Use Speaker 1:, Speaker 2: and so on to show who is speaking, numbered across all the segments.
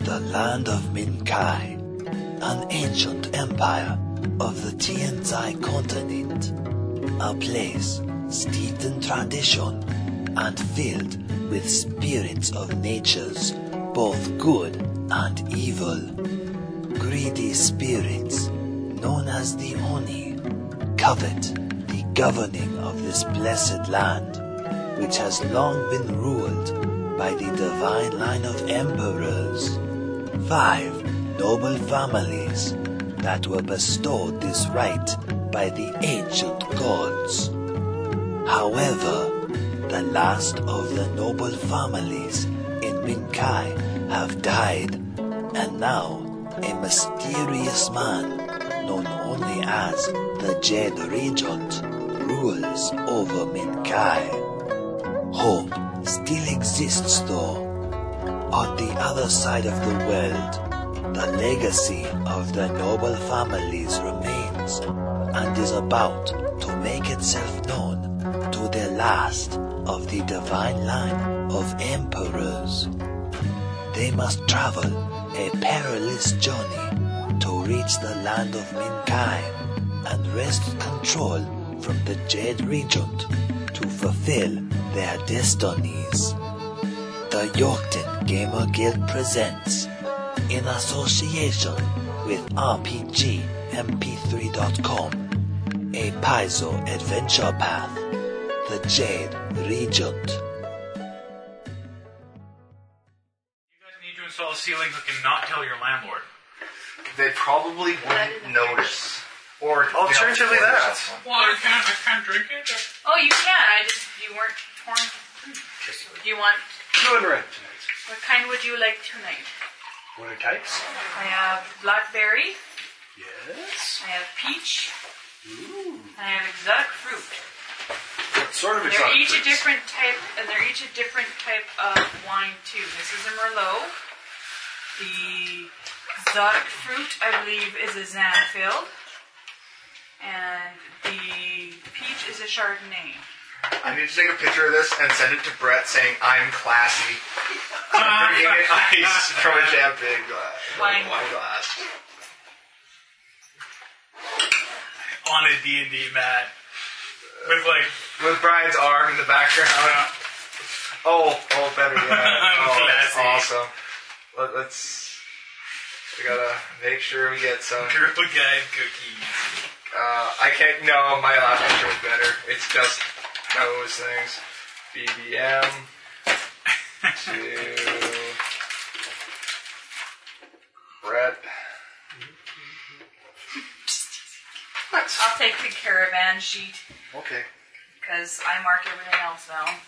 Speaker 1: the land of Minkai, an ancient empire of the Tianzai continent, a place steeped in tradition and filled with spirits of natures, both good and evil. Greedy spirits, known as the Oni, covet the governing of this blessed land, which has long been ruled by the divine line of emperors. Five noble families that were bestowed this right by the ancient gods. However, the last of the noble families in Minkai have died, and now a mysterious man, known only as the Jade Regent, rules over Minkai. Hope still exists though. On the other side of the world, the legacy of the noble families remains and is about to make itself known to the last of the divine line of emperors. They must travel a perilous journey to reach the land of Minkai and wrest control from the Jade Regent to fulfill their destinies. The Yorkton Gamer Guild presents, in association with RPGMP3.com, a Paizo Adventure Path, the Jade Regent.
Speaker 2: You guys need to install a ceiling that cannot tell your landlord.
Speaker 3: They probably wouldn't notice. Or
Speaker 4: Alternatively,
Speaker 3: they'll-
Speaker 4: that.
Speaker 2: Well, I can't, I can't drink it.
Speaker 5: Oh, you can. I just you weren't torn. You want
Speaker 4: Doing right.
Speaker 5: what kind would you like tonight?
Speaker 4: What are types?
Speaker 5: I have blackberry.
Speaker 4: Yes.
Speaker 5: I have peach. I have exotic fruit.
Speaker 4: What sort of
Speaker 5: They're
Speaker 4: exotic
Speaker 5: each a
Speaker 4: fruits?
Speaker 5: different type, and they're each a different type of wine too. This is a merlot. The exotic fruit, I believe, is a Xanafield, and the peach is a Chardonnay.
Speaker 3: I need to take a picture of this and send it to Brett saying, I'm classy.
Speaker 2: uh,
Speaker 3: I'm bringing it ice from a damn big glass.
Speaker 5: Wine.
Speaker 3: wine glass.
Speaker 2: On a D&D mat. With like, uh,
Speaker 3: With Brian's arm in the background. Oh, oh, better yet. Oh, that's
Speaker 2: Classy.
Speaker 3: awesome. Let, let's. We gotta make sure we get some.
Speaker 2: girl guide cookies.
Speaker 3: Uh, I can't. No, my last picture was better. It's just those things. BBM. to Brett.
Speaker 5: I'll take the caravan sheet
Speaker 4: Okay.
Speaker 5: because I mark everything else now.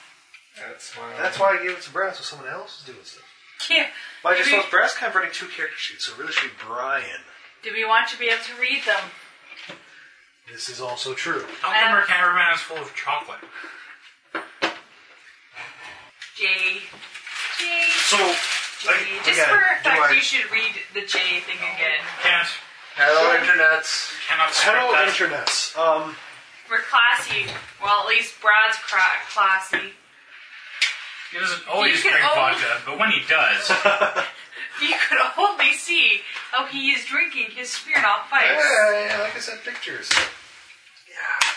Speaker 3: That's my.
Speaker 4: That's why I gave it to Brass, so someone else is doing stuff.
Speaker 5: Yeah.
Speaker 4: Well, I
Speaker 5: Did
Speaker 4: just
Speaker 5: we-
Speaker 4: was Brass converting two character sheets, so it really should be Brian.
Speaker 5: Do we want to be able to read them?
Speaker 4: This is also true.
Speaker 2: How come our cameraman is full of chocolate?
Speaker 5: J. J.
Speaker 4: So,
Speaker 5: J.
Speaker 4: I-
Speaker 5: Just
Speaker 4: again,
Speaker 5: for
Speaker 4: Oh, do
Speaker 5: effect,
Speaker 4: I-
Speaker 5: you should read the J thing again.
Speaker 2: Can't.
Speaker 3: Hello, internets.
Speaker 2: Cannot script
Speaker 4: hello,
Speaker 2: that.
Speaker 4: internets. Um,
Speaker 5: We're classy. Well, at least Brad's cra- classy.
Speaker 2: He doesn't always
Speaker 5: You can
Speaker 2: drink
Speaker 5: always-
Speaker 2: vodka, but when he does,
Speaker 5: You could only see how he is drinking his Smirnoff
Speaker 3: Yeah,
Speaker 5: Ice.
Speaker 3: yeah, yeah, like I said, pictures.
Speaker 4: yeah.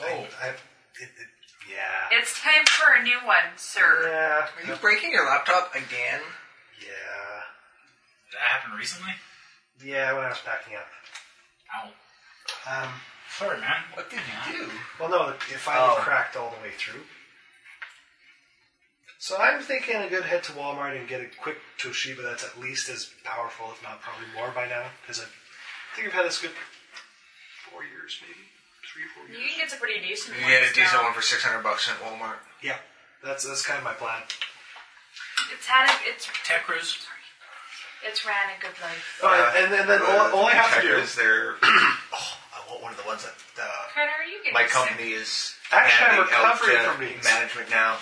Speaker 2: Oh.
Speaker 4: I, I, it, it, yeah.
Speaker 5: It's time for a new one, sir.
Speaker 4: Yeah.
Speaker 6: Are you breaking your laptop again?
Speaker 4: Yeah.
Speaker 2: that happened recently.
Speaker 4: Yeah, when I was packing up.
Speaker 2: Ow.
Speaker 4: Um,
Speaker 2: Sorry, man.
Speaker 6: What did you do?
Speaker 4: well, no, it finally
Speaker 6: Oh.
Speaker 4: cracked all the way through. So I'm thinking a good head to Walmart and get a quick Toshiba that's at least as powerful, if not probably more by now, because I think I've had this good four years, maybe three, four
Speaker 5: You
Speaker 4: years.
Speaker 5: can get some pretty decent
Speaker 6: You
Speaker 5: ones.
Speaker 6: get a decent
Speaker 5: now.
Speaker 6: one for 600 bucks at Walmart.
Speaker 4: Yeah, that's that's kind of my plan.
Speaker 5: It's had a, it's
Speaker 2: Tech Cruise.
Speaker 5: it's ran a good life.
Speaker 4: Oh, and, and then all, all I have to do
Speaker 6: Uh, is there. oh, I want one of the ones that uh,
Speaker 5: Carter, are you getting
Speaker 6: my
Speaker 5: sick?
Speaker 6: company is
Speaker 4: Actually, I'm
Speaker 6: handing out
Speaker 4: recovering
Speaker 6: to
Speaker 4: from these.
Speaker 6: management now.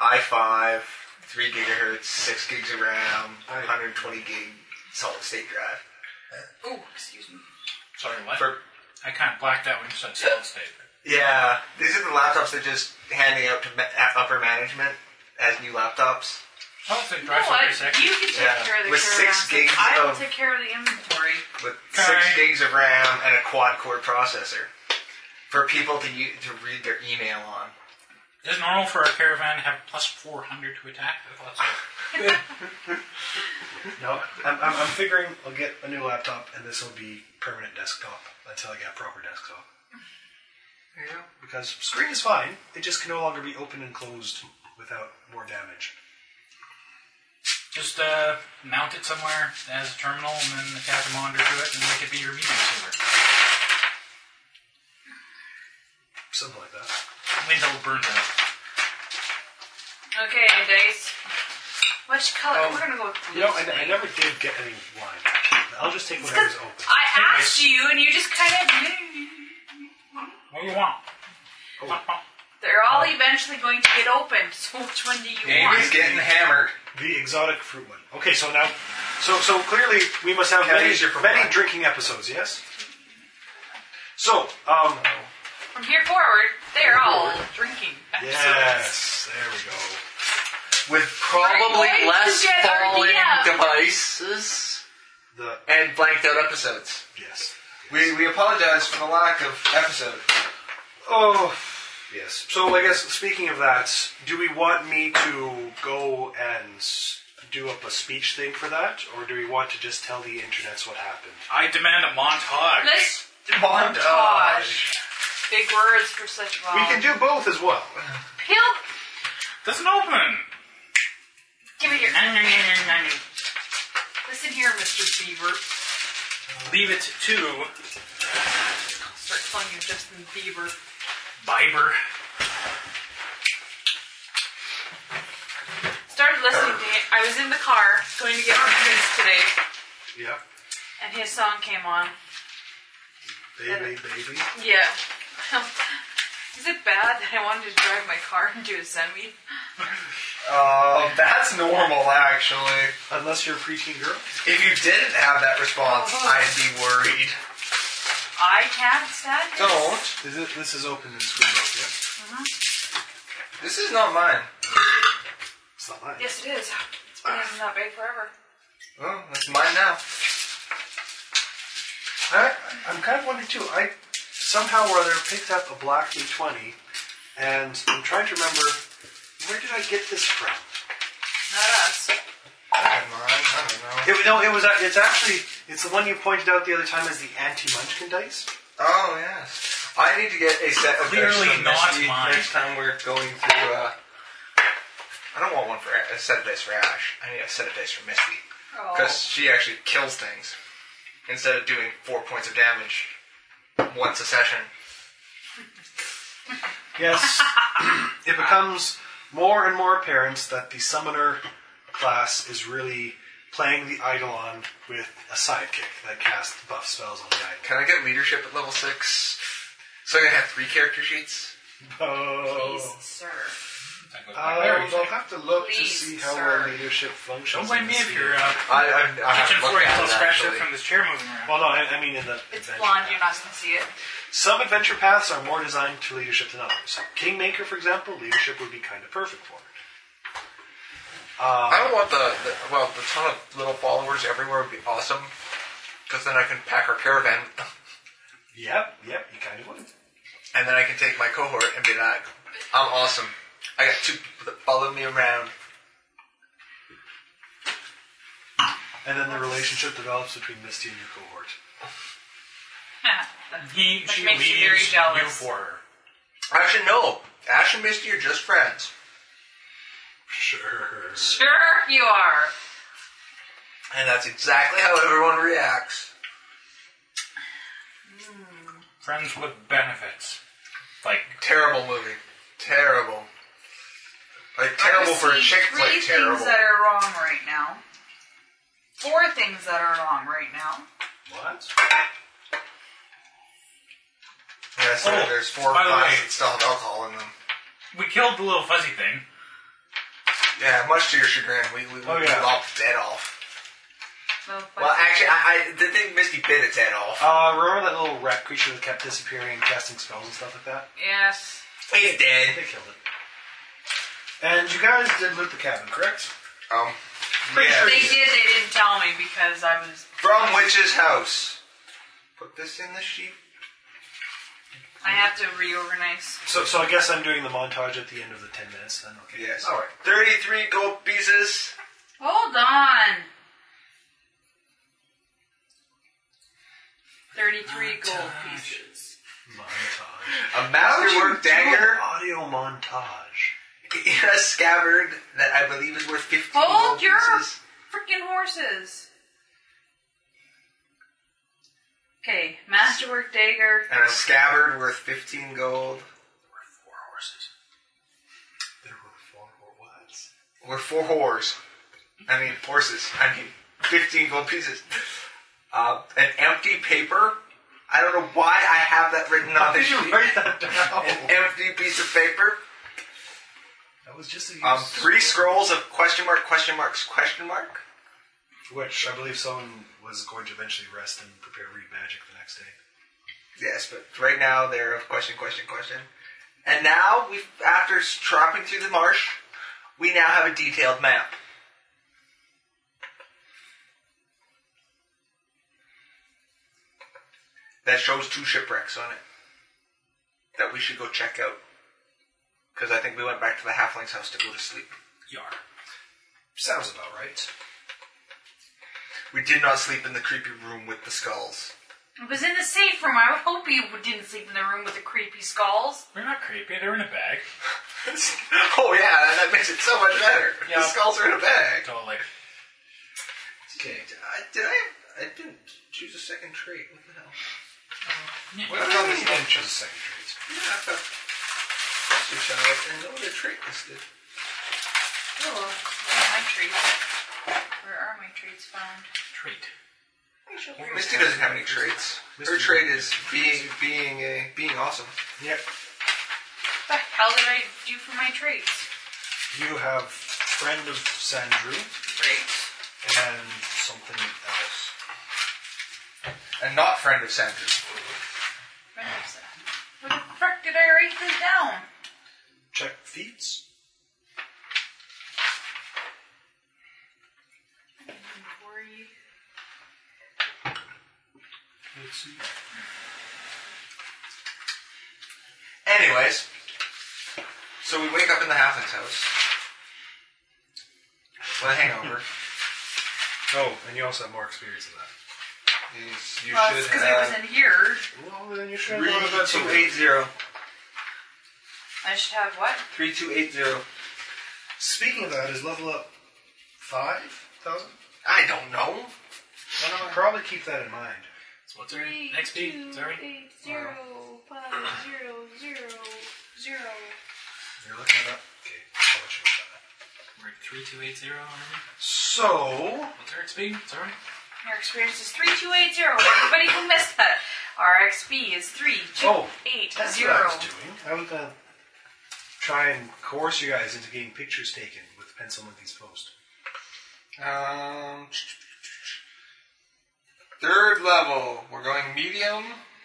Speaker 6: i5, 3 gigahertz, 6 gigs of RAM, 120 gig solid state drive.
Speaker 5: Oh, excuse me.
Speaker 2: Sorry, what?
Speaker 6: For
Speaker 2: I kind of blacked out when you said solid state.
Speaker 6: Yeah, these are the laptops they're just handing out to ma- upper management as new laptops.
Speaker 2: I'll say
Speaker 5: You know
Speaker 2: drive for
Speaker 5: what?
Speaker 2: a second.
Speaker 5: You can take
Speaker 6: Yeah.
Speaker 5: care of the
Speaker 6: With six
Speaker 5: caravan.
Speaker 6: gigs
Speaker 5: I will
Speaker 6: of-
Speaker 5: take care of the inventory.
Speaker 6: with
Speaker 2: Okay.
Speaker 6: six gigs of RAM and a quad core processor for people to u- to read their email on.
Speaker 2: Is normal for a caravan to have plus 400 to attack? I thought so.
Speaker 4: No, I'm, I'm, I'm figuring I'll get a new laptop, and this will be permanent desktop until I get a proper desktop.
Speaker 6: Yeah.
Speaker 4: Because screen is fine, it just can no longer be open and closed without more damage.
Speaker 2: Just uh, mount it somewhere as a terminal and then attach a monitor to it and make it be your meeting server.
Speaker 4: Something like that.
Speaker 2: Wait until it burns out.
Speaker 5: Okay, dice. Which color?
Speaker 6: Oh.
Speaker 5: We're gonna go with blue.
Speaker 4: You know, I,
Speaker 5: today.
Speaker 4: I never did get any wine. I'll just take whatever's open.
Speaker 5: I asked you, and you just kind of.
Speaker 2: What do you want?
Speaker 5: They're all eventually going to get opened. So which one do you
Speaker 6: Amy's
Speaker 5: want?
Speaker 6: getting hammered.
Speaker 4: The exotic fruit one. Okay, so now, so so clearly we must have
Speaker 6: Can I
Speaker 4: many,
Speaker 6: use your for
Speaker 4: many
Speaker 6: wine?
Speaker 4: drinking episodes. Yes. So, um,
Speaker 5: From here forward, they're all drinking.
Speaker 4: yes, there we go.
Speaker 6: With probably
Speaker 5: Right, right,
Speaker 6: less
Speaker 5: you get
Speaker 6: falling
Speaker 5: RDM.
Speaker 6: devices
Speaker 4: The
Speaker 6: and blanked out episodes.
Speaker 4: yes,
Speaker 6: We, we apologize for the lack of episode.
Speaker 4: oh, yes. So I guess speaking of that, do we want me to go and do up a speech thing for that, or do we want to just tell the internets what happened?
Speaker 2: I demand a montage.
Speaker 5: Let's
Speaker 6: Montage.
Speaker 5: big words for such
Speaker 4: Oh, We
Speaker 5: volume.
Speaker 4: can do both as well.
Speaker 5: He'll
Speaker 2: Doesn't open.
Speaker 5: give it here. Listen here, Mr. Bieber.
Speaker 2: Leave it to
Speaker 5: I'll start calling you Justin Bieber.
Speaker 2: Biber.
Speaker 5: Started listening to him. I was in the car going to get breakfast today,
Speaker 4: Yeah,
Speaker 5: and his song came on.
Speaker 4: baby, baby.
Speaker 5: Yeah. Is it bad that I wanted to drive my car into a semi?
Speaker 6: Oh, that's normal, actually.
Speaker 4: Unless you're a preteen girl.
Speaker 6: If you didn't have that response,
Speaker 4: Uh-huh.
Speaker 6: I'd be worried.
Speaker 5: I can't stand it.
Speaker 6: Don't.
Speaker 4: Is it, this is open and screwed up, yeah?
Speaker 6: Uh-huh. This is not mine.
Speaker 4: It's not mine.
Speaker 5: Yes, it is. It's been in that bag forever.
Speaker 6: Oh, that's mine now.
Speaker 4: I, I'm kind of wondering too. I somehow or other picked up a black D20, and I'm trying to remember where did I get this from.
Speaker 5: Not us.
Speaker 6: I have mine. I don't know.
Speaker 4: It, no, it was. a- It's actually it's the one you pointed out the other time as the anti-Munchkin dice.
Speaker 6: Oh yes. I need to get a set of
Speaker 2: Clearly
Speaker 6: dice from
Speaker 2: not
Speaker 6: Misty
Speaker 2: mine.
Speaker 6: next time we're going through. Uh, I don't want one for a set of dice for Ash. I need a set of dice for Misty because
Speaker 5: Oh.
Speaker 6: she actually kills things instead of doing four points of damage once a session.
Speaker 4: Yes, it becomes more and more apparent that the summoner class is really playing the Eidolon with a sidekick that casts buff spells on the Eidolon.
Speaker 6: Can I get leadership at level six? So I'm gonna have three character sheets.
Speaker 5: Please,
Speaker 4: Oh.
Speaker 5: sir.
Speaker 4: Um, I'll have to look to
Speaker 5: Please,
Speaker 4: see how
Speaker 5: sir.
Speaker 4: our leadership functions.
Speaker 2: Don't blame
Speaker 4: in
Speaker 2: me
Speaker 4: this
Speaker 2: if you're
Speaker 4: year.
Speaker 2: uh,
Speaker 6: I, I, I
Speaker 2: kitchen
Speaker 6: haven't
Speaker 2: floor
Speaker 6: looked at
Speaker 2: is all
Speaker 6: it
Speaker 2: scratched up
Speaker 6: actually.
Speaker 2: from this chair moving around.
Speaker 4: Well, no, I, I mean in the
Speaker 5: It's
Speaker 4: adventure
Speaker 5: blonde, you're not
Speaker 4: paths.
Speaker 5: going to see it.
Speaker 4: Some adventure paths are more designed to leadership than others. Kingmaker, for example, leadership would be kind of perfect for it.
Speaker 6: I don't want the, the well, the ton of little followers everywhere would be awesome because then I can pack our caravan with them.
Speaker 4: Yep, yep, you kind of would.
Speaker 6: And then I can take my cohort and be like, I'm awesome. I got two people that follow me around.
Speaker 4: And then the relationship develops between Misty and your cohort.
Speaker 2: He,
Speaker 5: Which
Speaker 2: she
Speaker 5: makes
Speaker 2: leaves
Speaker 5: you very jealous.
Speaker 2: you for her.
Speaker 6: Actually, no. Ash and Misty are just friends.
Speaker 4: Sure.
Speaker 5: Sure you are.
Speaker 6: And that's exactly how everyone reacts.
Speaker 2: Friends with benefits. Like,
Speaker 6: Terrible movie. Terrible. Like, terrible
Speaker 5: I
Speaker 6: for a
Speaker 5: see
Speaker 6: chick
Speaker 5: three
Speaker 6: flick,
Speaker 5: things
Speaker 6: terrible.
Speaker 5: that are wrong right now. Four things that are wrong right now.
Speaker 4: What?
Speaker 6: Yeah, so
Speaker 2: Oh,
Speaker 6: there's four
Speaker 2: by the
Speaker 6: classes
Speaker 2: way.
Speaker 6: that still have alcohol in them.
Speaker 2: we killed the little fuzzy thing.
Speaker 6: Yeah, much to your chagrin, we, we,
Speaker 4: Oh,
Speaker 6: we
Speaker 4: yeah.
Speaker 6: lopped its head off.
Speaker 5: No, but-
Speaker 6: Well, actually, I, I the thing Misty bit its head off.
Speaker 4: Uh, remember that little rat creature that kept disappearing and casting spells and stuff like that?
Speaker 5: yes.
Speaker 6: It's
Speaker 4: They
Speaker 6: dead.
Speaker 4: killed it. And you guys did loot the cabin, correct?
Speaker 6: Um,
Speaker 4: Pretty sure
Speaker 5: They
Speaker 4: you-
Speaker 5: did, they didn't tell me because I was.
Speaker 6: from witch's house. Put this in the sheep.
Speaker 5: I have to reorganize.
Speaker 4: So, so I guess I'm doing the montage at the end of the 10 minutes then. Okay.
Speaker 6: Yes. All right. Thirty-three gold pieces.
Speaker 5: Hold on! 33 gold pieces.
Speaker 4: Montage.
Speaker 6: A
Speaker 4: Your
Speaker 6: masterwork dagger
Speaker 4: Audio montage.
Speaker 6: in a scabbard that I believe is worth fifteen
Speaker 5: Hold
Speaker 6: gold
Speaker 5: your
Speaker 6: pieces.
Speaker 5: freaking horses! Okay, masterwork dagger.
Speaker 6: And a scabbard worth fifteen gold.
Speaker 4: Four horses. There were four horses.
Speaker 6: We're four whores. I mean, horses. I mean, 15 gold pieces. Uh, an empty paper. I don't know why I have that written on this sheet.
Speaker 4: that down?
Speaker 6: An empty piece of paper.
Speaker 4: That was just a
Speaker 6: Um, three scrolls of question mark, question marks, question mark.
Speaker 4: Which I believe someone was going to eventually rest and prepare read magic the next day.
Speaker 6: Yes, but right now they're of question, question, question. And now, we, after tromping through the marsh, we now have a detailed map. That shows two shipwrecks on it that we should go check out. Because I think we went back to the halfling's house to go to sleep.
Speaker 2: Yar.
Speaker 4: Sounds about right.
Speaker 6: We did not sleep in the creepy room with the skulls.
Speaker 5: It was in the safe room. I hope you didn't sleep in the room with the creepy skulls.
Speaker 2: They're not creepy. They're in a bag.
Speaker 6: oh yeah, that makes it so much better.
Speaker 2: Yeah.
Speaker 6: The skulls are in a bag.
Speaker 2: It's all like
Speaker 6: Okay. I, did I? I didn't choose a second trait. What the hell?
Speaker 4: What about this choose a second
Speaker 6: Yeah, I thought Master Child and no other trait listed.
Speaker 5: Oh, where are my treats? Where are my treats found?
Speaker 2: treat.
Speaker 6: Misty doesn't have any traits. Her
Speaker 4: Misty
Speaker 6: trait is being being a being awesome.
Speaker 4: Yep.
Speaker 5: What the hell did I do for my treats?
Speaker 4: You have friend of Sandru
Speaker 5: Treats.
Speaker 4: and something else.
Speaker 6: And not friend of Sandra's.
Speaker 5: Where is that? Where the frick did I write this down?
Speaker 4: Check feats.
Speaker 5: Inventory.
Speaker 6: Anyways, so we wake up in the Halfling's house with a hangover.
Speaker 4: Oh, and you also have more experience than that.
Speaker 6: You, you
Speaker 5: Well, it's
Speaker 6: should
Speaker 5: because it was
Speaker 6: have
Speaker 5: in here.
Speaker 4: Well, then you should
Speaker 6: three two eight zero.
Speaker 5: I should have what?
Speaker 6: Three two eight zero.
Speaker 4: Speaking of that, is level up 5,000?
Speaker 6: I don't
Speaker 4: Well,
Speaker 6: know.
Speaker 4: no, probably keep that in mind.
Speaker 2: So what's our next beat? Sorry.
Speaker 5: zero, five, zero, zero, zero.
Speaker 4: You're looking it up? Okay, I'll let you look that up.
Speaker 2: We're at three two eight zero.
Speaker 4: So,
Speaker 2: What's our next beat? Sorry.
Speaker 5: Your experience is 3280. Everybody who missed that. RXP is 3280.
Speaker 4: Oh, that's what I was doing. I was going to try and coerce you guys into getting pictures taken with Pencil Monkey's post.
Speaker 6: Um, third level, we're going medium,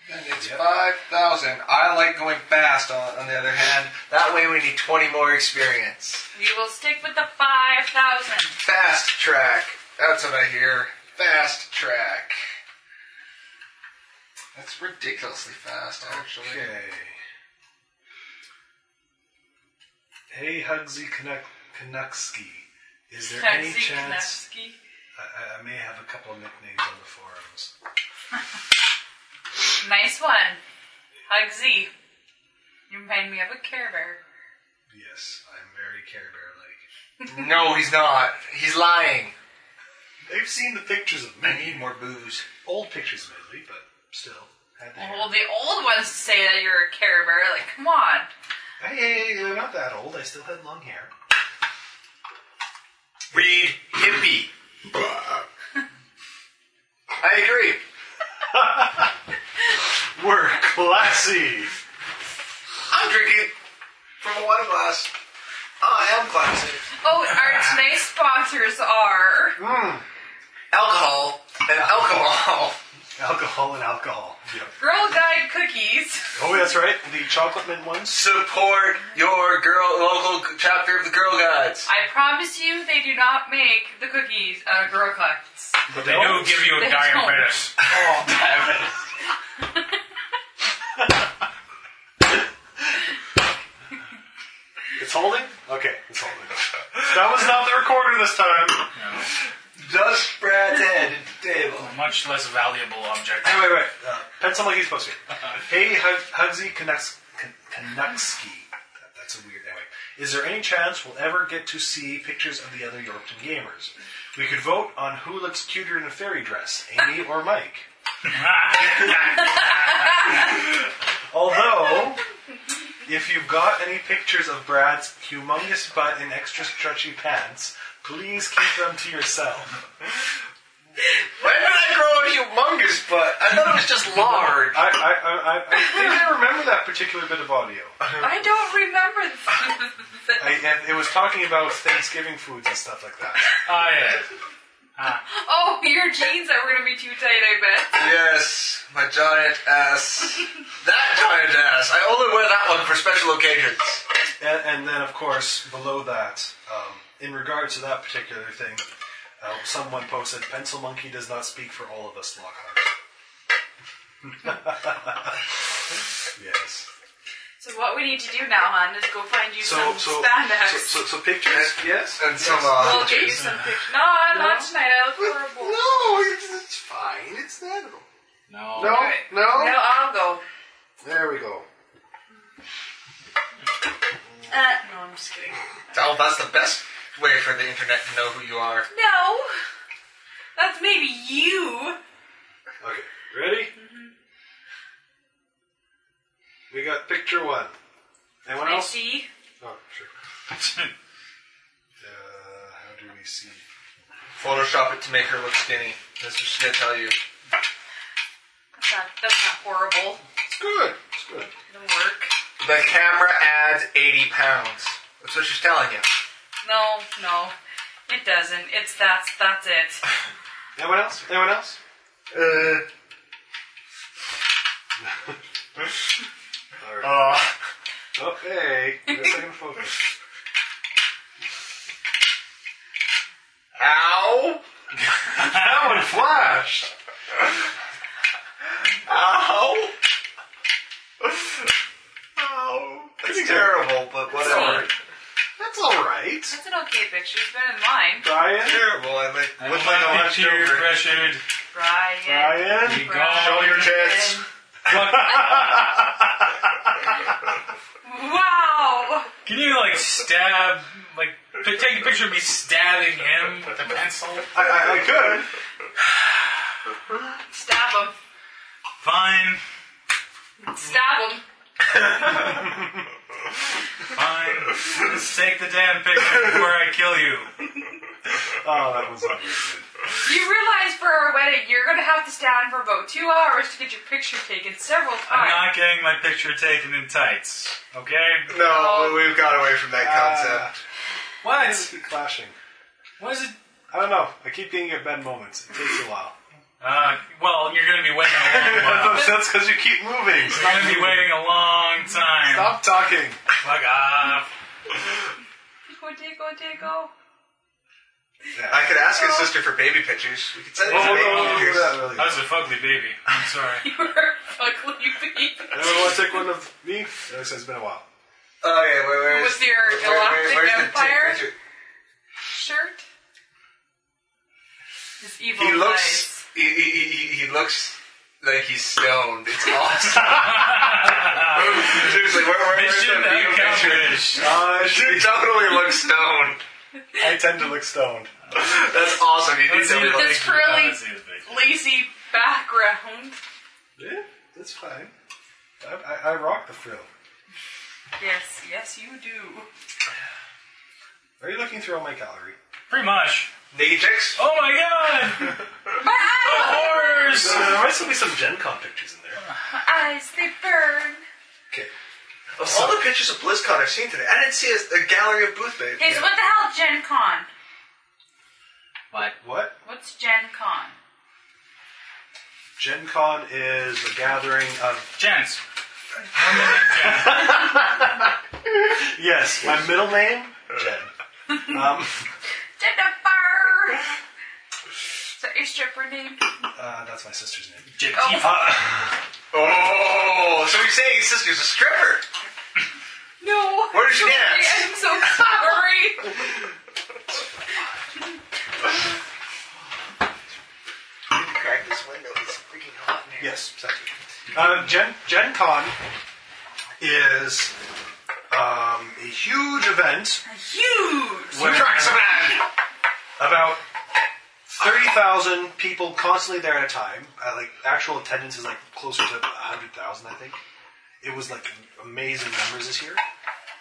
Speaker 6: and it's
Speaker 4: Yep.
Speaker 6: five thousand. I like going fast. On, on the other hand, that way we need twenty more experience.
Speaker 5: We will stick with the 5,000.
Speaker 6: Fast track. That's what I hear. Fast track. That's ridiculously fast, actually.
Speaker 4: Okay. Hey, Hugsy Canuck- Canucksky. Is there any
Speaker 5: Taxi
Speaker 4: chance
Speaker 5: Kanevsky.
Speaker 4: I, I- I may have a couple of nicknames on the forums?
Speaker 5: Nice one. Hug Z. You remind me of a Care Bear.
Speaker 4: Yes, I'm very Care Bear like.
Speaker 6: No, he's not. He's lying.
Speaker 4: They've seen the pictures of
Speaker 6: I
Speaker 4: me.
Speaker 6: need more booze.
Speaker 4: Old pictures, admittedly, but still. Had the hair.
Speaker 5: Well, the old ones say that you're a Care Bear. Like, come on.
Speaker 4: Hey, hey, hey, they're not that old. I still had long hair.
Speaker 6: Read hippie. I agree.
Speaker 4: We're classy.
Speaker 6: I'm drinking from a wine glass. I am classy.
Speaker 5: Oh, our today's sponsors are
Speaker 4: Oh,
Speaker 6: Alcohol and alcohol.
Speaker 4: Alcohol and alcohol.
Speaker 5: Girl Guide cookies.
Speaker 4: Oh, that's right. The chocolate mint ones.
Speaker 6: Support your girl local chapter of the Girl Guides.
Speaker 5: I promise you, they do not make the cookies out of Girl Guides.
Speaker 2: But they do give you a
Speaker 5: They
Speaker 2: diabetes.
Speaker 4: It's holding? Okay, it's holding. that was not the recorder this time.
Speaker 6: Just spread head at the table.
Speaker 2: Much less valuable object.
Speaker 4: Wait, wait, wait. Uh, pencil like he's supposed to. Hey, Hug- Hugsy Konecki. That, that's a weird. Anyway, is there any chance we'll ever get to see pictures of the other Yorkton gamers? We could vote on who looks cuter in a fairy dress, Amy or Mike.
Speaker 2: Ah,
Speaker 4: Although, if you've got any pictures of Brad's humongous butt in extra stretchy pants, please keep them to yourself.
Speaker 6: When did I grow a humongous butt? Oh, I thought it was just large.
Speaker 4: I, I, I, I, I think I remember that particular bit of audio.
Speaker 5: I don't remember. th-
Speaker 4: I, and it was talking about Thanksgiving foods and stuff like that.
Speaker 2: Ah, yeah.
Speaker 5: oh, your jeans are going to be too tight, I bet.
Speaker 6: Yes, my giant ass. That giant ass. I only wear that one for special occasions.
Speaker 4: And, and then, of course, below that, um, in regards to that particular thing, uh, someone posted, "Pencil Monkey does not speak for all of us, Lockhart." yes.
Speaker 5: So what we need to do now, hon, is go find you
Speaker 4: So,
Speaker 5: some
Speaker 4: so,
Speaker 5: spandex.
Speaker 4: so, so, so pictures. Yes.
Speaker 6: And some, uh.
Speaker 5: we'll get you some pictures. No, not tonight. I look horrible.
Speaker 6: No, Oh, it's, it's fine. It's that.
Speaker 2: Oh, No.
Speaker 6: No, no.
Speaker 5: No, I'll go.
Speaker 6: There we go.
Speaker 5: Uh, no, I'm just kidding.
Speaker 6: Oh, that's the best way for the internet to know who you are.
Speaker 5: No, that's maybe you.
Speaker 4: Okay. Ready?
Speaker 5: Mm-hmm.
Speaker 4: We got picture one. Anyone
Speaker 5: I
Speaker 4: else?
Speaker 5: see.
Speaker 4: Oh, sure. Uh, how do we see?
Speaker 6: Photoshop it to make her look skinny. That's what she's gonna tell you.
Speaker 5: That's not, that's not horrible.
Speaker 4: It's good. It's good.
Speaker 5: It'll work.
Speaker 6: The camera adds 80 pounds. That's what she's telling you.
Speaker 5: No, no, it doesn't. It's that's that's it.
Speaker 4: Anyone else? Anyone else?
Speaker 6: Uh.
Speaker 4: Oh, hey. Wait a second, focus.
Speaker 6: Ow!
Speaker 4: That one flashed.
Speaker 6: Ow! Ow! That's terrible, but whatever.
Speaker 4: That's all right.
Speaker 5: That's an okay picture. It's better than mine.
Speaker 4: Brian.
Speaker 6: Terrible. I like.
Speaker 2: I
Speaker 6: What's
Speaker 2: will
Speaker 6: my
Speaker 2: not
Speaker 6: last
Speaker 2: be tear
Speaker 6: over?
Speaker 2: pressured.
Speaker 5: Brian.
Speaker 4: Brian.
Speaker 2: Be gone.
Speaker 6: your tits.
Speaker 5: Wow.
Speaker 2: Can you like stab, like p- take a picture of me stabbing him with a pencil?
Speaker 4: I, I, I could.
Speaker 5: Stab him.
Speaker 2: Fine,
Speaker 5: Stab him.
Speaker 2: fine. Let's take the damn picture before I kill you.
Speaker 4: Oh, that was not very good.
Speaker 5: You realize for our wedding, you're gonna have to stand for about two hours to get your picture taken several
Speaker 2: I'm
Speaker 5: times.
Speaker 2: not getting my picture taken in tights. Okay.
Speaker 6: No, but we've got away from that
Speaker 4: Uh,
Speaker 6: concept.
Speaker 4: Why does
Speaker 2: What?
Speaker 4: it keep clashing?
Speaker 2: What is it?
Speaker 4: I don't know. I keep being at bad moments. It takes a while.
Speaker 2: Uh, well, you're gonna be waiting a long while.
Speaker 4: That's because you keep moving.
Speaker 2: You're gonna be waiting a long time.
Speaker 4: Stop talking.
Speaker 2: Fuck off.
Speaker 5: Go Diego, Diego.
Speaker 6: I could ask his sister for baby pictures. We could send it
Speaker 4: Oh,
Speaker 6: to
Speaker 4: no,
Speaker 6: baby
Speaker 4: no, no,
Speaker 6: pictures.
Speaker 4: do that really.
Speaker 2: That was a fugly baby. I'm sorry.
Speaker 5: You were ugly baby.
Speaker 4: Anyone want to take one of me? Alex says it's been a while.
Speaker 6: Okay, wait, where's,
Speaker 5: With your galactic
Speaker 6: where's the tick
Speaker 5: empire?
Speaker 6: picture?
Speaker 5: Shirt. His evil
Speaker 2: Oh,
Speaker 6: He
Speaker 5: eyes.
Speaker 6: looks. He, he, he, he looks like he's stoned. It's awesome. Seriously, where, where, where's
Speaker 2: Mission
Speaker 6: the baby picture?
Speaker 2: accomplished.
Speaker 4: Uh,
Speaker 6: He definitely looks stoned.
Speaker 4: I tend to look stoned.
Speaker 6: That's awesome. You need
Speaker 2: Let's see the
Speaker 6: to
Speaker 5: This
Speaker 6: like.
Speaker 2: picture.
Speaker 5: really-
Speaker 2: Let's see the picture.
Speaker 5: Lazy background.
Speaker 4: Yeah, that's fine. I, I, I rock the frill.
Speaker 5: Yes, yes, you do.
Speaker 4: Are you looking through all my gallery?
Speaker 2: Pretty much.
Speaker 6: Naked chicks?
Speaker 2: Oh my god! the horrors!
Speaker 4: there might still be some Gen Con pictures in there.
Speaker 5: Eyes, they burn.
Speaker 4: Okay.
Speaker 6: Of all the pictures of BlizzCon I've seen today, I didn't see a, a gallery of booth babes.
Speaker 5: Okay, so what the hell is Gen Con?
Speaker 2: What?
Speaker 4: What?
Speaker 5: What's Gen Con?
Speaker 4: Gen Con is a gathering of.
Speaker 2: Jens. Women and Jen.
Speaker 4: Yes, my middle name?
Speaker 6: Uh.
Speaker 4: Jen. Um,
Speaker 5: Jennifer! Is that your stripper name?
Speaker 4: uh, that's my sister's name.
Speaker 2: Jetifa.
Speaker 6: Oh, so you're saying his sister's a stripper?
Speaker 5: No!
Speaker 6: Where did she
Speaker 5: Sorry,
Speaker 6: dance?
Speaker 5: I'm so sorry!
Speaker 6: Crack this window. It's freaking hot in here.
Speaker 4: Yes, exactly. Um, Gen, Gen Con is um, a huge event.
Speaker 5: Huge!
Speaker 4: where
Speaker 6: Crack some ass.
Speaker 4: about 30,000 people constantly there at a time. Uh, like actual attendance is like closer to 100,000, I think. It was like amazing numbers this year.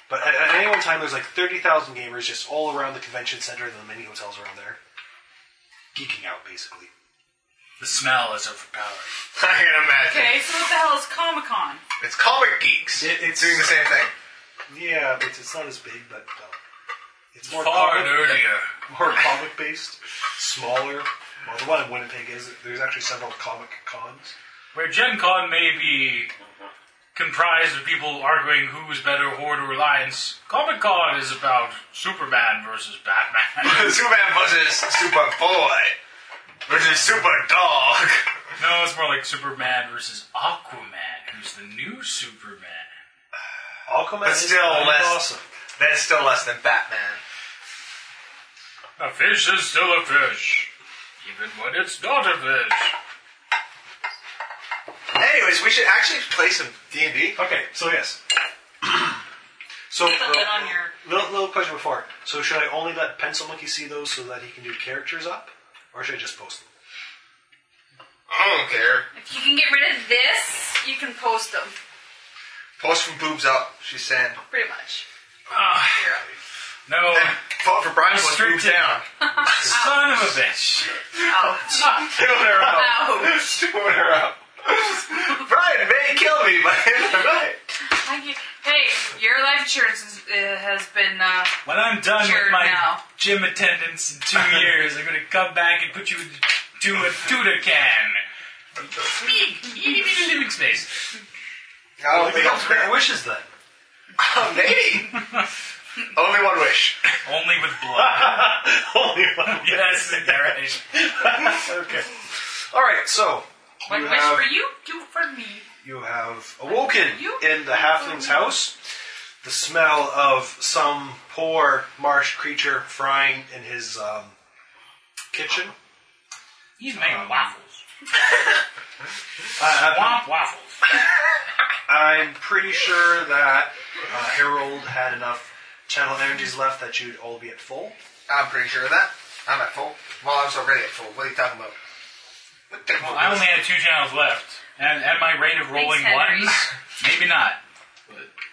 Speaker 4: But at, at any one time, there's like 30,000 gamers just all around the convention center and the mini hotels around there, geeking out basically.
Speaker 2: The smell is overpowering.
Speaker 6: I can imagine.
Speaker 5: Okay, so what the hell is Comic Con?
Speaker 6: It's comic geeks
Speaker 4: It- it's-
Speaker 6: doing the same thing.
Speaker 4: Yeah, but it's not as big, but uh, it's more
Speaker 2: Far
Speaker 4: comic-
Speaker 2: nerdier.
Speaker 4: more comic based, smaller. Well, the one in Winnipeg is there's actually several comic cons.
Speaker 2: Where Gen Con may be comprised of people arguing who's better, Horde or Alliance, Comic Con is about Superman versus Batman.
Speaker 6: Superman versus Super Boy versus Super Dog.
Speaker 2: no, it's more like Superman versus Aquaman, who's the new Superman.
Speaker 4: Aquaman
Speaker 6: But
Speaker 4: is
Speaker 6: still
Speaker 4: kind of
Speaker 6: less-
Speaker 4: awesome.
Speaker 6: That's still less than Batman.
Speaker 2: A fish is still a fish, even when it's not a fish.
Speaker 6: Anyways, we should actually play some D and D.
Speaker 4: Okay, so yes. so
Speaker 5: Put the lid on your.
Speaker 4: little, little question before. So should I only let Pencil Monkey see those so that he can do characters up, or should I just post them?
Speaker 6: I don't care.
Speaker 5: If you can get rid of this, you can post them,
Speaker 6: Post from boobs up. She's saying.
Speaker 5: pretty much.
Speaker 2: No,
Speaker 6: Vote for Brian was boobs
Speaker 2: Restricted.
Speaker 6: down.
Speaker 2: son of a bitch.
Speaker 5: Ouch.
Speaker 6: Doing her up.
Speaker 5: Ouch.
Speaker 6: Doing her up. Brian may kill me by the end of the night.
Speaker 5: Thank you. Hey, your life insurance is, uh, has been. Uh,
Speaker 2: When I'm done
Speaker 5: Sure,
Speaker 2: with my
Speaker 5: now.
Speaker 2: gym attendance in two years, I'm gonna come back and put you into a tutor can. Eat me living space.
Speaker 6: I
Speaker 4: Well,
Speaker 6: don't
Speaker 4: it
Speaker 6: think
Speaker 4: becomes
Speaker 6: I'm
Speaker 4: great wishes then.
Speaker 6: Oh, maybe. Only one wish.
Speaker 2: Only with blood.
Speaker 4: Only one.
Speaker 2: yes, right.
Speaker 4: okay. All right. So
Speaker 5: one
Speaker 4: you
Speaker 5: wish
Speaker 4: have
Speaker 5: for you, two for me.
Speaker 4: you have awoken
Speaker 5: You- Oh,
Speaker 4: in the halfling's house. The smell of some poor marsh creature frying in his um, kitchen.
Speaker 2: He's making waffles.
Speaker 4: I, I,
Speaker 2: Womp waffles.
Speaker 4: I'm pretty sure that uh, Harold had enough channel energies left that you'd all be at full.
Speaker 6: I'm pretty sure of that. I'm at full. Well, I was already at full. What are you talking about? What the
Speaker 2: Well, I only had two channels left, and at my rate of rolling
Speaker 5: Henry.
Speaker 2: ones, maybe not.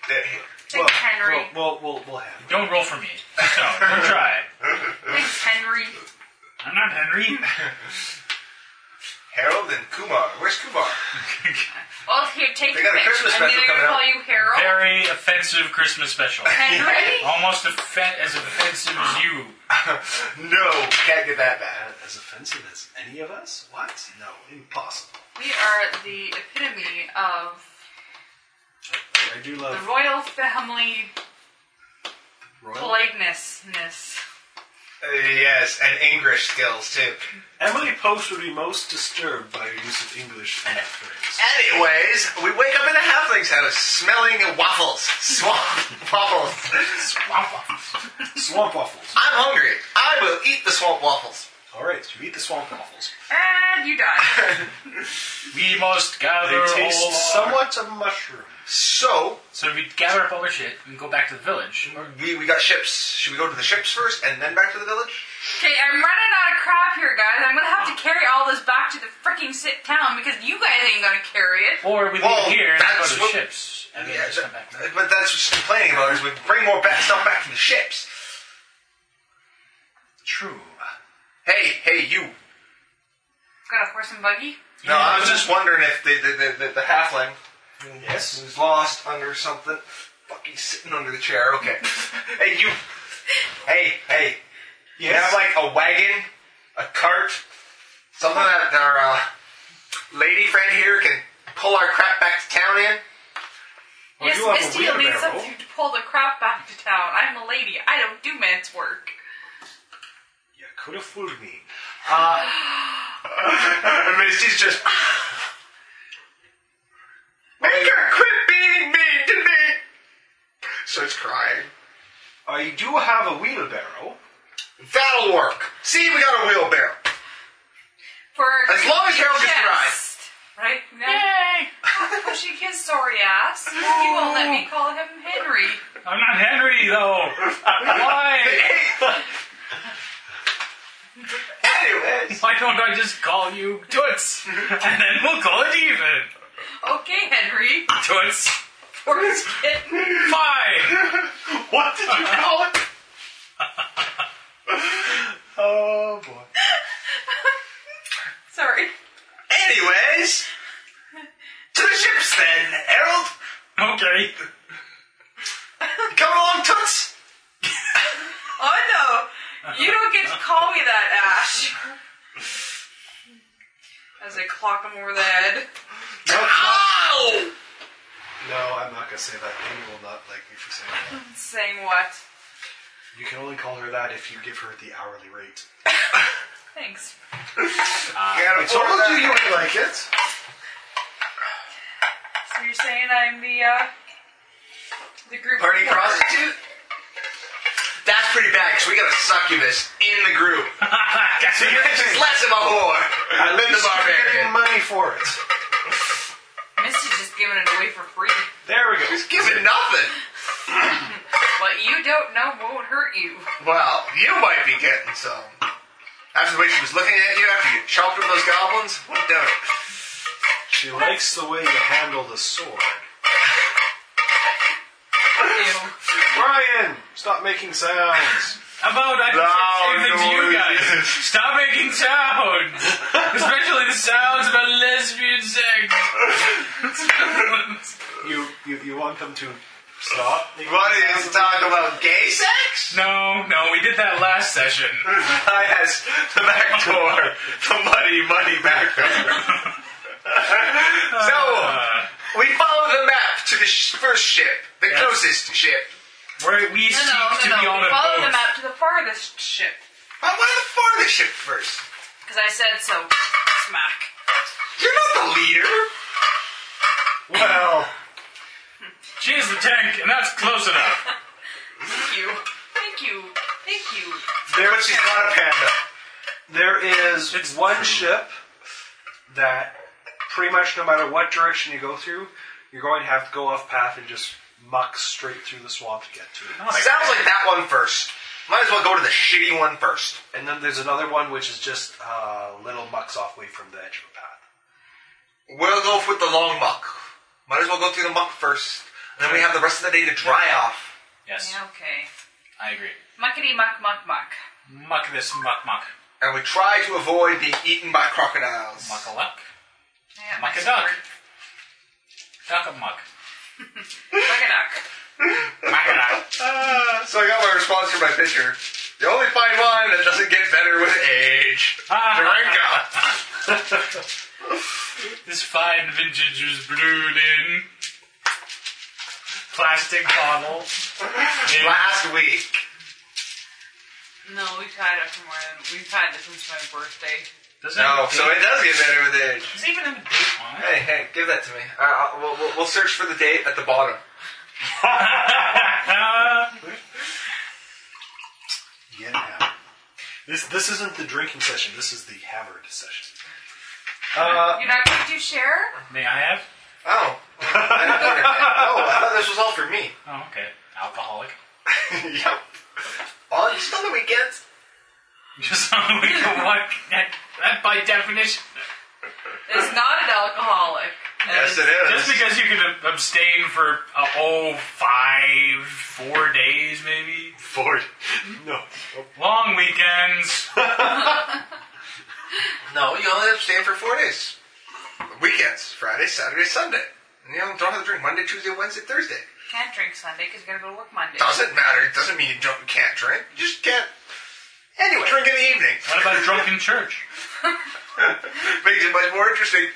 Speaker 5: Thanks, Henry.
Speaker 4: Well, we'll, we'll, we'll have. it.
Speaker 2: Don't roll for me. So don't try.
Speaker 5: Thanks, Henry.
Speaker 2: I'm not Henry.
Speaker 6: Harold and Kumar. Where's Kumar?
Speaker 5: Well, here, take
Speaker 6: They
Speaker 5: your
Speaker 6: got a
Speaker 5: pick.
Speaker 6: Christmas
Speaker 5: I'm
Speaker 6: special
Speaker 5: either
Speaker 6: coming
Speaker 5: gonna call
Speaker 6: out.
Speaker 5: you Harold,
Speaker 2: Very offensive Christmas special.
Speaker 5: Henry,
Speaker 2: Almost offe- as offensive as you.
Speaker 6: No, can't get that bad.
Speaker 4: As offensive as any of us? What? No, impossible.
Speaker 5: we are the epitome of
Speaker 4: I, I do
Speaker 5: the
Speaker 4: love
Speaker 5: royal family
Speaker 4: Royal.
Speaker 5: politenessness.
Speaker 6: Uh, yes, and English skills too.
Speaker 4: Emily Post would be most disturbed by your use of English in that phrase.
Speaker 6: Anyways, we wake up in the halfling's house smelling waffles. Swamp waffles.
Speaker 2: Swamp waffles.
Speaker 4: Swamp waffles.
Speaker 6: I'm hungry. I will eat the swamp waffles.
Speaker 4: All right, you eat the swamp waffles.
Speaker 5: And you die.
Speaker 2: We must gather
Speaker 4: They
Speaker 2: all
Speaker 4: taste
Speaker 2: our-
Speaker 4: somewhat of mushroom.
Speaker 6: So,
Speaker 2: So we gather up all our shit and go back to the village.
Speaker 6: we, we got ships. Should we go to the ships first and then back to the village?
Speaker 5: Okay, I'm running out of crap here, guys. I'm gonna have to carry all this back to the freaking sit town because you guys ain't gonna carry it.
Speaker 2: Or we leave
Speaker 6: Well,
Speaker 2: it here and go
Speaker 6: that's
Speaker 2: to the
Speaker 6: what-
Speaker 2: ships. And then
Speaker 6: Yeah,
Speaker 2: just come back.
Speaker 6: that- but that's what she's complaining about is we bring more bad stuff back from the ships.
Speaker 2: True.
Speaker 6: Hey, hey, you.
Speaker 5: Got a horse and buggy?
Speaker 6: No, I was just wondering if the the, the, the, the halfling
Speaker 4: Yes.
Speaker 6: who's lost under something, fucking sitting under the chair. Okay. hey, you. Hey, hey. You have like a wagon, a cart, something that that are uh, lady friend here can pull our crap back to town in.
Speaker 4: Well,
Speaker 5: yes,
Speaker 4: you have a
Speaker 5: Misty will need
Speaker 4: wheelbarrow.
Speaker 5: something to pull the crap back to town. I'm a lady. I don't do men's work.
Speaker 4: You could have fooled me.
Speaker 6: And Misty's just. Make her quit being mean to me! Starts crying.
Speaker 4: I do have a wheelbarrow.
Speaker 6: That'll work. See, we got a wheelbarrow.
Speaker 5: For
Speaker 6: As long as Harold gets to ride.
Speaker 5: chest, right now. Yay! Pushy his sorry ass. He won't let me call him Henry.
Speaker 2: I'm not Henry, though. Why?
Speaker 6: Anyways,
Speaker 2: Why don't I just call you Toots? And then we'll call it even.
Speaker 5: Okay, Henry.
Speaker 2: Toots.
Speaker 5: Poor kitten.
Speaker 2: Fine.
Speaker 6: what did you call it?
Speaker 4: Oh boy.
Speaker 5: Sorry.
Speaker 6: Anyways, to the ships then, Harold.
Speaker 2: Okay.
Speaker 6: Come along, Toots.
Speaker 5: Oh no! You don't get to call me that, Ash. As I clock him over the head.
Speaker 6: Ow!
Speaker 4: No, I'm not gonna say that. Amy will not like me for saying that.
Speaker 5: Saying what?
Speaker 4: You can only call her that if you give her the hourly rate.
Speaker 5: Thanks.
Speaker 6: Gotta
Speaker 4: So
Speaker 6: afford that.
Speaker 4: do you would like it?
Speaker 5: So you're saying I'm the uh the group
Speaker 6: Party
Speaker 5: leader.
Speaker 6: prostitute? That's pretty bad, because we got a succubus in the group. so you're just less of a whore than the
Speaker 4: Getting
Speaker 6: barbarian.
Speaker 4: money for it.
Speaker 5: Misty's just giving it away for free.
Speaker 4: There we go.
Speaker 6: Just give it nothing.
Speaker 5: What you don't know won't hurt you.
Speaker 6: Well, you might be getting some. After the way she was looking at you after you chopped up those goblins, what a devil.
Speaker 4: She likes the way you handle the sword.
Speaker 5: Ew.
Speaker 4: Brian, stop making sounds.
Speaker 2: How about I
Speaker 6: Loud
Speaker 2: just say things to you guys?
Speaker 6: noises.
Speaker 2: Stop making sounds. Especially the sounds about lesbian sex.
Speaker 4: You you, you want them to stop? making
Speaker 6: What
Speaker 4: sounds?
Speaker 6: is talking about gay sex?
Speaker 2: no, no, we did that last session.
Speaker 6: I has the back door. The muddy, muddy back door. so, we follow the map to the sh- first ship, the
Speaker 2: Yes.
Speaker 6: closest ship.
Speaker 2: Where we seek
Speaker 5: No, no,
Speaker 2: to
Speaker 5: no,
Speaker 2: be
Speaker 5: no.
Speaker 2: on
Speaker 5: We
Speaker 2: a
Speaker 5: follow
Speaker 2: boat.
Speaker 5: the map to the farthest ship.
Speaker 6: Why, why the farthest ship first?
Speaker 5: Because I said so. Smack.
Speaker 6: You're not the leader.
Speaker 4: Well,
Speaker 2: She's the tank, and that's close enough.
Speaker 5: Thank you. Thank you. Thank you.
Speaker 4: there,
Speaker 6: But she's not a panda.
Speaker 4: there is
Speaker 2: It's
Speaker 4: one
Speaker 2: true.
Speaker 4: ship that pretty much no matter what direction you go through, you're going to have to go off path and just muck straight through the swamp to get to it.
Speaker 6: Sounds like that one first. Might as well go to the shitty one first.
Speaker 4: And then there's another one which is just uh, little mucks off way from the edge of a path.
Speaker 6: We'll go with the long muck. Might as well go through the muck first, and then we have the rest of the day to dry off.
Speaker 2: Yes,
Speaker 5: Yeah, okay.
Speaker 2: I agree.
Speaker 5: Muckety muck muck muck.
Speaker 2: Muck this muck muck.
Speaker 6: And we try to avoid being eaten by crocodiles.
Speaker 2: Muck a luck.
Speaker 5: Yeah,
Speaker 2: Muck
Speaker 5: my
Speaker 2: a duck.
Speaker 5: sword.
Speaker 2: Duck a muck.
Speaker 5: Muck a duck.
Speaker 2: Muck a duck.
Speaker 6: Uh, so I got my response from my pitcher. You only find wine that doesn't get better with age.
Speaker 5: Ah.
Speaker 6: Drinker.
Speaker 2: This fine vintage was brewed in plastic bottle. In
Speaker 6: Last week.
Speaker 5: No, we've had it for more than we've had this since my birthday.
Speaker 2: Does it
Speaker 6: No,
Speaker 2: have a
Speaker 6: so
Speaker 2: date?
Speaker 6: it does get better with age.
Speaker 2: Does it even have a date on it?
Speaker 6: Hey, hey, give that to me. Uh, I'll- we'll, we'll, we'll search for the date at the bottom.
Speaker 4: Yeah. now. This this isn't the drinking session. This is the hammered session.
Speaker 6: Uh,
Speaker 5: You're not going to share?
Speaker 2: May I have?
Speaker 6: Oh. I didn't order it. oh, I thought this was all for me.
Speaker 2: Oh, okay. Alcoholic.
Speaker 6: yep. On just on the weekends.
Speaker 2: Just on the week of what? That, that by definition.
Speaker 5: It's not an alcoholic.
Speaker 6: Yes, it is.
Speaker 2: Just because you can ab- abstain for, uh, oh, five, four days maybe?
Speaker 4: Ford. No.
Speaker 2: Long weekends.
Speaker 6: No, you only abstain for four days. Weekends, Friday, Saturday, Sunday. And you don't have to drink Monday, Tuesday, Wednesday, Thursday.
Speaker 5: Can't drink Sunday because you got to go to work Monday.
Speaker 6: Doesn't matter. It doesn't mean you don't can't drink. You just can't. Anyway, drink in the evening
Speaker 2: What about drunken church?
Speaker 6: makes it much more interesting.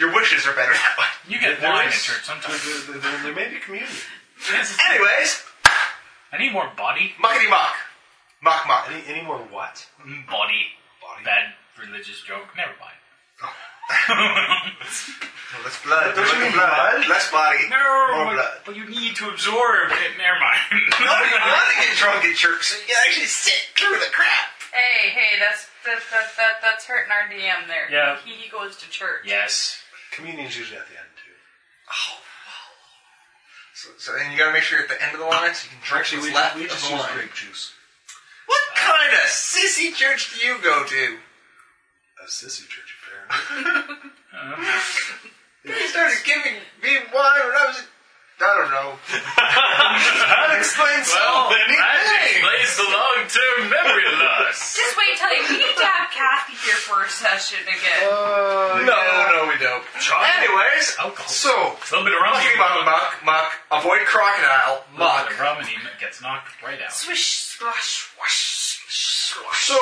Speaker 6: Your wishes are better that way.
Speaker 2: You get
Speaker 4: There
Speaker 2: wine at
Speaker 4: is-
Speaker 2: church sometimes.
Speaker 4: There, there- there- there may be communion.
Speaker 6: Anyways,
Speaker 2: I need more body.
Speaker 6: muckety muck. Muck muck.
Speaker 4: Any, any more what?
Speaker 2: Mm, Body.
Speaker 4: Body.
Speaker 2: Bad religious joke. Never mind.
Speaker 6: Less blood.
Speaker 4: Don't you mean
Speaker 6: Less blood.
Speaker 4: blood?
Speaker 6: Less body.
Speaker 2: No,
Speaker 6: More
Speaker 2: but,
Speaker 6: blood.
Speaker 2: but you need to absorb it. Never
Speaker 6: No, you
Speaker 2: mind.
Speaker 6: want to get drunk at church so you can actually sit through the crap.
Speaker 5: Hey, hey, that's that, that, that that's hurting our DM there.
Speaker 2: Yeah.
Speaker 5: He, he goes to church.
Speaker 2: yes.
Speaker 4: Communion's usually at the end too.
Speaker 6: So, so and you gotta make sure you're at the end of the line so you can drink
Speaker 4: Actually,
Speaker 6: what's
Speaker 4: we,
Speaker 6: left
Speaker 4: we
Speaker 6: of
Speaker 4: just
Speaker 6: the
Speaker 4: use
Speaker 6: line.
Speaker 4: grape juice.
Speaker 6: What kind of sissy church do you go to?
Speaker 4: A sissy church apparently.
Speaker 6: They started giving me wine when I was. I don't know. that explains
Speaker 2: Well,
Speaker 6: so many
Speaker 2: that
Speaker 6: things.
Speaker 2: explains the long-term memory loss.
Speaker 5: Just wait till they, we need to have Kathy here for a session again.
Speaker 6: Uh, no, no, we don't. Anyways,
Speaker 2: Alcohol. A
Speaker 6: so
Speaker 2: little bit of rum.
Speaker 6: mucky muck muck muck. Avoid
Speaker 2: A
Speaker 6: crocodile
Speaker 2: little bit of
Speaker 6: muck.
Speaker 2: rum and he gets knocked right out.
Speaker 5: Swish, splash, swash, swish, swash.
Speaker 4: so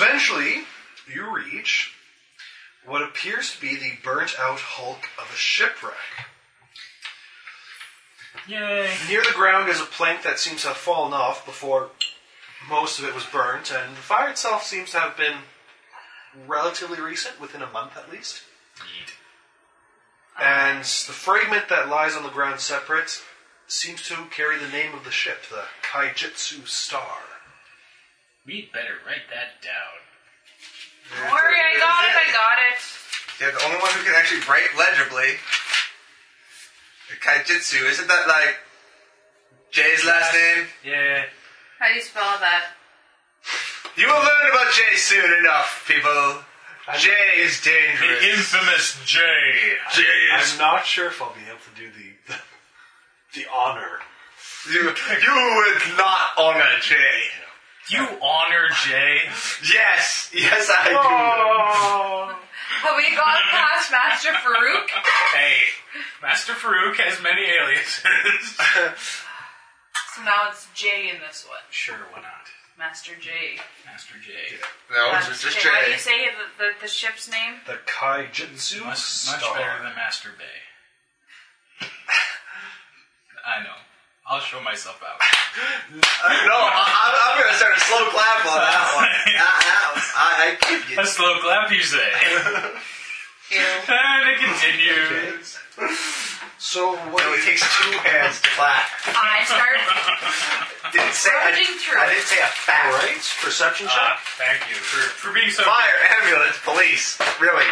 Speaker 4: eventually, you reach what appears to be the burnt-out hulk of a shipwreck.
Speaker 2: Yay.
Speaker 4: Near the ground is a plank that seems to have fallen off before most of it was burnt, and the fire itself seems to have been relatively recent, within a month at least. And the fragment that lies on the ground separate seems to carry the name of the ship, the Kaijitsu Star.
Speaker 2: We'd better write that down.
Speaker 5: Don't worry, I got it, I got it.
Speaker 6: Yeah, the only one who can actually write legibly. The kaijitsu isn't that like Jay's last name?
Speaker 2: Yeah.
Speaker 5: How do you spell that?
Speaker 6: You will learn about Jay soon enough, people. Jay is dangerous.
Speaker 2: The infamous J.
Speaker 4: I'm not sure if I'll be able to do the the, the honor.
Speaker 6: You, you would not honor Jay.
Speaker 2: You honor J.
Speaker 6: Yes, yes, I do.
Speaker 5: But we got past Master Farouk.
Speaker 2: Hey. Master Farouk has many aliases.
Speaker 5: So now it's J in this one.
Speaker 2: sure, why not?
Speaker 5: Master J.
Speaker 2: Master J.
Speaker 6: No, Oh, it's
Speaker 5: Master
Speaker 6: just
Speaker 5: J. How do
Speaker 6: Jay.
Speaker 5: you say the, the, the ship's name?
Speaker 4: The Kaijitsu
Speaker 2: Much,
Speaker 4: Star.
Speaker 2: much better than Master Bay. I know. I'll show myself out.
Speaker 6: No, I, I'm, I'm gonna start a slow clap on that one. I, I, I give you.
Speaker 2: A slow clap, you say. and it continues.
Speaker 4: So what
Speaker 6: It takes two hands to clap.
Speaker 5: I start
Speaker 6: Didn't say I,
Speaker 5: Rummaging through.
Speaker 6: I didn't say a fact.
Speaker 4: Alright, perception check.
Speaker 2: Ah, thank you for, for being so.
Speaker 6: Fire, ambulance, police. Really.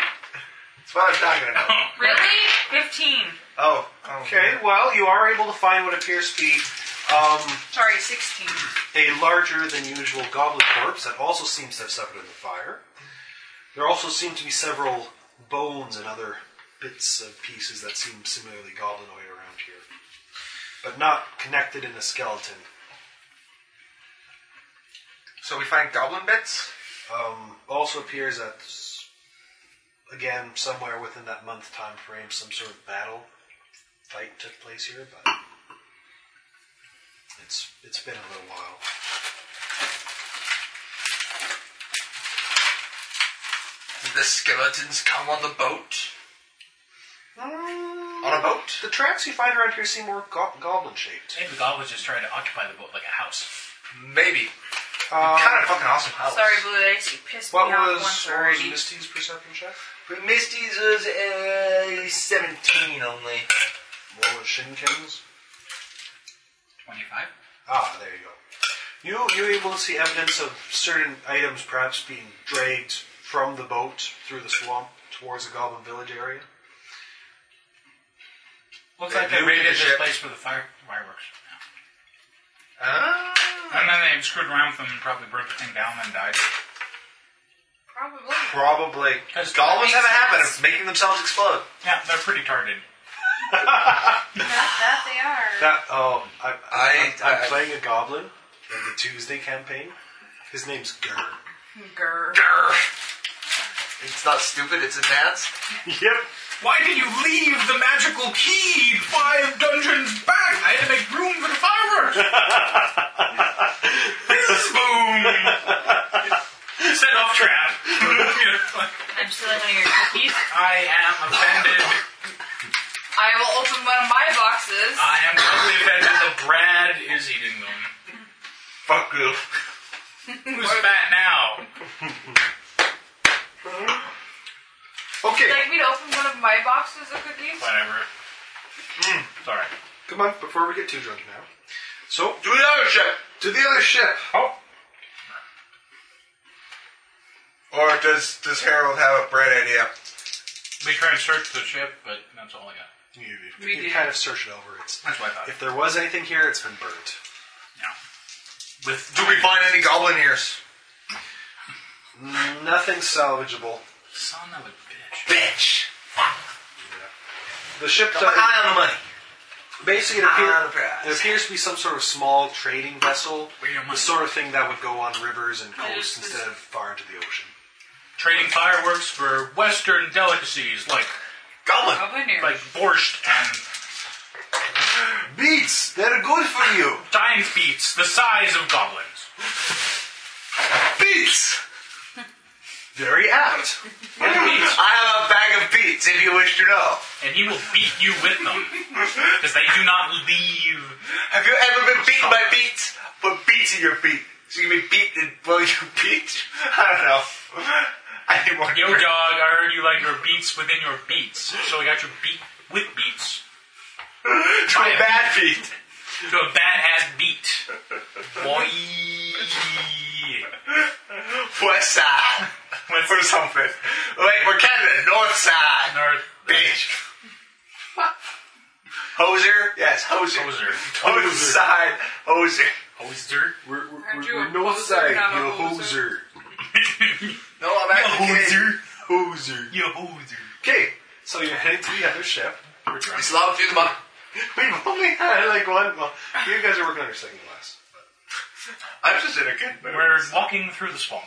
Speaker 6: That's what I'm talking about.
Speaker 5: really fifteen.
Speaker 6: Oh. oh,
Speaker 4: Okay, well, you are able to find what appears to be
Speaker 5: Sorry, sixteen.
Speaker 4: a larger than usual goblin corpse that also seems to have suffered in the fire. There also seem to be several bones and other bits of pieces that seem similarly goblinoid around here, but not connected in a skeleton.
Speaker 6: So we find goblin bits?
Speaker 4: Um, also appears that, s- again, somewhere within that month time frame, some sort of battle fight took place here, but it's it's been a little while.
Speaker 6: Did the skeletons come on the boat? On a boat?
Speaker 4: The tracks you find around here seem more go- goblin shaped.
Speaker 2: Maybe the goblin just trying to occupy the boat like a house.
Speaker 6: Maybe. kind of fucking awesome house.
Speaker 5: Sorry, Blue Dice, you pissed
Speaker 4: Uh, What
Speaker 5: me off
Speaker 4: was,
Speaker 5: once
Speaker 4: what was
Speaker 5: already.
Speaker 4: Misty's perception check?
Speaker 6: But Misty's was uh, 17 only.
Speaker 4: What was Shinken's?
Speaker 2: 25?
Speaker 4: Ah, there you go. You you're able to see evidence of certain items perhaps being dragged from the boat through the swamp towards the goblin village area.
Speaker 2: Looks
Speaker 6: They
Speaker 2: like they
Speaker 6: looted the
Speaker 2: raided this
Speaker 6: ship.
Speaker 2: place for the fire fireworks.
Speaker 6: Ah.
Speaker 2: Yeah. And then they screwed around with them and probably burnt the thing down and died.
Speaker 5: Probably.
Speaker 6: Probably.
Speaker 2: 'Cause
Speaker 6: Goblins have a habit
Speaker 5: sense.
Speaker 6: of making themselves explode.
Speaker 2: Yeah, they're pretty targeted.
Speaker 5: That, that they are.
Speaker 4: That oh, I,
Speaker 6: I-
Speaker 4: I, I, am
Speaker 6: I-
Speaker 4: playing a goblin in the Tuesday campaign. His name's Gur.
Speaker 5: Grr.
Speaker 6: It's not stupid, it's advanced.
Speaker 4: Yep.
Speaker 2: Why did you leave the magical key five dungeons back? I had to make room for the fireworks! Boom! Set off trap. You know, like-
Speaker 5: I I'm stealing one of your cookies.
Speaker 2: I am offended.
Speaker 5: I will open one of my boxes.
Speaker 2: I am totally offended that Brad is eating them.
Speaker 6: Fuck you.
Speaker 2: Who's fat now?
Speaker 5: Would you
Speaker 4: Okay,
Speaker 5: like me to open one of my boxes of cookies?
Speaker 2: Whatever.
Speaker 6: Hmm.
Speaker 2: It's alright.
Speaker 4: come on, before we get too drunk now. So,
Speaker 6: Do the other ship.
Speaker 4: to the other ship.
Speaker 2: Oh,
Speaker 6: Or does does Harold have a bread idea?
Speaker 2: we try and search the ship, but that's all I got.
Speaker 4: You,
Speaker 5: We
Speaker 4: you
Speaker 5: did.
Speaker 4: kind of search it over. It's,
Speaker 2: That's what I thought.
Speaker 4: if there was anything here, it's been burnt.
Speaker 2: No. With
Speaker 6: Do we find any goblin ears?
Speaker 4: Nothing salvageable.
Speaker 2: son of a bitch.
Speaker 6: Bitch.
Speaker 4: The ship
Speaker 6: Got my
Speaker 4: doesn't-
Speaker 6: eye on the money.
Speaker 4: Basically, it,
Speaker 6: Eye on
Speaker 4: appear,
Speaker 6: the prize.
Speaker 4: it appears to be some sort of small trading vessel,
Speaker 2: Where your money?
Speaker 4: the sort of thing that would go on rivers and coasts
Speaker 5: just- this-
Speaker 4: instead of far into the ocean.
Speaker 2: Trading fireworks for Western delicacies like
Speaker 6: Goblin.
Speaker 5: Goblin ears.
Speaker 2: like borscht and
Speaker 6: Beats. They're good for you.
Speaker 2: giant beets the size of goblins.
Speaker 6: Beats.
Speaker 4: Very apt.
Speaker 2: Beets.
Speaker 6: I have a bag of beats if you wish to know.
Speaker 2: And he will beat you with them because they do not leave.
Speaker 6: Have you ever been beaten by beats? Put beats in your feet. So you can be beaten while you beat? I don't know. I need more.
Speaker 2: Yo, dog, I heard you like your beats within your beats, so I got your beat with beats
Speaker 6: to a bad beat.
Speaker 2: to a badass beat. Boy.
Speaker 6: West side. Or something. Wait, we're Canada. North side.
Speaker 2: North
Speaker 6: Bitch. Hoser? Yes, hoser.
Speaker 2: Hoser.
Speaker 6: North side hoser.
Speaker 2: Hoser.
Speaker 4: We're, we're,
Speaker 5: Aren't
Speaker 4: we're,
Speaker 5: you a
Speaker 4: we're north
Speaker 5: hoser,
Speaker 4: side.
Speaker 5: not a
Speaker 4: You're a
Speaker 5: hoser?
Speaker 4: hoser.
Speaker 6: No, I'm actually kidding.
Speaker 4: Hoser.
Speaker 2: You hoser.
Speaker 6: Okay.
Speaker 4: So you're heading to the other ship.
Speaker 2: We're drunk.
Speaker 6: It's love through the month.
Speaker 4: We've only had like one. Well, you guys are working on your second glass.
Speaker 6: I'm just in a good mood.
Speaker 2: We're walking through the swamp.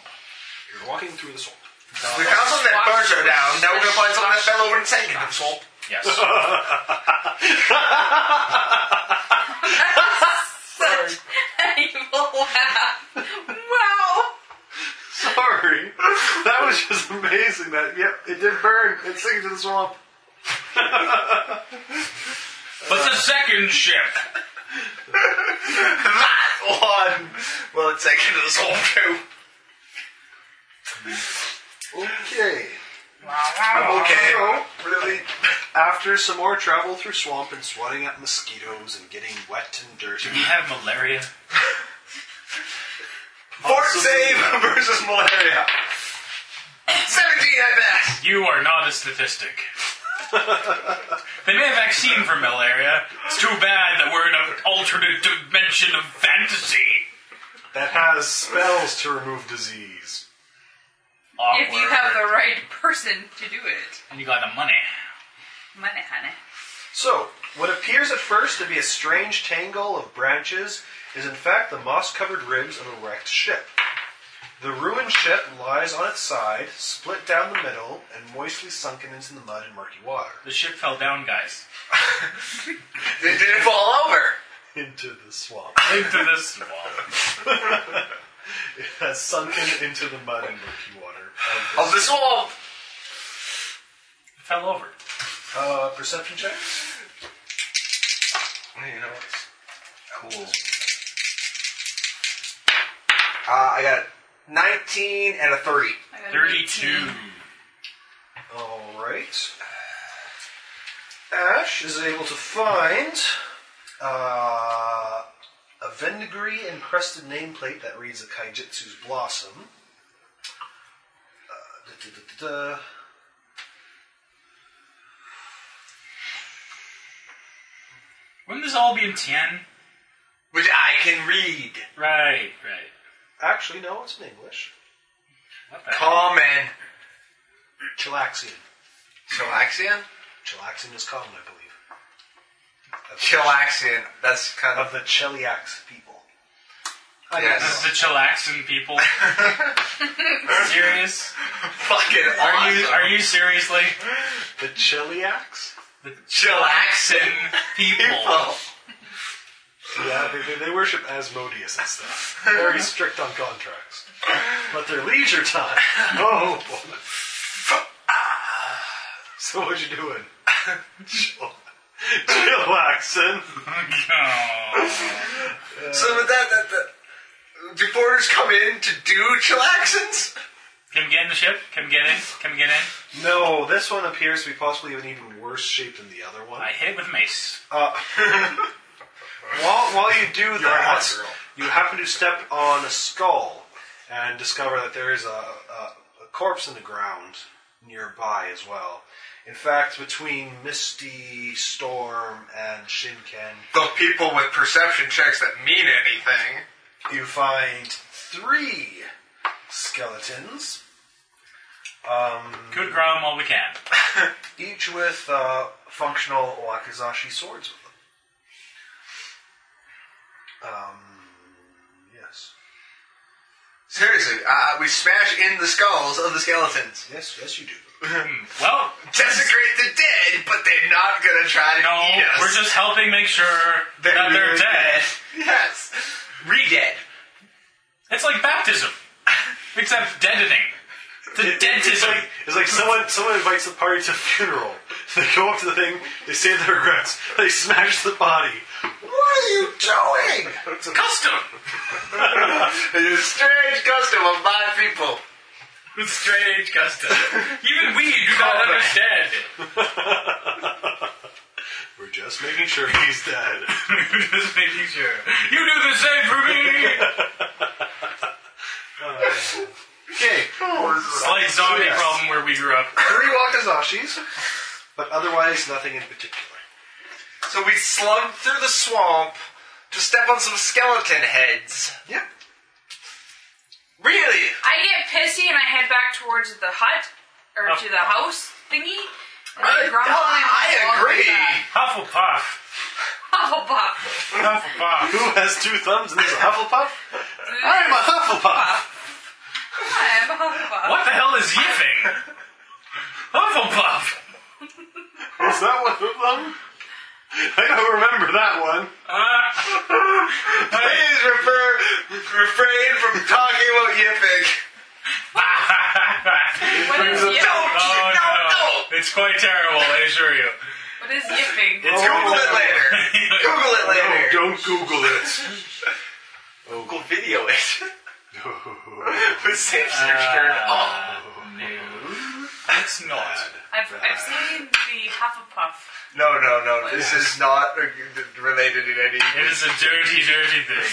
Speaker 4: You're walking through the swamp.
Speaker 6: We found something that burns her down. Now we're gonna find something that fell over and sank in the swamp.
Speaker 2: Yes.
Speaker 5: Such an evil laugh. Wow.
Speaker 4: Sorry, that was just amazing. That yep, it did burn. It sinks to the swamp.
Speaker 2: What's the second ship?
Speaker 6: That one. Well, it's sank into the swamp too.
Speaker 4: Okay.
Speaker 6: I'm okay.
Speaker 4: So-
Speaker 6: Really?
Speaker 4: After some more travel through swamp and swatting at mosquitoes and getting wet and dirty,
Speaker 2: We have malaria.
Speaker 6: Fort save
Speaker 4: uh,
Speaker 6: versus malaria. 17 at best.
Speaker 2: You are not a statistic. they made a vaccine for malaria. It's too bad that we're in an alternate dimension of fantasy.
Speaker 4: that has spells to remove disease.
Speaker 2: Awkward.
Speaker 5: If you have the right person to do it.
Speaker 2: and you got the money.
Speaker 5: Money, honey.
Speaker 4: So, what appears at first to be a strange tangle of branches is in fact the moss covered ribs of a wrecked ship. The ruined ship lies on its side, split down the middle, and moistly sunken into the mud and murky water.
Speaker 2: The ship fell down, guys.
Speaker 6: It didn't fall over.
Speaker 4: Into the swamp.
Speaker 2: Into this swamp.
Speaker 4: It has sunken into the mud and murky water. of
Speaker 6: Of the swamp.
Speaker 2: It fell over.
Speaker 4: the- Uh, perception checks?
Speaker 6: You know what's cool? Uh, I got 19 and a 30.
Speaker 5: I got an
Speaker 2: 32.
Speaker 5: 18.
Speaker 4: All right. Ash is able to find uh, a Vendigree encrusted nameplate that reads a Kaijutsu's Blossom. Uh, da, da, da, da, da.
Speaker 2: Wouldn't this all be in Tien?
Speaker 6: Which I can read.
Speaker 2: Right, right.
Speaker 4: Actually, no, it's in English.
Speaker 2: What the heck?
Speaker 6: Common.
Speaker 4: Chilaxian.
Speaker 6: Chillaxian?
Speaker 4: Chilaxian is common, I believe.
Speaker 6: Chillaxian. That's kind
Speaker 4: Of
Speaker 6: of.
Speaker 4: the Cheliax people.
Speaker 2: This is
Speaker 6: Yes.
Speaker 2: the chillaxing people. serious?
Speaker 6: Fucking
Speaker 2: Are you
Speaker 6: awesome.
Speaker 2: are you seriously?
Speaker 4: The Cheliax?
Speaker 2: The
Speaker 6: Chillaxin
Speaker 2: chillaxing people.
Speaker 6: people.
Speaker 4: Yeah, they, they, they worship Asmodeus and stuff. Very strict on contracts. But their leisure time. Oh, boy. So what you doing? Chill. Chillaxing.
Speaker 6: So with that, that, that do foreigners come in to do chillaxins?
Speaker 2: Can we get in the ship? Can we get in? Can we get in?
Speaker 4: No, this one appears to be possibly in even worse shape than the other one.
Speaker 2: I hit it with mace.
Speaker 4: Uh, while, while you do that,
Speaker 6: hot girl.
Speaker 4: you happen to step on a skull and discover that there is a, a, a corpse in the ground nearby as well. In fact, between Misty, Storm, and Shinken,
Speaker 6: The people with perception checks that mean anything.
Speaker 4: you find three skeletons,
Speaker 2: Could ground while we can.
Speaker 4: each with uh, functional Wakazashi swords with them. Um, yes.
Speaker 6: Seriously, uh, we smash in the skulls of the skeletons.
Speaker 4: Yes, yes, you do.
Speaker 2: Well,
Speaker 6: Desecrate the dead, but they're not gonna try to
Speaker 2: no,
Speaker 6: eat us.
Speaker 2: we're just helping make sure that they're
Speaker 6: They're
Speaker 2: dead.
Speaker 6: Yes. Re-dead.
Speaker 2: It's like baptism, except deadening. The
Speaker 4: It's
Speaker 2: dentism.
Speaker 4: like, it's like someone someone invites the party to a funeral. They go up to the thing, they say their regrets, they smash the body.
Speaker 6: What are you doing?
Speaker 2: Custom.
Speaker 6: It's a strange custom of my people.
Speaker 2: Strange custom. Even we do not understand.
Speaker 4: We're just making sure he's dead.
Speaker 2: just making sure. You do the same for me.
Speaker 4: Okay, Oh,
Speaker 2: It's like zombie problem where we grew up.
Speaker 4: three Wakazashis, but otherwise nothing in particular.
Speaker 6: So we slunk through the swamp to step on some skeleton heads.
Speaker 4: Yep.
Speaker 6: Really?
Speaker 5: I get pissy and I head back towards the hut or to the house thingy. And
Speaker 6: I,
Speaker 5: I, grumble and
Speaker 6: I
Speaker 5: walk
Speaker 6: agree.
Speaker 5: back.
Speaker 2: Hufflepuff.
Speaker 5: Hufflepuff.
Speaker 2: Hufflepuff.
Speaker 4: Who has two thumbs and is a Hufflepuff? I'm a Hufflepuff!
Speaker 5: I'm a Hufflepuff.
Speaker 2: What the hell is yiffing? Hufflepuff.
Speaker 4: Is that one of them? I don't remember that one.
Speaker 6: Uh, Please refer, refrain from talking about yipping.
Speaker 5: What is yipping?
Speaker 2: Oh
Speaker 6: No,
Speaker 2: no. It's quite terrible, I assure you.
Speaker 5: What is yipping?
Speaker 2: It's
Speaker 6: Google it later. Google it later.
Speaker 4: don't Google it.
Speaker 6: Google video it. With safe search turned off.
Speaker 2: Uh, Oh. It's not.
Speaker 5: I've, I've seen the Hufflepuff.
Speaker 6: No, no, no. This is not uh, related in any
Speaker 2: It is a dirty, dirty thing.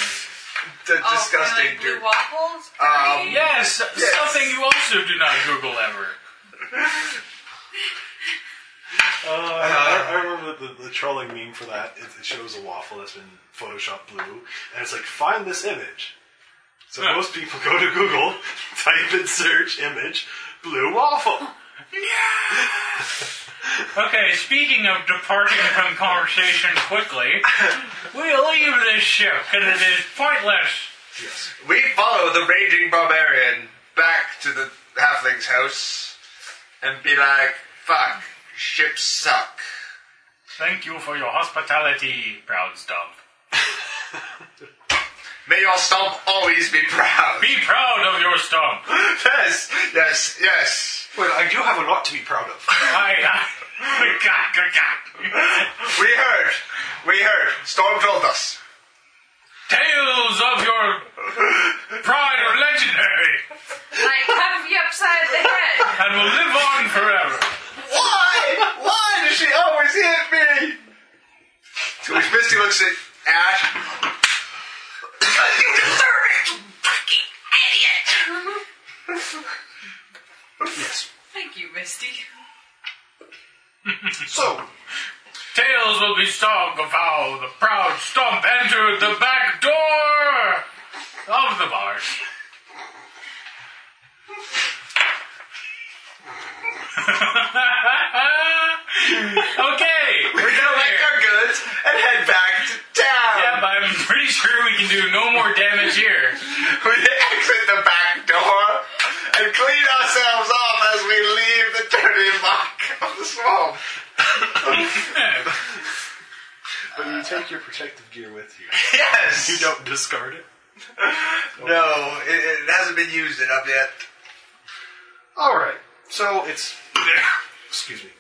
Speaker 6: d-
Speaker 5: Oh,
Speaker 6: disgusting
Speaker 5: kinda like
Speaker 6: dude.
Speaker 5: blue waffles.
Speaker 6: Um,
Speaker 2: Yes, something you also do not Google ever.
Speaker 4: I, I remember the, the trolling meme for that. It, it shows a waffle that's been Photoshop blue, and it's like, find this image. So
Speaker 2: Huh.
Speaker 4: most people go to Google, type in search image, blue waffle.
Speaker 2: Okay, speaking of departing from conversation quickly, we leave this ship because it is pointless.
Speaker 4: Yes.
Speaker 6: We follow the raging barbarian back to the halfling's house and be like, fuck, ships suck.
Speaker 2: Thank you for your hospitality, proud stump.
Speaker 6: May your stump always be proud.
Speaker 2: Be proud of your stump.
Speaker 6: Yes, yes, yes.
Speaker 4: Well, I do have a lot to be proud of.
Speaker 2: I, I, God, God, God.
Speaker 6: We heard. We heard. Storm told us.
Speaker 2: Tales of your pride are legendary
Speaker 5: I cuff you upside the head.
Speaker 2: and will live on forever.
Speaker 6: Why? Why does she always hit me? To which Misty looks at Ash. you deserve it, you fucking idiot!
Speaker 5: Thank you, Misty.
Speaker 4: So,
Speaker 2: Tales will be sung of how the proud stump entered the back door of the bar. okay, we're
Speaker 6: We're gonna
Speaker 2: done
Speaker 6: make
Speaker 2: here.
Speaker 6: our goods and head back to town.
Speaker 2: Yeah, but I'm pretty sure we can do no more damage here.
Speaker 6: We exit the back door and clean ourselves off as we leave the dirty muck of the swamp.
Speaker 4: but you take your protective gear with you.
Speaker 6: Yes.
Speaker 4: You don't discard it.
Speaker 6: No, it, it hasn't been used enough yet.
Speaker 4: All right. So it's excuse me.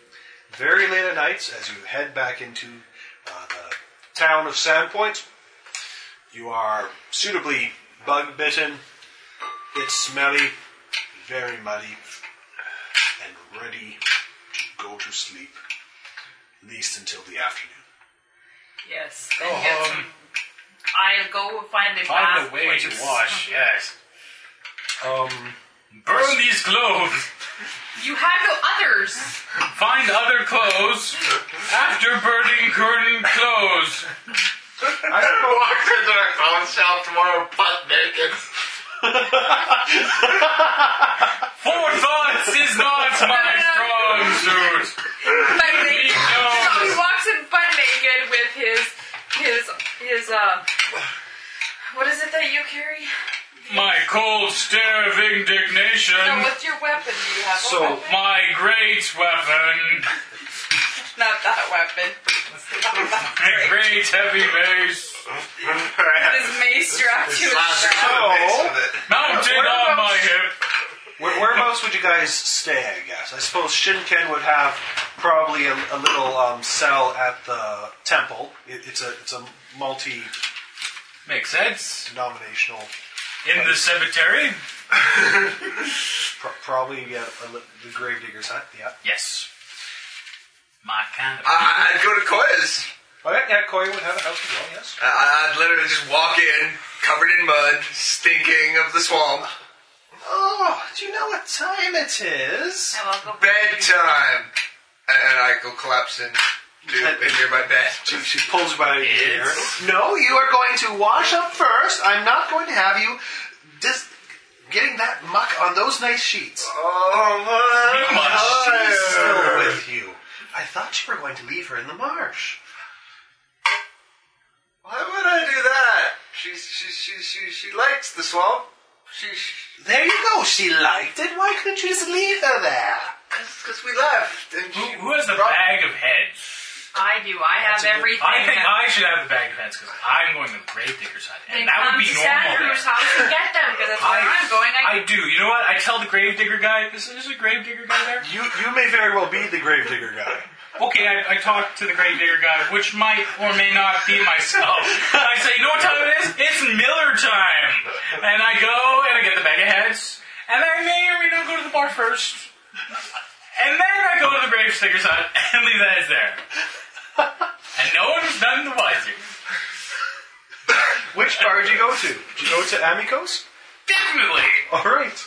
Speaker 4: very late at nights as you head back into uh, the town of Sandpoint. You are suitably bug bitten, it's smelly, very muddy, and ready to go to sleep, at least until the afternoon.
Speaker 5: Yes. Then get some. I'll go find a
Speaker 2: Find
Speaker 5: bath
Speaker 2: a way to
Speaker 5: place.
Speaker 2: wash, yes.
Speaker 4: Um,
Speaker 2: Burn these clothes.
Speaker 5: You have no others.
Speaker 2: Find other clothes after burning curtain clothes.
Speaker 4: I suppose
Speaker 6: Walk into our phone shop tomorrow, butt naked.
Speaker 2: Forethoughts is not my strong suit.
Speaker 5: But they,
Speaker 2: knows?
Speaker 5: so he walks in butt naked with his his his uh. What is it that you carry?
Speaker 2: My cold stare of
Speaker 5: No,
Speaker 2: indignation.
Speaker 5: what's your weapon? Do you have
Speaker 4: So,
Speaker 5: a weapon?
Speaker 2: My great weapon.
Speaker 5: Not that weapon.
Speaker 2: My great heavy mace.
Speaker 5: His mace strapped to his
Speaker 6: Slash.
Speaker 5: back.
Speaker 4: so
Speaker 2: Mounted on my hip.
Speaker 4: Where, whereabouts would you guys stay? I guess. I suppose Shinken would have probably a, a little um, cell at the temple. It, it's a it's a multi-denominational.
Speaker 2: Makes sense. In the cemetery?
Speaker 4: Pro- probably yeah, a, li- the gravediggers hut. Yeah.
Speaker 2: Yes. My kind of.
Speaker 6: I'd go to Koya's.
Speaker 4: Okay. Oh, Yeah, Koi would have a house as well. Yes.
Speaker 6: I- I'd literally just walk in, covered in mud, stinking of the swamp.
Speaker 4: Oh, do you know what time it is?
Speaker 5: I'll go
Speaker 6: Bedtime! And, and I go collapse and do in near my bed.
Speaker 4: She, she pulls you by the ear. No, you are going to wash up first. I'm not going to have you dis- getting that muck on those nice sheets.
Speaker 6: Oh,
Speaker 2: You must.
Speaker 4: She's still with you. I thought you were going to leave her in the marsh.
Speaker 6: why would I do that? She, she, she, she, she likes the swamp. She,
Speaker 4: There you go. She liked it. Why couldn't you just leave her there?
Speaker 6: because we left. And
Speaker 2: Who,
Speaker 6: she
Speaker 2: who has the
Speaker 6: brought-
Speaker 2: bag of heads?
Speaker 5: I do. I have everything.
Speaker 2: I think
Speaker 5: that-
Speaker 2: I should have the bag of heads because I'm going to Gravedigger's Hut.
Speaker 5: Then
Speaker 2: And that
Speaker 5: come
Speaker 2: would be
Speaker 5: to
Speaker 2: normal.
Speaker 5: Sandrew's house and get them because that's where I, am going. I,
Speaker 2: I do. You know what? I tell the gravedigger guy, is there's a gravedigger guy there?
Speaker 4: You you may very well be the gravedigger guy.
Speaker 2: Okay, I, I talk to the gravedigger guy, which might or may not be myself. I say, you know what time it is? It's Miller time! And I go and I get the bag of heads, and I may or may not go to the bar first. And then I go to the gravedigger's hut and leave the heads there. And no one's none the wiser.
Speaker 4: Which bar did you go to? Did you go to Amicos?
Speaker 2: Definitely!
Speaker 4: All right.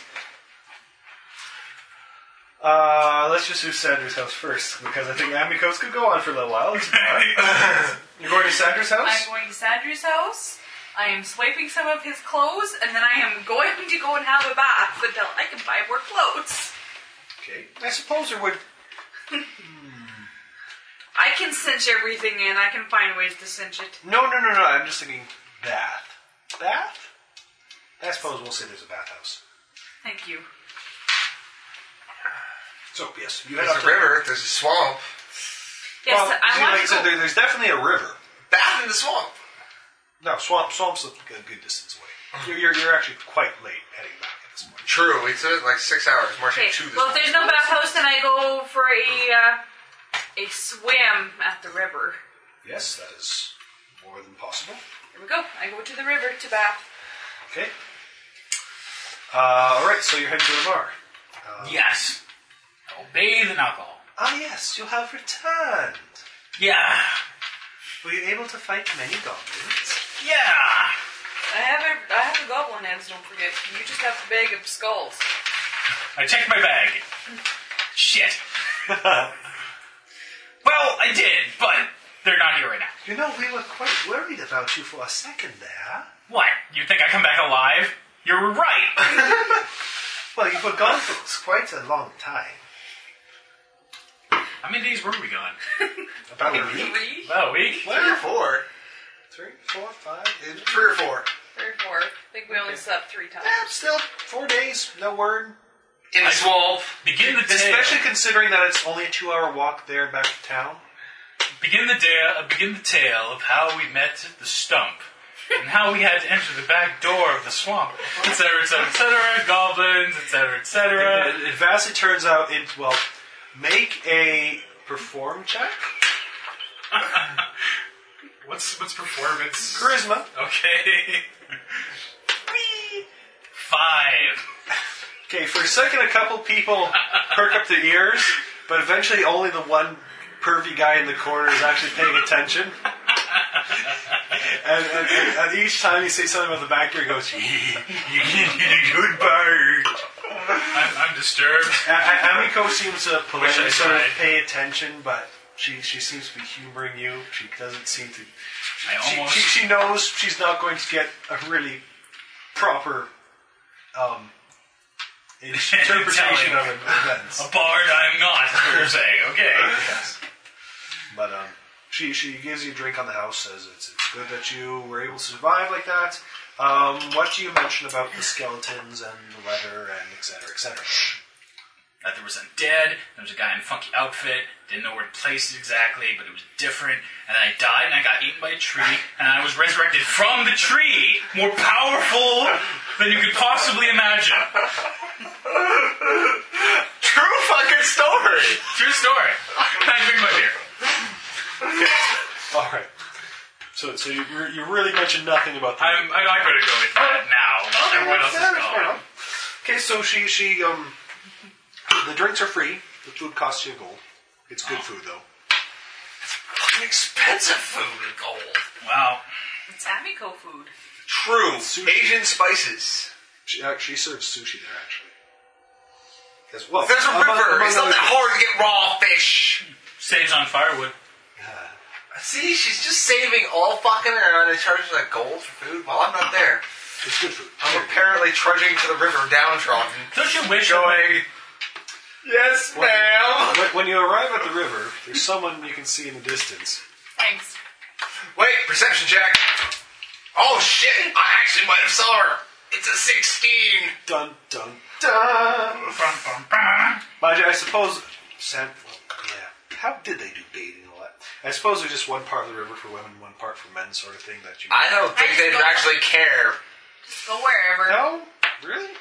Speaker 4: Uh, let's just do Sandra's house first because I think Amicos could go on for a little while. It's fine. You're going to Sandra's
Speaker 5: I'm
Speaker 4: house.
Speaker 5: going to Sandrew's house. I am swiping some of his clothes, and then I am going to go and have a bath until I can buy more clothes.
Speaker 4: Okay. I suppose there would.
Speaker 5: I can cinch everything in. I can find ways to cinch it.
Speaker 4: No, no, no, no. I'm just thinking bath. Bath. I suppose we'll say there's a bathhouse.
Speaker 5: Thank you.
Speaker 4: So yes, you head
Speaker 6: There's
Speaker 4: up
Speaker 6: a
Speaker 4: to-
Speaker 6: river, there's a swamp.
Speaker 5: Yes,
Speaker 4: Well, see,
Speaker 5: I
Speaker 4: like I
Speaker 5: want to
Speaker 4: said,
Speaker 5: go.
Speaker 4: there, there's definitely a river.
Speaker 6: Bath in the swamp.
Speaker 4: No, swamp. Swamp's a a good distance away. You're, you're, you're actually quite late heading back at this point.
Speaker 6: True, we took like six hours marching
Speaker 5: Okay.
Speaker 6: to the
Speaker 5: Well,
Speaker 6: swamp.
Speaker 5: if there's no bathhouse, then I go for a uh, a swim at the river.
Speaker 4: Yes, that is more than possible.
Speaker 5: Here we go. I go to the river to bath.
Speaker 4: Okay. Uh, all right, so you're heading to the bar.
Speaker 2: Yes. I will bathe in alcohol.
Speaker 4: Ah, yes, you have returned.
Speaker 2: Yeah.
Speaker 4: Were you able to fight many goblins?
Speaker 2: Yeah.
Speaker 5: I have a I have a goblin heads. Don't forget. You just have a bag of skulls.
Speaker 2: I checked my bag. Shit. well, I did, but they're not here right now.
Speaker 4: You know, we were quite worried about you for a second there.
Speaker 2: What? You think I come back alive? You're right.
Speaker 4: Well, you were gone for quite a long time.
Speaker 2: How many days were we gone?
Speaker 4: About a week?
Speaker 5: Three,
Speaker 2: About a week?
Speaker 6: Three or four.
Speaker 4: Three, four, five. eight-
Speaker 6: Three or four.
Speaker 5: three or four. I think we only slept three times.
Speaker 4: Yeah, still four days, no word.
Speaker 6: In the swamp.
Speaker 2: Begin the day.
Speaker 4: Especially considering that it's only a two-hour walk there and back to town.
Speaker 2: Begin the day. Uh, begin the tale of how we met at the stump. And how we had to enter the back door of the swamp, etc., etc., etc., goblins, etc., etc.
Speaker 4: It, it vastly turns out it well. Make a Perform check?
Speaker 2: What's what's performance?
Speaker 4: Charisma.
Speaker 2: Okay. Five.
Speaker 4: Okay, for a second, a couple people perk up their ears, but eventually only the one pervy guy in the corner is actually paying attention. And, and, and- and each time you say something about the back door, he goes,
Speaker 2: You get a good bird. I'm, I'm disturbed.
Speaker 4: A- A- Amico seems to politely
Speaker 2: I
Speaker 4: sort of
Speaker 2: tried.
Speaker 4: pay attention, but she, she seems to be humoring you. She doesn't seem to.
Speaker 2: I
Speaker 4: She,
Speaker 2: almost.
Speaker 4: she, she knows she's not going to get a really proper um, interpretation of events.
Speaker 2: a bard I'm not, per se. Okay.
Speaker 4: But um, she she gives you a drink on the house. Says it's, it's good that you were able to survive like that. Um, what do you mention about the skeletons and the leather and etc. Cetera, etc.
Speaker 2: That there was some dead, there was a guy in a funky outfit, didn't know where to place it exactly, but it was different, and then I died and I got eaten by a tree, and I was resurrected from the tree! More powerful than you could possibly imagine.
Speaker 6: True fucking story.
Speaker 2: True story. Can I drink my beer?
Speaker 4: All right. So so you, re- you really mention nothing about the.
Speaker 2: I'm, I'm not gonna go with that now. while Everyone else is
Speaker 4: Yeah, that's fair
Speaker 2: gone.
Speaker 4: enough. Okay, so she she um, the drinks are free. The food costs you a gold. It's good food though.
Speaker 6: Expensive food, gold.
Speaker 2: Wow.
Speaker 5: It's Amico food.
Speaker 6: True.
Speaker 4: Sushi.
Speaker 6: Asian spices.
Speaker 4: She actually serves sushi there actually. As well,
Speaker 6: There's a
Speaker 4: Among-
Speaker 6: river.
Speaker 4: among
Speaker 6: It's not
Speaker 4: other
Speaker 6: that
Speaker 4: things.
Speaker 6: hard to get raw fish.
Speaker 2: Saves on firewood.
Speaker 6: See, she's just saving all fucking around and charges like gold for food while I'm not there.
Speaker 4: It's good food.
Speaker 6: I'm apparently trudging to the river downtrodden.
Speaker 2: Don't you wish
Speaker 6: Going, yes, ma'am.
Speaker 4: When- When you arrive at the river, there's someone you can see in the distance.
Speaker 5: Thanks.
Speaker 6: Wait, perception check. Oh shit, I actually might have saw her. It's a 16.
Speaker 4: Dun dun dun. Mind you, I suppose. San, well, yeah. How did they do baiting and all that? I suppose there's just one part of the river for women, one part for men, sort of thing that you.
Speaker 6: I don't think
Speaker 5: I
Speaker 6: they'd
Speaker 5: saw her.
Speaker 6: actually care.
Speaker 5: Just go wherever.
Speaker 4: no, really?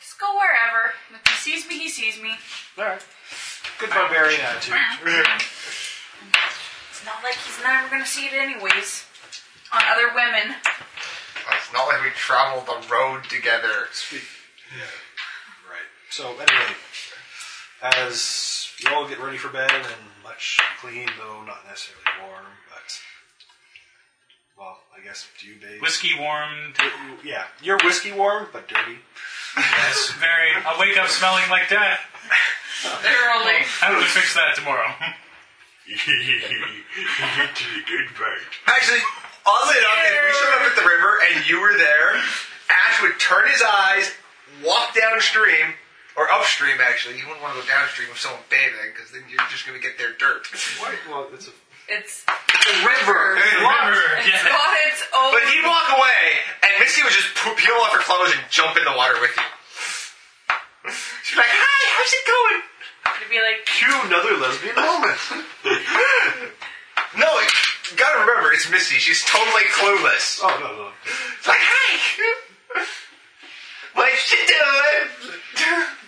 Speaker 5: Just go wherever. If he sees me, he sees me.
Speaker 4: All right. Good barbarian attitude.
Speaker 5: It's not like he's never gonna see it anyways. On other women.
Speaker 6: It's not like we traveled the road together.
Speaker 4: Right. So anyway, as you all get ready for bed and much clean, though not necessarily warm, but well, I guess do you bathe?
Speaker 2: Whiskey warmed.
Speaker 4: Yeah, you're whiskey warm but dirty.
Speaker 2: Yes, very. I wake up smelling like death.
Speaker 5: Thoroughly.
Speaker 2: I have to fix that tomorrow.
Speaker 6: Actually, oddly enough, if we showed up at the river and you were there, Ash would turn his eyes, walk downstream, or upstream actually. You wouldn't want to go downstream with someone bathing because then you're just going to get their dirt.
Speaker 4: Why? Well, it's a
Speaker 5: It's
Speaker 6: river.
Speaker 2: River,
Speaker 5: it's
Speaker 2: yeah.
Speaker 5: got its own
Speaker 6: But he'd walk away, and Misty would just po- peel off her clothes and jump in the water with you. She'd be like, hi, how's it going?
Speaker 5: to be like
Speaker 4: cue another lesbian moment.
Speaker 6: No, you gotta remember, it's Misty. She's totally clueless.
Speaker 4: Oh no, no.
Speaker 6: It's like, hi! What you doing?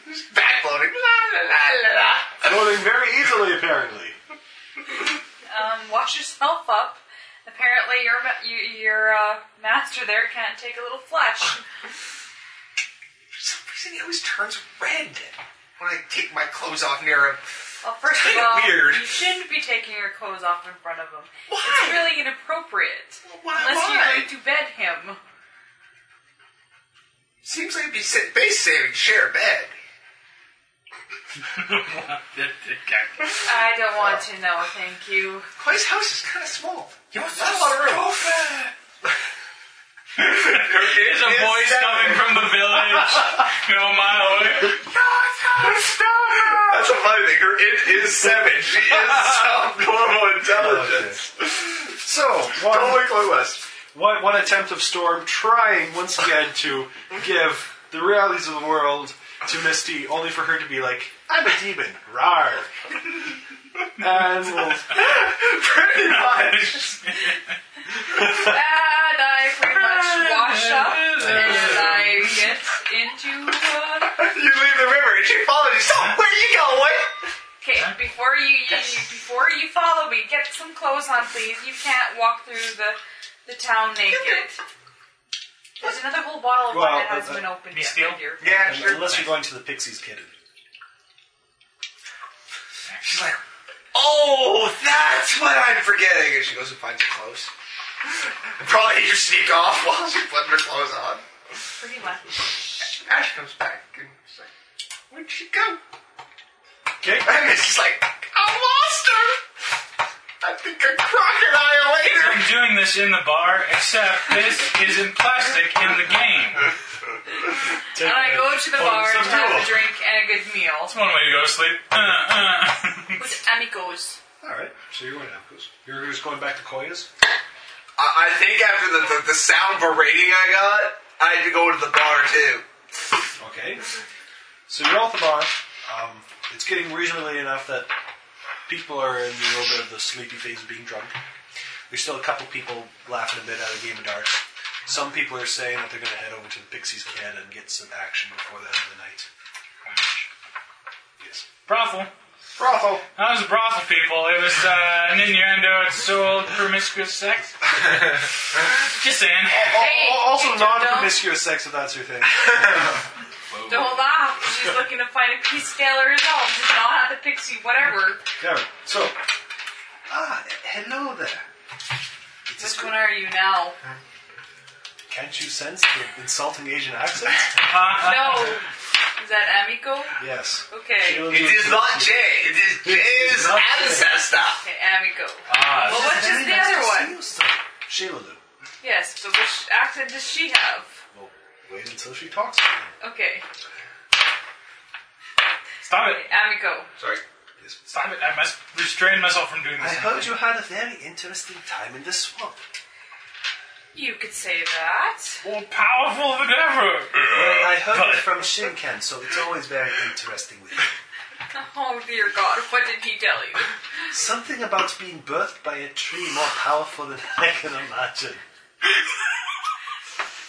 Speaker 6: Just backloading. La, la, la, la, la.
Speaker 4: Rolling very easily, apparently.
Speaker 5: um, wash yourself up. Apparently, your ma- you, your uh, master there can't take a little flesh.
Speaker 6: For some reason, he always turns red when I take my clothes off near him.
Speaker 5: Well, first of
Speaker 6: Kinda
Speaker 5: all,
Speaker 6: weird.
Speaker 5: you shouldn't be taking your clothes off in front of him.
Speaker 6: Why?
Speaker 5: It's really inappropriate.
Speaker 6: Why-
Speaker 5: unless
Speaker 6: why?
Speaker 5: you're going to bed him.
Speaker 6: Seems like he'd be sa- base saving, share a bed.
Speaker 5: I don't want to know, thank you.
Speaker 6: His house is kind of small.
Speaker 2: You want
Speaker 6: Not a lot of room.
Speaker 2: There's a voice coming from the village. You know, a mile away.
Speaker 6: That's a funny thing. Her it is seven. She is subnormal intelligence.
Speaker 4: So
Speaker 6: Totally
Speaker 4: one,
Speaker 6: clueless.
Speaker 4: one, one attempt of Storm trying once again to give the realities of the world to Misty, only for her to be like, "I'm a demon, rar." and we'll
Speaker 6: Pretty much.
Speaker 5: And I pretty much wash up, and I get into. Uh,
Speaker 6: You leave the river and she follows you. So, where are you going?
Speaker 5: okay, before before you, you before you follow me, get some clothes on, please. You can't walk through the the town naked. There's another whole bottle of
Speaker 4: Well,
Speaker 5: wine
Speaker 4: uh,
Speaker 5: that hasn't
Speaker 4: uh,
Speaker 5: been opened
Speaker 2: you
Speaker 5: yet.
Speaker 2: steal?
Speaker 5: my dear.
Speaker 6: Yeah, sure.
Speaker 4: Unless you're going to the Pixies Kitty.
Speaker 6: She's like, oh, that's what I'm forgetting. And she goes and finds her clothes. And probably you sneak off while she's putting her clothes on.
Speaker 5: Pretty much.
Speaker 6: Ash comes back and she's like, where'd she go?
Speaker 4: Okay.
Speaker 6: And she's like, I lost her. I think I crocodile ate her.
Speaker 2: I'm doing this in the bar, except this isn't plastic in the game.
Speaker 4: Take
Speaker 5: And I
Speaker 4: it.
Speaker 5: go to the
Speaker 4: Oh,
Speaker 5: bar
Speaker 4: so
Speaker 5: to have a
Speaker 4: cool.
Speaker 5: drink and a good meal
Speaker 2: That's one way to go to sleep. Uh, uh.
Speaker 5: with amigos.
Speaker 4: All right. So you're going to Amicus. You're just going back to Koya's.
Speaker 6: I, I think after the, the, the sound berating I got, I had to go to the bar too.
Speaker 4: Okay. So you're at the bar. Um, it's getting reasonably enough that people are in a little bit of the sleepy phase of being drunk. There's still a couple people laughing a bit at a game of darts. Some people are saying that they're going to head over to the Pixies Can and get some action before the end of the night. Yes.
Speaker 2: brothel.
Speaker 6: Brothel.
Speaker 2: That was brothel, people. It was uh, an innuendo. It's so old promiscuous sex. Just saying.
Speaker 5: Hey,
Speaker 4: Al- Oh, also,
Speaker 5: you don't-
Speaker 4: non-promiscuous sex if that's your thing.
Speaker 5: Don't laugh. She's looking to find a peace scaler herself. She's not have the pixie, whatever.
Speaker 4: Yeah. So
Speaker 6: Ah, hello there.
Speaker 5: Which one are you now?
Speaker 4: can't you sense the insulting Asian accent?
Speaker 5: No. Is that amigo?
Speaker 4: Yes.
Speaker 5: Okay.
Speaker 4: Sheila-
Speaker 6: It is not Jay. It is Jay's
Speaker 4: not Jay.
Speaker 6: ancestor.
Speaker 5: Okay, amigo.
Speaker 2: Ah,
Speaker 5: Well, what's
Speaker 4: Very
Speaker 5: the
Speaker 4: nice
Speaker 5: other
Speaker 4: to see
Speaker 5: one?
Speaker 4: you, sir. Sheila Lou.
Speaker 5: Yes, but which accent does she have?
Speaker 4: Well, wait until she talks. to you.
Speaker 5: Okay,
Speaker 2: Stop it.
Speaker 5: amigo.
Speaker 6: Sorry.
Speaker 2: Stop it. I must restrain myself from doing this.
Speaker 4: I heard you had a very interesting time in the swamp.
Speaker 5: You could say that.
Speaker 2: More powerful than ever.
Speaker 4: Well, I heard Uh, it from Shinken, so it's always very interesting with you.
Speaker 5: Oh dear God, what did he tell you?
Speaker 4: Something about being birthed by a tree more powerful than I can imagine.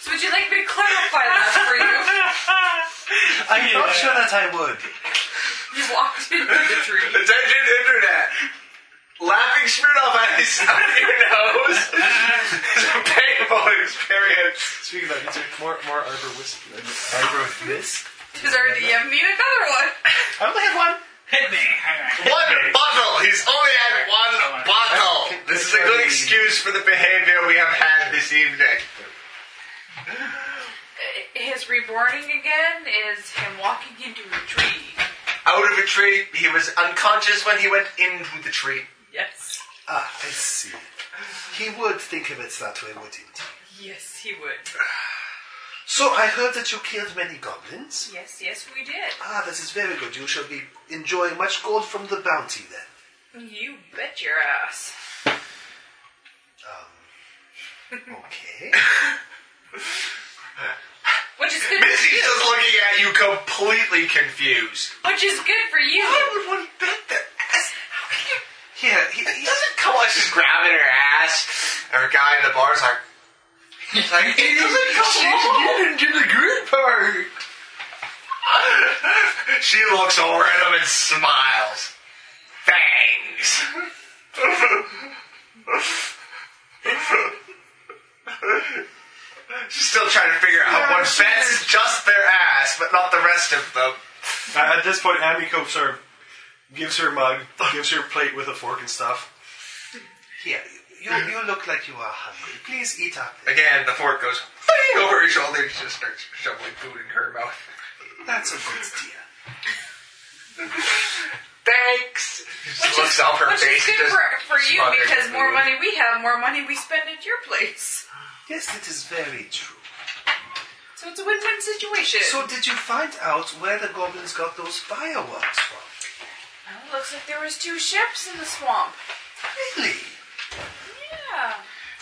Speaker 5: So would you like me to clarify that for you?
Speaker 4: I'm not sure that I would.
Speaker 5: You walked into the tree.
Speaker 6: Attention, internet. Laughing Smirnoff at his son of your nose is a painful experience.
Speaker 4: Speaking of that, is there more, more arbor whiskey? Arbor mist?
Speaker 5: Does our DM need another one?
Speaker 4: I only had one.
Speaker 2: Hit me. Hang on.
Speaker 6: One bottle. He's only had one bottle. This is a good excuse for the behavior we have had this evening.
Speaker 5: Uh, His reborning again is him walking into a tree.
Speaker 6: Out of a tree, he was unconscious when he went into the tree.
Speaker 5: Yes.
Speaker 4: Ah, I see. He would think of it that way, wouldn't he?
Speaker 5: Yes, he would.
Speaker 4: So I heard that you killed many goblins.
Speaker 5: Yes, yes, we did.
Speaker 4: Ah, that is very good. You shall be enjoying much gold from the bounty then.
Speaker 5: You bet your ass.
Speaker 4: Okay.
Speaker 5: Which is good.
Speaker 6: Missy's just looking at you completely confused.
Speaker 5: Which is good for you.
Speaker 6: would want to bet their ass. Yeah, he, he doesn't come like she's grabbing her ass. Or a guy in the bar's like, he's like, he doesn't come along into the good part. she looks over at him and smiles. Thanks. She's still trying to figure out what bets just their ass, but not the rest of them.
Speaker 4: At this point, Amico sort of gives her mug, gives her plate with a fork and stuff.
Speaker 6: Yeah,
Speaker 4: You, you look like you are hungry. Please eat up.
Speaker 6: Again, the fork goes "Fing!" over her shoulder and she just starts shoveling food in her mouth.
Speaker 4: That's a good dear.
Speaker 6: Thanks! She
Speaker 5: Which
Speaker 6: looks
Speaker 5: is,
Speaker 6: off her
Speaker 5: which
Speaker 6: face
Speaker 5: is
Speaker 6: and
Speaker 5: good
Speaker 6: just
Speaker 5: for, for you
Speaker 6: smothers
Speaker 5: because more
Speaker 6: food.
Speaker 5: money we have, more money we spend at your place.
Speaker 4: Yes, that is very true.
Speaker 5: So it's a win-win situation.
Speaker 4: So did you find out where the goblins got those fireworks from?
Speaker 5: Well, looks like there was two ships in the swamp.
Speaker 4: Really?
Speaker 5: Yeah.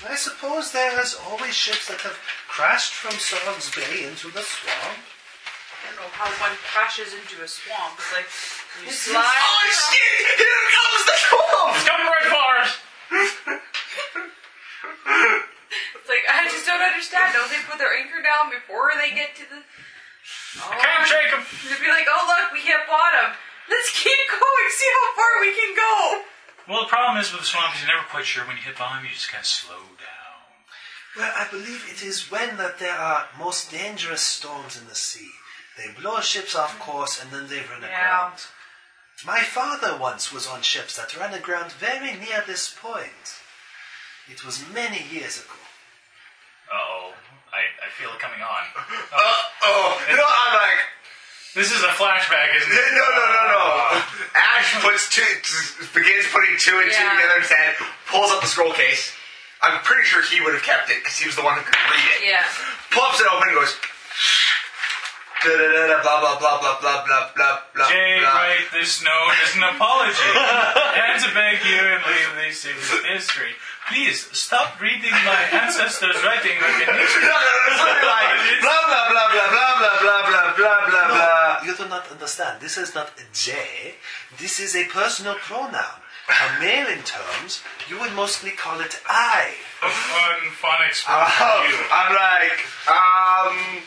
Speaker 4: I suppose there is always ships that have crashed from Sog's Bay into the swamp.
Speaker 5: I don't know how one crashes into a swamp. It's like you
Speaker 4: This is-
Speaker 5: slide.
Speaker 6: Oh shit! Here comes the twelve!
Speaker 2: Come right for us.
Speaker 5: It's like I just don't understand. Don't they put their anchor down before they get to the? Oh,
Speaker 2: Can't shake 'em.
Speaker 5: They'd be like, oh look, we hit bottom. Let's keep going, see how far we can go.
Speaker 2: Well, the problem is with the swamp is you're never quite sure when you hit bottom. You just kind of slow down.
Speaker 4: Well, I believe it is when that there are most dangerous storms in the sea. They blow ships off course and then they run
Speaker 5: Yeah.
Speaker 4: aground. My father once was on ships that ran aground very near this point. It was many years ago.
Speaker 2: Uh oh, I, I feel it coming on.
Speaker 6: Oh, no, I'm like,
Speaker 2: This is a flashback, isn't it?
Speaker 6: no, no, no, no. Ash puts two, begins putting two and two
Speaker 5: Yeah.
Speaker 6: together in his head, pulls up the scroll case. I'm pretty sure he would have kept it because he was the one who could read it.
Speaker 5: Yeah.
Speaker 6: Pops it open and goes, da-da-da-da, blah, blah, blah, blah, blah, blah, blah, blah,
Speaker 2: Jay,
Speaker 6: blah.
Speaker 2: write this note as an apology and to beg you and leave these things in history. Please stop reading my ancestors' writing like an
Speaker 6: No, no, no, it's literally like, blah, blah, blah, blah, blah, blah, blah, blah, blah, blah,
Speaker 4: No,
Speaker 6: blah.
Speaker 4: you do not understand. This is not a J. This is a personal pronoun. A male in terms, you would mostly call it I.
Speaker 2: A fun phonics
Speaker 6: Oh,
Speaker 2: for you.
Speaker 6: I'm like, um,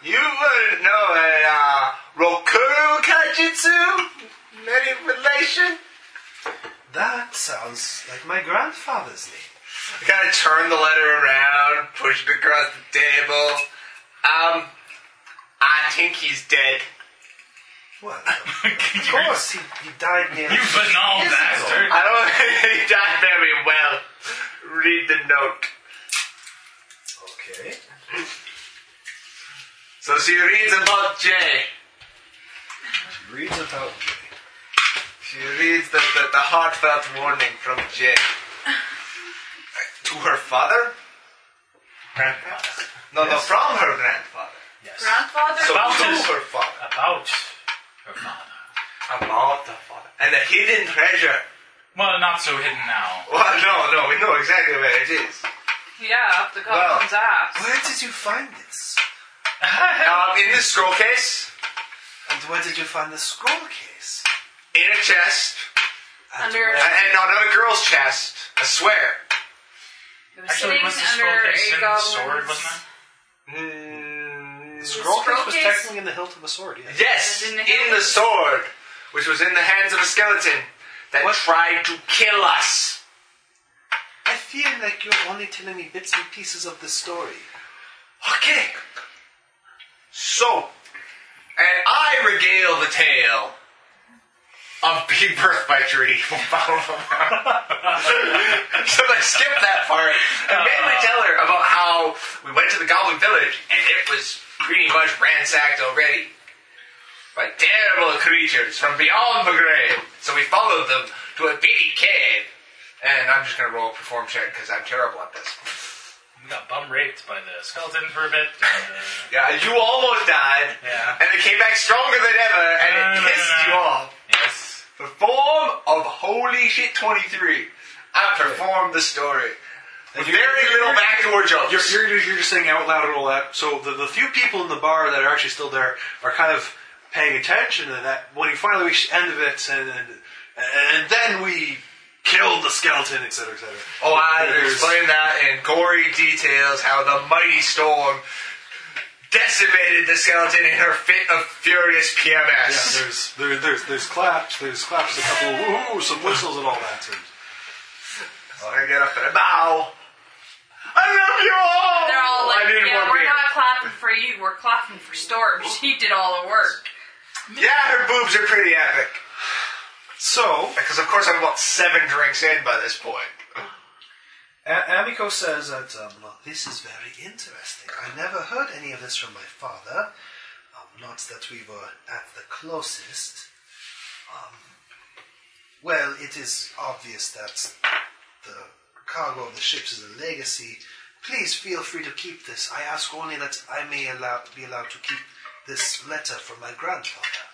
Speaker 6: you wouldn't know a uh, Rokuru Kaijutsu? Many relation?
Speaker 4: That sounds like my grandfather's name.
Speaker 6: I gotta turn the letter around, push it across the table. Um, I think he's dead.
Speaker 4: Well, of course, he, he died near.
Speaker 2: You banal bastard.
Speaker 6: I don't think he died very well. Read the note.
Speaker 4: Okay.
Speaker 6: So she reads about Jay.
Speaker 4: Reads about
Speaker 6: She reads the, the, the heartfelt warning from Jay. to her father?
Speaker 2: Grandfather.
Speaker 6: No, no, from her grandfather.
Speaker 4: Yes.
Speaker 5: Grandfather?
Speaker 6: So
Speaker 2: About
Speaker 6: to
Speaker 2: his-
Speaker 6: her father.
Speaker 2: About her father.
Speaker 6: About the father. And the hidden treasure.
Speaker 2: Well, not so hidden now.
Speaker 6: Well, no, no, we know exactly where it is.
Speaker 5: yeah, up the
Speaker 6: Well,
Speaker 5: comes ass.
Speaker 4: Where did you find this?
Speaker 6: Um, in this scroll case,
Speaker 4: And where did you find the scroll case?
Speaker 6: in a chest,
Speaker 4: And
Speaker 5: Under-
Speaker 4: where-
Speaker 6: and and on another girl's chest, I swear.
Speaker 5: It was
Speaker 2: Actually,
Speaker 5: sitting
Speaker 2: was the
Speaker 5: under
Speaker 2: scroll case
Speaker 5: a
Speaker 2: in the
Speaker 5: goblin's-
Speaker 2: sword, wasn't it?
Speaker 4: the
Speaker 6: Mm,
Speaker 4: scroll
Speaker 5: scroll
Speaker 4: case was
Speaker 5: case-
Speaker 4: technically in the hilt of a sword, yes.
Speaker 6: yes,
Speaker 5: It was in
Speaker 6: in
Speaker 5: the
Speaker 6: the,
Speaker 5: hand.
Speaker 6: sword, which was in the hands of a skeleton that tried to kill us.
Speaker 4: I feel like you're only telling me bits and pieces of the story.
Speaker 6: Okay. So, and I regale the tale of being birthed by tree. so I skipped that part and mainly tell her about how we went to the Goblin Village and it was pretty much ransacked already by terrible creatures from beyond the grave. So we followed them to a beady cave. And I'm just gonna roll a perform check because I'm terrible at this.
Speaker 2: We got bum raped by the skeleton for a bit. Uh,
Speaker 6: Yeah, you almost died.
Speaker 2: Yeah.
Speaker 6: And it came back stronger than ever, and
Speaker 7: Oh
Speaker 6: it
Speaker 2: No, no, no,
Speaker 6: pissed
Speaker 2: no.
Speaker 6: you off.
Speaker 2: yes.
Speaker 6: The form of Holy Shit 23. I performed the story. With
Speaker 7: you're-
Speaker 6: very little backdoor jokes.
Speaker 7: You're, you're, you're just saying out loud and all that. So the, the few people in the bar that are actually still there are kind of paying attention, and that when you finally reach the end of it, and and, and then we killed the skeleton, etc., etc.
Speaker 6: oh, I
Speaker 7: There's-
Speaker 6: explained that in gory details how the mighty storm decimated the skeleton in her fit of furious
Speaker 7: Yeah, there's
Speaker 6: PMS.
Speaker 7: there, there's there's claps, there's claps, a couple of woo, some whistles and all that. And
Speaker 6: Oh, I get up and I bow. I love you all!
Speaker 5: They're all like,
Speaker 6: I need
Speaker 5: yeah,
Speaker 6: more
Speaker 5: we're
Speaker 6: beer.
Speaker 5: not clapping for you, we're clapping for Storm. She did all the work.
Speaker 6: Yeah, her boobs are pretty epic.
Speaker 7: so
Speaker 6: Because of course I'm about seven drinks in by this point.
Speaker 4: A- Amico says that um, well, this is very interesting. I never heard any of this from my father. Um, not that we were at the closest. Um, well, it is obvious that the cargo of the ships is a legacy. Please feel free to keep this. I ask only that I may allow, be allowed to keep this letter from my grandfather.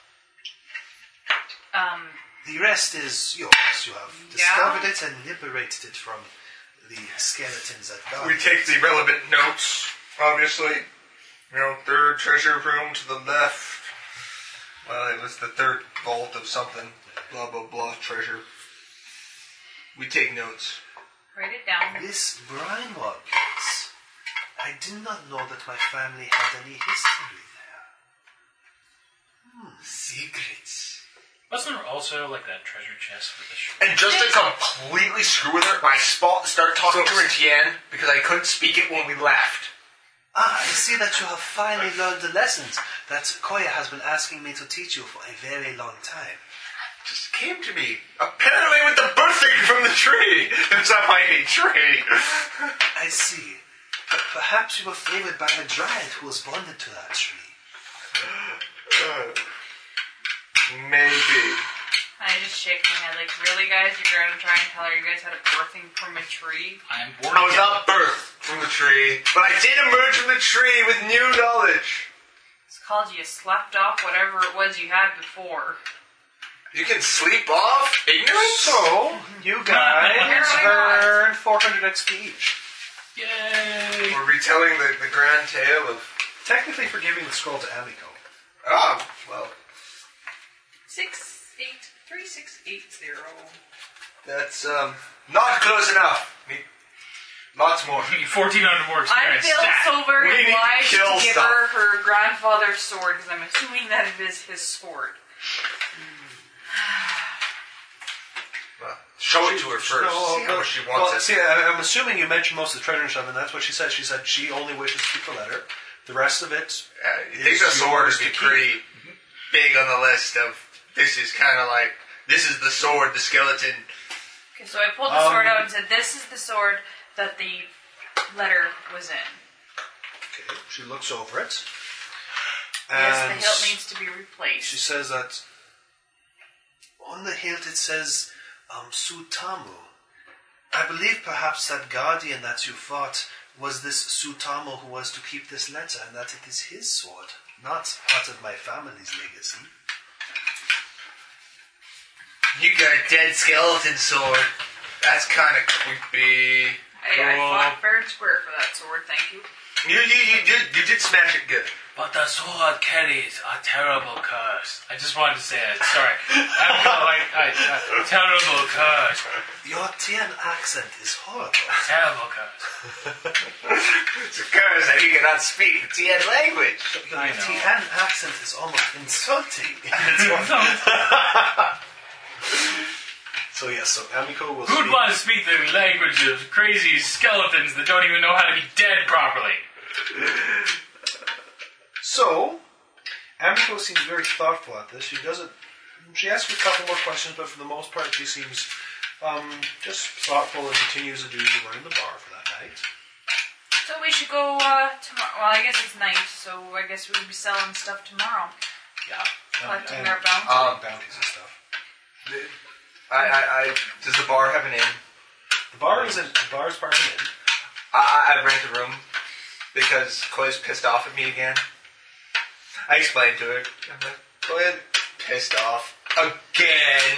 Speaker 5: Um,
Speaker 4: The rest is yours. You have discovered it and liberated it from the skeletons that guard
Speaker 6: We
Speaker 4: it.
Speaker 6: take the relevant notes, obviously. You know, third treasure room to the left. Well, it was the third vault of something. Blah, blah, blah, treasure. We take notes.
Speaker 5: write it down.
Speaker 4: This Brinewall case,
Speaker 1: Hmm,
Speaker 4: I did not know that my family had any history there.
Speaker 6: Secrets.
Speaker 2: Wasn't there also like that treasure chest with the shrimp?
Speaker 6: And just to completely screw with her, I spot, started talking to her in Tien because I couldn't speak it when we left.
Speaker 1: Ah, I see that you have finally learned the lessons that Koya has been asking me to teach you for a very long time.
Speaker 6: Just came to me. Apparently with the birthday from the tree. It's not my tree.
Speaker 1: I see. But perhaps you were favored by a dryad who was bonded to that tree.
Speaker 6: Maybe.
Speaker 5: I just shake my head like, really, guys? You're going to try and tell her you guys had a birthing from a tree?
Speaker 2: I am bored.
Speaker 6: I was not birthed from the tree, but I did emerge from the tree with new knowledge.
Speaker 5: It's called you slept off whatever it was you had before.
Speaker 6: You can sleep off ignorance?
Speaker 4: So,
Speaker 6: Uh,
Speaker 4: you guys
Speaker 5: Apparently not.
Speaker 4: earned 400 XP each.
Speaker 2: Yay!
Speaker 6: We're retelling the, the grand tale of.
Speaker 4: Technically for giving the scroll to Amico.
Speaker 6: Ah, well,
Speaker 5: Six, eight, three, six, eight, zero.
Speaker 6: that's um, not close enough. Me, lots more.
Speaker 2: You need 1400 more
Speaker 5: I
Speaker 2: experience.
Speaker 5: feel so very
Speaker 6: We need to
Speaker 5: obliged to
Speaker 6: kill
Speaker 5: give
Speaker 6: stuff.
Speaker 5: her her grandfather's sword because I'm assuming that it is his sword.
Speaker 6: Well, show it to her first.
Speaker 4: No,
Speaker 6: see
Speaker 4: no.
Speaker 6: how she wants
Speaker 4: well,
Speaker 6: it.
Speaker 4: See, I- I'm assuming you mentioned most of the treasure and stuff, and that's what she said. She said she only wishes to keep the letter. The rest of it,
Speaker 6: Uh, I think the
Speaker 4: It's
Speaker 6: sword
Speaker 4: yours
Speaker 6: would
Speaker 4: to
Speaker 6: be
Speaker 4: keep.
Speaker 6: pretty big on the list of this is kind of like this is the sword, the skeleton.
Speaker 5: Okay, so I pulled
Speaker 6: Um,
Speaker 5: the sword out and said, "This is the sword that the letter was in.
Speaker 4: okay, she looks over it.
Speaker 5: yes, the
Speaker 4: and
Speaker 5: hilt needs to be
Speaker 4: She
Speaker 5: replaced."
Speaker 4: says that
Speaker 1: On the hilt it says, um, Sutamu. I believe perhaps that guardian that you fought was this Sutamu who was to keep this letter, and that it is his sword, not part of my family's legacy.
Speaker 6: You got a dead skeleton sword. That's kind of creepy.
Speaker 5: I, I fought fair and square for that sword. Thank you.
Speaker 6: You, you, you did you did smash it good.
Speaker 2: But the sword carries a terrible curse. I just wanted to say it. Sorry. I'm not like, I, I, terrible curse.
Speaker 1: Your Tian accent is horrible.
Speaker 2: Terrible curse.
Speaker 6: It's a curse that you cannot speak the Tian language.
Speaker 1: Your
Speaker 2: I know.
Speaker 1: Tian accent is almost insulting.
Speaker 4: so. Yes, so Amico will.
Speaker 2: Who'd
Speaker 4: speak-
Speaker 2: want to speak the language of crazy skeletons that don't even know how to be dead properly?
Speaker 4: So, Amico seems very thoughtful at this. She doesn't. She asks a couple more questions, but for the most part, she seems um, just thoughtful and continues to do what you learned in the bar for that night.
Speaker 5: So we should go uh, tomorrow. Well, I guess it's night, so I guess we'll be selling stuff tomorrow,
Speaker 2: Yeah.
Speaker 5: collecting
Speaker 4: and-
Speaker 5: our bounty.
Speaker 6: Uh,
Speaker 4: Um, bounties and stuff.
Speaker 6: I, I, I does the bar have an inn?
Speaker 4: The bar is in, the bar is part of an inn.
Speaker 6: I, I, I rent a room because Koya's pissed off at me again. I explained to her. I'm like, Koya pissed off again.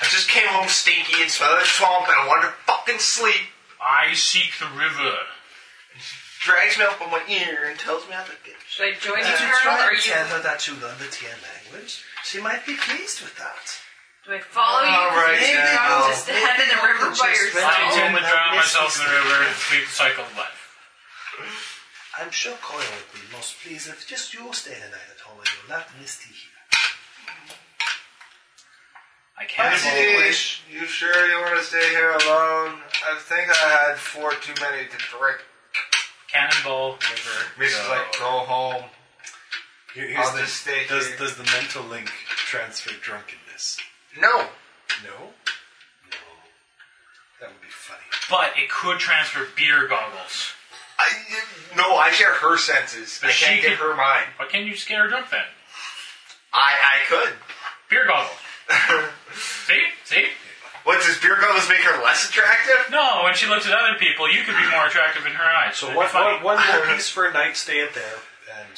Speaker 6: I just came home stinky and smelling of swamp and I wanted to fucking sleep.
Speaker 2: I seek the river.
Speaker 6: Drags me up on my ear and tells me how to get.
Speaker 5: Should I join
Speaker 1: Did
Speaker 5: you,
Speaker 1: you
Speaker 5: Colonel?
Speaker 1: try
Speaker 5: Are
Speaker 1: and
Speaker 5: you?
Speaker 1: tell her that you learned the Tian language? She might be pleased with that.
Speaker 5: Do I follow you?
Speaker 6: All right,
Speaker 5: Maybe
Speaker 6: yeah,
Speaker 5: I'll
Speaker 6: no.
Speaker 5: just head in the river by
Speaker 1: Just
Speaker 5: yourself.
Speaker 2: I
Speaker 1: Oh,
Speaker 2: intend to
Speaker 1: that
Speaker 2: drown
Speaker 1: makes
Speaker 2: myself in the
Speaker 1: me
Speaker 2: river and complete the cycle of life.
Speaker 1: I'm sure Koya would be most pleased if just you stay the night at home and you're not misty here.
Speaker 2: I can't.
Speaker 6: Ish, you sure you want to stay here alone? I think I had four too many to drink.
Speaker 2: Cannonball River.
Speaker 6: Miss is
Speaker 2: go.
Speaker 6: like, go home.
Speaker 4: Here-
Speaker 6: I'll just stay
Speaker 4: does,
Speaker 6: here.
Speaker 4: does the mental link transfer drunkenness?
Speaker 6: No.
Speaker 4: No? No. That would be funny.
Speaker 2: But it could transfer beer goggles.
Speaker 6: I, no, I share her senses.
Speaker 2: But
Speaker 6: I
Speaker 2: she
Speaker 6: can't get
Speaker 2: could-
Speaker 6: her mine.
Speaker 2: Why can't you just get her drunk then?
Speaker 6: I, I could.
Speaker 2: Beer goggles. See? See?
Speaker 6: What, does beer goggles make her less attractive?
Speaker 2: No, when she looks at other people, you could be more attractive in her eyes.
Speaker 4: So
Speaker 2: It'd be
Speaker 4: one,
Speaker 2: funny.
Speaker 4: one, one more piece for a night stay at there. And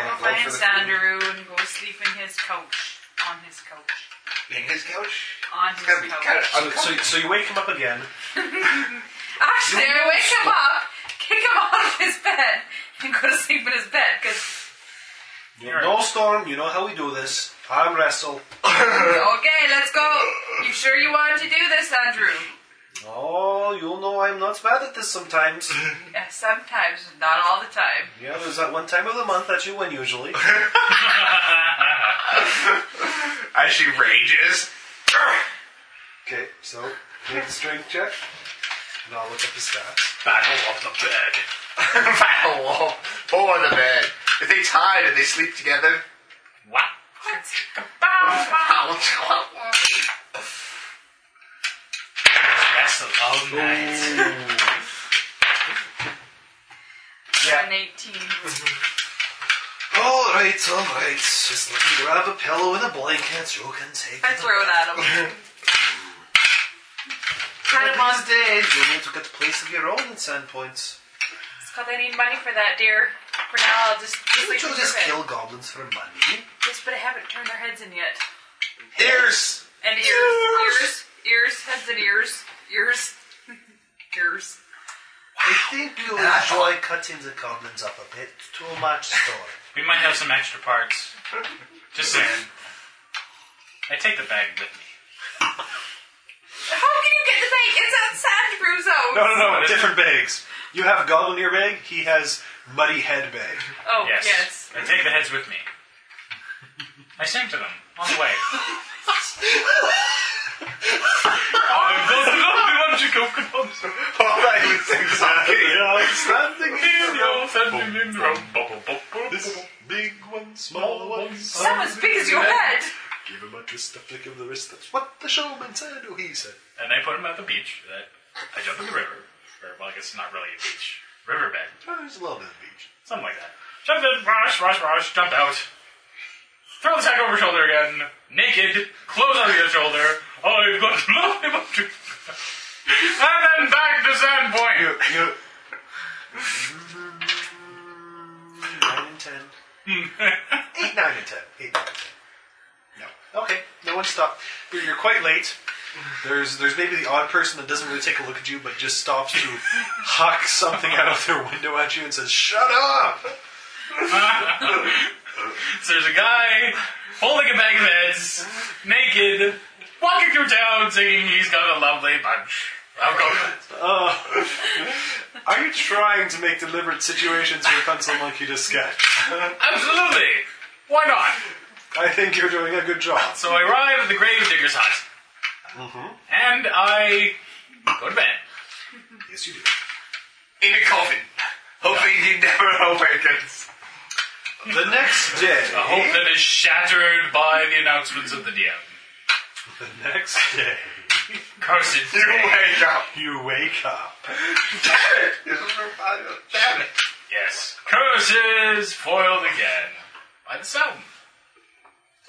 Speaker 5: I'll
Speaker 6: Go
Speaker 5: find
Speaker 6: for the
Speaker 5: Sandaru and go sleep in his couch. On his couch.
Speaker 6: In his couch?
Speaker 5: On his
Speaker 6: It's gotta be
Speaker 5: couch.
Speaker 6: kind of
Speaker 4: so, so, so you wake him up again.
Speaker 5: Actually, I wake him up, kick him out of his bed, and go to sleep in his bed because
Speaker 4: You know, Storm, you know how we do this. I'm Wrestle.
Speaker 5: okay, let's go. You sure you wanted to do this, Andrew?
Speaker 4: Oh, you know I'm not bad at this sometimes.
Speaker 5: Yeah, sometimes, not all the time.
Speaker 4: yeah, there's that one time of the month that you win usually.
Speaker 6: As she rages.
Speaker 4: Okay, so make the strength check, and I'll look up the stats.
Speaker 6: Battle of the bed. Battle of for the bed. If they tie, do they sleep together?
Speaker 2: What?
Speaker 6: Ow.
Speaker 2: Wrestle all night.
Speaker 5: Yeah. An 18.
Speaker 4: All right, all right. Just let me grab a pillow and a blanket. You can take.
Speaker 5: I throw it at him. Kind of on.
Speaker 4: days, you need to get a place of your own in Sandpoint.
Speaker 5: Because I need money for that, dear. For now, I'll just. just
Speaker 4: Didn't
Speaker 5: leave
Speaker 4: you
Speaker 5: it
Speaker 4: just
Speaker 5: for a bit.
Speaker 4: kill goblins for money?
Speaker 5: Yes, but I haven't turned their heads in yet.
Speaker 6: Ears.
Speaker 5: And ears. Ears. Ears. Heads and ears. Ears. ears.
Speaker 4: I think you enjoy cutting the goblins up a bit too much, Storm.
Speaker 2: We might have some extra parts. Just saying. I take the bag with me.
Speaker 5: How can you get the thing? It's outside the brew zone.
Speaker 4: No, no, no, different bags. You have goblin ear bag, he has muddy head bag.
Speaker 5: Oh,
Speaker 2: Yes.
Speaker 5: yes.
Speaker 2: I take the heads with me. I sing to them on the way.
Speaker 6: All I would think is
Speaker 4: I'm standing
Speaker 2: This-
Speaker 4: big one, small one.
Speaker 5: It's not as big as your head.
Speaker 4: Give him a twist, a flick of the wrist. That's what the showman said, oh, he said.
Speaker 2: and I put them at the beach. and I, I jump in the river. Or, well, I guess it's not really a beach. Riverbed.
Speaker 4: Oh, there's a little bit of beach.
Speaker 2: Something like that. Jump in, rush, rush, rush, jump out. Throw the sack over shoulder again. Naked, clothes on the other shoulder. I've got nothing but to. and then back to Sandpoint.
Speaker 4: you. Nine and ten. Eight, nine, and ten. Eight, nine, and ten. No. Okay. No one stopped. You're, you're quite late. There's there's maybe the odd person that doesn't really take a look at you, but just stops to huck something out of their window at you and says, "Shut up!"
Speaker 2: So there's a guy holding a bag of heads, naked, walking through town singing he's got a lovely bunch. I'll go.
Speaker 4: Are you trying to make deliberate situations for pencil monkey to sketch?
Speaker 2: Absolutely. Why not?
Speaker 4: I think you're doing a good job.
Speaker 2: So I arrive at the gravedigger's hut. And I go to bed.
Speaker 4: Yes, you do.
Speaker 6: in a coffin. Hopefully he never awakens.
Speaker 4: The next day.
Speaker 2: A hope that is shattered by the announcements of the DM.
Speaker 4: The next day,
Speaker 2: Cursed.
Speaker 6: You wake up.
Speaker 4: you wake up.
Speaker 6: Damn it! This is her body. Damn it!
Speaker 2: Yes. Curses foiled again. By the sun.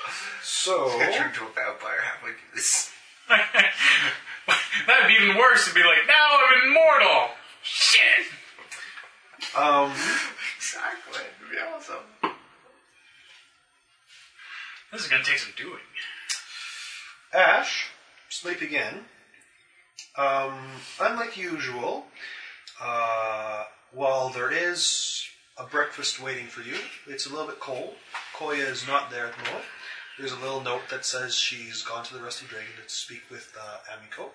Speaker 4: So,
Speaker 6: I turned to a vampire. How do I do this?
Speaker 2: That'd be even worse. It'd be like, now I'm immortal. Shit.
Speaker 4: um,
Speaker 6: Exactly. It'd be awesome.
Speaker 2: This is gonna take some doing.
Speaker 4: Ash, sleep again. Um, unlike usual, uh, while there is a breakfast waiting for you, it's a little bit cold. Koya is not there at the moment. There's a little note that says she's gone to the Rusty Dragon to speak with uh, Amiko.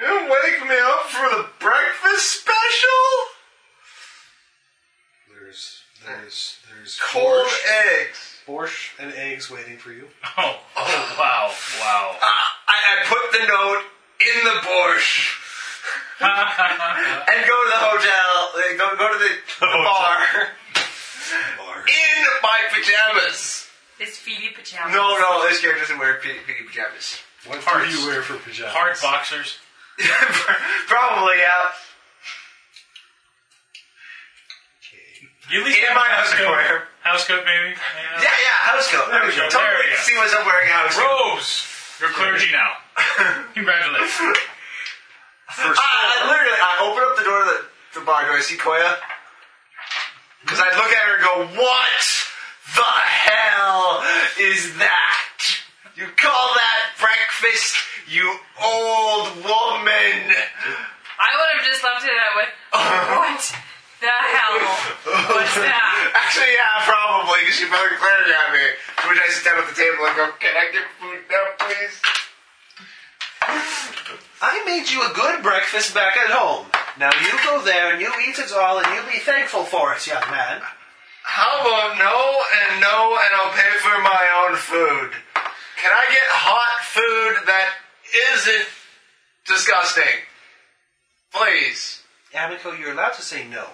Speaker 6: You wake me up for the breakfast special?
Speaker 4: There's there's there's
Speaker 6: Cold
Speaker 4: borscht-
Speaker 6: eggs.
Speaker 4: borscht and eggs waiting for you.
Speaker 2: Oh, oh, wow, wow.
Speaker 6: Ah, I, I put the note in the borscht. and go to the hotel. uh, Go, go to the, the bar. in my pajamas.
Speaker 5: It's feety pajamas.
Speaker 6: No, no, this character doesn't wear pe- pe- pajamas.
Speaker 4: What do
Speaker 2: Hearts.
Speaker 4: you wear for pajamas?
Speaker 2: Hard boxers.
Speaker 6: Probably, yeah.
Speaker 2: You at least
Speaker 6: In
Speaker 2: have
Speaker 6: my
Speaker 2: a house
Speaker 6: underwear.
Speaker 2: coat. House coat, maybe.
Speaker 6: Yeah, yeah, house coat.
Speaker 2: There we go,
Speaker 6: Totally
Speaker 2: there we go.
Speaker 6: see myself wearing a house coat.
Speaker 2: Rose, you're clergy now. Congratulations.
Speaker 4: First,
Speaker 6: I, I literally, I open up the door to the, the bar. Do I see Koya? Because I look at her and go, "What the hell is that? You call that breakfast? You old woman!"
Speaker 5: I would have just left it at with, what the hell? What's that?
Speaker 6: Actually, yeah, probably. Because she probably glared at me. To which I sit down at the table and go, "Can I get food now, please?"
Speaker 4: I made you a good breakfast back at home. Now you go there and you eat it all and you be thankful for it, young man.
Speaker 6: How about no and no and I'll pay for my own food? Can I get hot food that isn't disgusting? Please.
Speaker 4: Amico, you're allowed to say no.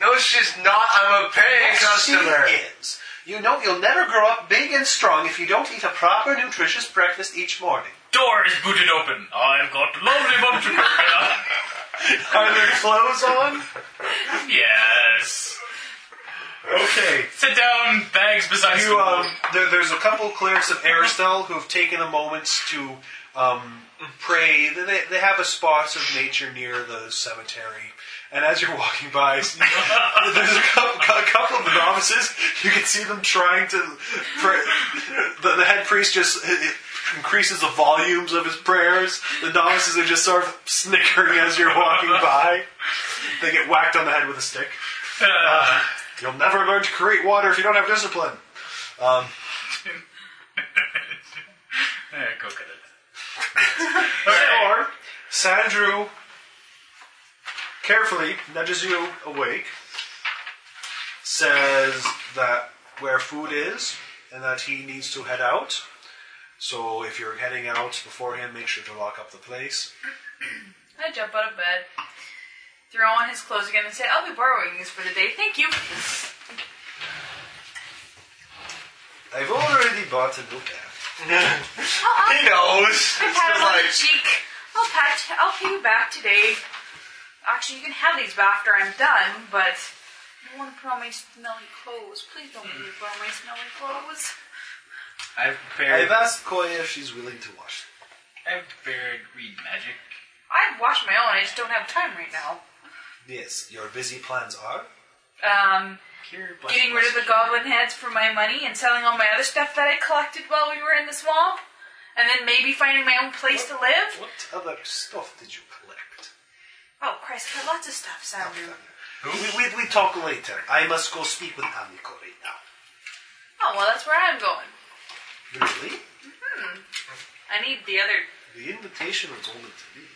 Speaker 6: No, she's not. I'm a paying customer.
Speaker 4: She is. You know you'll never grow up big and strong if you don't eat a proper, nutritious breakfast each morning.
Speaker 2: Door is booted open. I've got lovely bump to
Speaker 4: Are there clothes on?
Speaker 2: Yes.
Speaker 4: Okay.
Speaker 2: Sit down, bags beside
Speaker 4: You, um, there, there's a couple clerics of Aristel who have taken a moment to um, pray. They, they have a spot of nature near the cemetery. And as you're walking by, there's a couple, a couple of the novices. You can see them trying to. Pray. The, the head priest just i- i- increases the volumes of his prayers. The novices are just sort of snickering as you're walking by. They get whacked on the head with a stick. Uh, you'll never learn to create water if you don't have discipline.
Speaker 2: eh, coconut.
Speaker 4: Or Sandrew carefully nudges you awake, says that where food is and that he needs to head out. So if you're heading out before him, make sure to lock up the place.
Speaker 5: I jump out of bed, throw on his clothes again, and say, I'll be borrowing these for the day. Thank you.
Speaker 4: I've already bought a new pair.
Speaker 5: I'll,
Speaker 6: He knows.
Speaker 5: I pat him on the cheek. I'll pat. I'll pay you back today. Actually, you can have these back after I'm done, but I don't want to put on my smelly clothes. Please don't make me put on my smelly clothes.
Speaker 2: I've prepared.
Speaker 4: I've asked Koya if she's willing to wash them.
Speaker 2: I've prepared read magic.
Speaker 5: I'd wash my own. I just don't have time right now.
Speaker 4: Yes, your busy plans are?
Speaker 5: Um,
Speaker 2: Cure bless-
Speaker 5: getting rid of the goblin heads for my money and selling all my other stuff that I collected while we were in the swamp, and then maybe finding my own place to live.
Speaker 4: What other stuff did you collect?
Speaker 5: Oh Christ, I got lots of stuff, Sandra.
Speaker 4: We, we, we talk later. I must go speak with Amico right now.
Speaker 5: Oh well, that's where I'm going.
Speaker 4: Really?
Speaker 5: I need the other
Speaker 4: The invitation was only to me.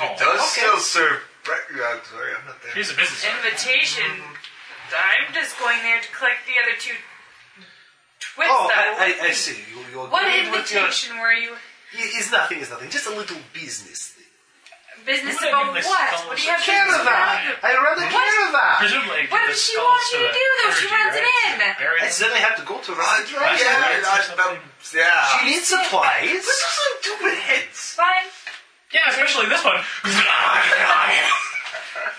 Speaker 2: Oh,
Speaker 6: Does still serve. bre- uh, sorry, I'm not there.
Speaker 2: Here's a business.
Speaker 5: invitation. I'm just going there to collect the other two twists.
Speaker 4: Oh,
Speaker 5: that
Speaker 4: I, I, I see. You, you
Speaker 5: what
Speaker 4: agreed with your-
Speaker 5: invitation were you?
Speaker 4: It- It's nothing. It's nothing. Just a little business thing.
Speaker 5: Business
Speaker 2: What
Speaker 5: about
Speaker 2: in this
Speaker 5: what? What do you have business
Speaker 4: Caravan.
Speaker 5: about?
Speaker 4: I rather caravan.
Speaker 2: Presumably,
Speaker 5: What
Speaker 2: the
Speaker 5: does she
Speaker 2: skulls
Speaker 5: want you
Speaker 2: to
Speaker 5: to
Speaker 2: the
Speaker 5: do, though? She
Speaker 2: clergy,
Speaker 5: wants it
Speaker 2: right?
Speaker 5: in.
Speaker 2: Bury
Speaker 4: I
Speaker 2: them.
Speaker 4: said I had to go to Raj.
Speaker 6: Yeah, yeah,
Speaker 2: Last
Speaker 6: that's about- yeah.
Speaker 4: She needs supplies.
Speaker 6: some stupid heads.
Speaker 5: Fine.
Speaker 2: Yeah, especially this one.
Speaker 6: Oh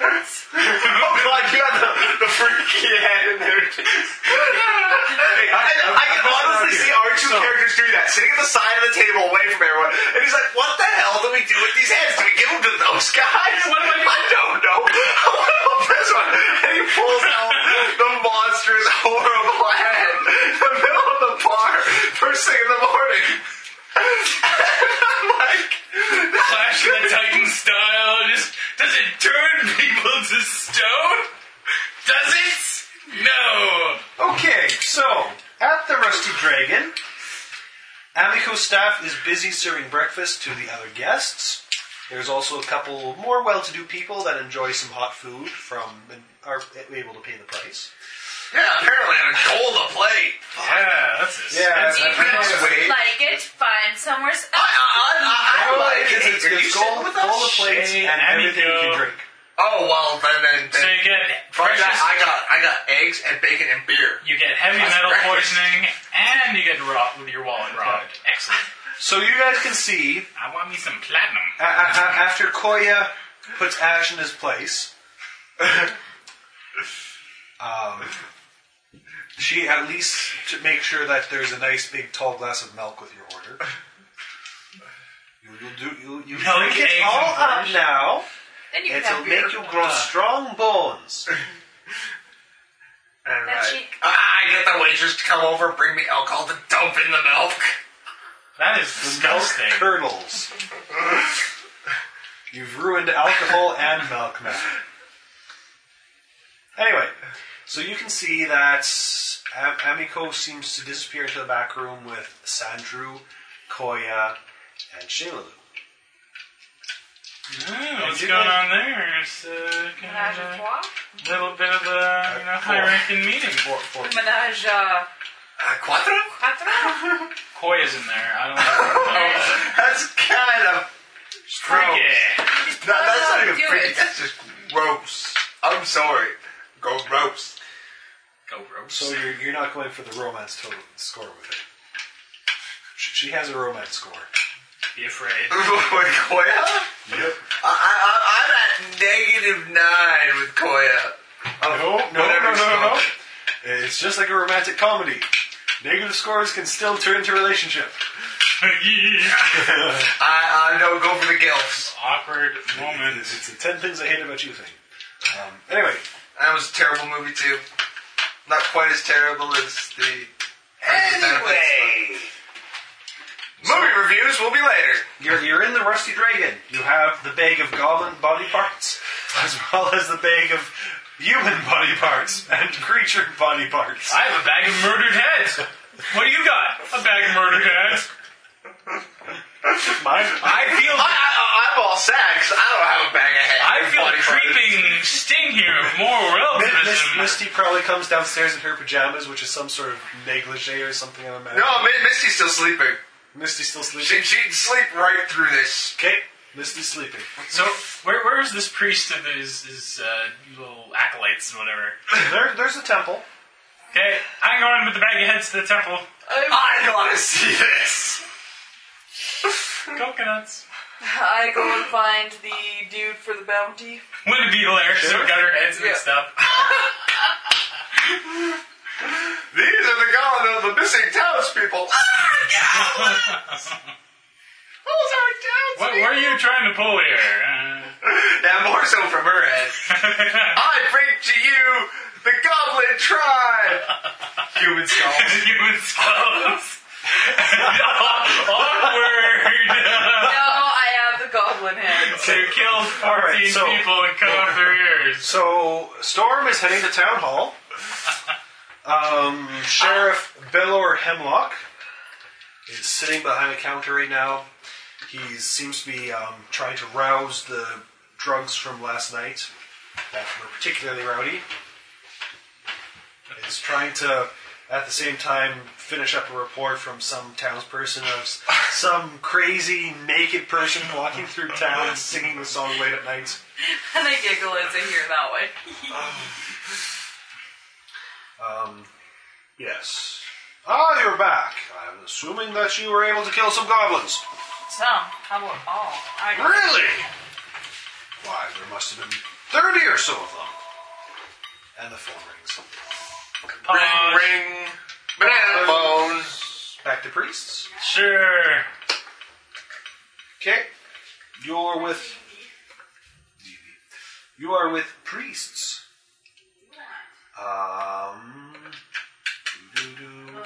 Speaker 6: god, you got the, the freaky head in there.
Speaker 4: Hey, I,
Speaker 6: I can honestly see our two
Speaker 4: So-
Speaker 6: characters doing that, sitting at the side of the table away from everyone, and he's like, what the hell do we do with these heads? Do we give them to those guys?
Speaker 2: What do I do?
Speaker 6: I don't know. I want to help this one. And he pulls out the monstrous, horrible head in the middle of the bar, first thing in the morning. I'm like,
Speaker 2: Clash of the Titan style. Just does it turn people to stone? Does it? No.
Speaker 4: Okay, so at the Rusty Dragon, Amico staff is busy serving breakfast to the other guests. There's also a couple more well-to-do people that enjoy some hot food from and are able to pay the price.
Speaker 6: yeah, apparently I'm gold a plate.
Speaker 2: Yeah, that's it.
Speaker 5: Do you
Speaker 6: wait.
Speaker 5: like it? Find somewhere else.
Speaker 6: I,
Speaker 4: Uh-uh.
Speaker 6: I, I, I like it.
Speaker 4: it's, it's,
Speaker 6: Are you
Speaker 4: it's
Speaker 6: sitting
Speaker 4: gold,
Speaker 6: with
Speaker 4: gold
Speaker 6: us?
Speaker 4: plates
Speaker 2: Shane,
Speaker 4: and everything you
Speaker 2: Amico.
Speaker 4: can drink.
Speaker 6: Oh well, then then,
Speaker 2: So
Speaker 6: then
Speaker 2: you get
Speaker 6: fuck
Speaker 2: precious.
Speaker 6: that. I got I got eggs and bacon and beer.
Speaker 2: you get heavy
Speaker 6: That's
Speaker 2: metal
Speaker 6: breakfast.
Speaker 2: poisoning, and you get robbed with your wallet robbed. Excellent.
Speaker 4: So you guys can see
Speaker 2: I want me some platinum.
Speaker 4: a- a- a- after Koya puts Ash in his place, um, she at least to make sure that there's a nice big tall glass of milk with your order. You, you'll do you you
Speaker 2: Milk,
Speaker 4: drink it
Speaker 2: eggs,
Speaker 4: all
Speaker 2: and Uh.
Speaker 4: up now.
Speaker 5: Then you can
Speaker 4: It'll
Speaker 5: have beer.
Speaker 4: make you grow strong bones.
Speaker 6: All
Speaker 5: That's
Speaker 6: right.
Speaker 5: chic.
Speaker 6: I get the waitress to come over, bring me alcohol to dump in the milk.
Speaker 2: That is
Speaker 4: Milk
Speaker 2: disgusting.
Speaker 4: curdles. You've ruined alcohol and milk now. Anyway, so you can see that Am- Amiko seems to disappear into the back room with Sandru, Koya, and Shalalu.
Speaker 2: Oh, what's going on there? It's, uh,
Speaker 5: Menage a
Speaker 2: kinda,
Speaker 5: trois?
Speaker 2: little bit of the you know high ranking meeting.
Speaker 5: Menage uh,
Speaker 6: Uh, quattro?
Speaker 5: quatre?
Speaker 2: Koi is in there. I don't know.
Speaker 6: That's kind of.
Speaker 2: Freaky.
Speaker 6: No, that's not even
Speaker 5: Do
Speaker 6: pretty.
Speaker 5: it.
Speaker 6: That's just gross. I'm sorry. Go gross.
Speaker 2: Go gross.
Speaker 4: So you're, you're not going for the romance total score with it. She she has a romance score.
Speaker 2: Be afraid.
Speaker 6: with Koya?
Speaker 4: Yep.
Speaker 6: I, I, I- I'm at negative nine with Koya. Oh,
Speaker 4: No, no, no,
Speaker 6: whatever
Speaker 4: no,
Speaker 6: it's
Speaker 4: no, no.
Speaker 6: called.
Speaker 4: It's just like a romantic comedy. Negative scores can still turn to relationship.
Speaker 6: I, I know, go for the gilfs.
Speaker 2: Awkward moment.
Speaker 4: It's, it's the 10 things I hate about you thing. Um, anyway,
Speaker 6: That was a terrible movie, too. Not quite as terrible as the. Anyway! Movie reviews will be later.
Speaker 4: you're, you're in the Rusty Dragon. You have the bag of goblin body parts, as well as the bag of human body parts and creature body parts.
Speaker 2: I have a bag of murdered heads. What do you got? A bag of murdered heads.
Speaker 4: Mine,
Speaker 2: I feel
Speaker 6: I, I, I'm all sad because I don't have a bag of head.
Speaker 2: I feel a
Speaker 6: Body parts.
Speaker 2: creeping sting here of moral
Speaker 4: Mi- Miss,
Speaker 2: relativism.
Speaker 4: Misty probably comes downstairs in her pajamas, which is some sort of negligee or something. I'm imagining.
Speaker 6: No, Mi- Misty's still sleeping.
Speaker 4: Misty's still
Speaker 6: She,
Speaker 4: sleeping.
Speaker 6: she'd sleep right through this.
Speaker 4: Okay, Misty's sleeping.
Speaker 2: So where where is this priest and his his uh, little acolytes and whatever?
Speaker 4: There, there's a temple.
Speaker 2: Okay, I'm going with the bag of heads to the temple.
Speaker 6: I want to see this.
Speaker 2: Coconuts.
Speaker 5: I go and find the dude for the bounty.
Speaker 2: Wouldn't it be hilarious if we got our heads mixed up?
Speaker 6: These are the gone of the missing townspeople. Ah, those are
Speaker 2: What, what are you trying to pull here? Uh,
Speaker 6: Now more so from her head. I bring to you the Goblin Tribe. Human skulls.
Speaker 2: human skulls. Awkward.
Speaker 5: No, I have the goblin head.
Speaker 2: So you killed 14
Speaker 4: right, so-
Speaker 2: people and cut off their ears.
Speaker 4: So Storm is heading to town hall. Um, Sheriff Bellor Hemlock is sitting behind a counter right now. He seems to be um, trying to rouse the drunks from last night that were particularly rowdy. Is trying to, at the same time, finish up a report from some townsperson of s- some crazy naked person walking through town singing the song late at night.
Speaker 5: And I giggle as I hear that one.
Speaker 4: Yes. Ah, you're back. I'm assuming that you were able to kill some goblins.
Speaker 5: Some. How about all? I don't
Speaker 4: Really? Why, there must have been 30 or so of them. And the phone rings.
Speaker 2: Pause.
Speaker 6: Ring. Banana phone.
Speaker 4: Back to priests.
Speaker 2: Sure.
Speaker 4: Okay. You're with. You are with priests. Um. doo-doo-doo.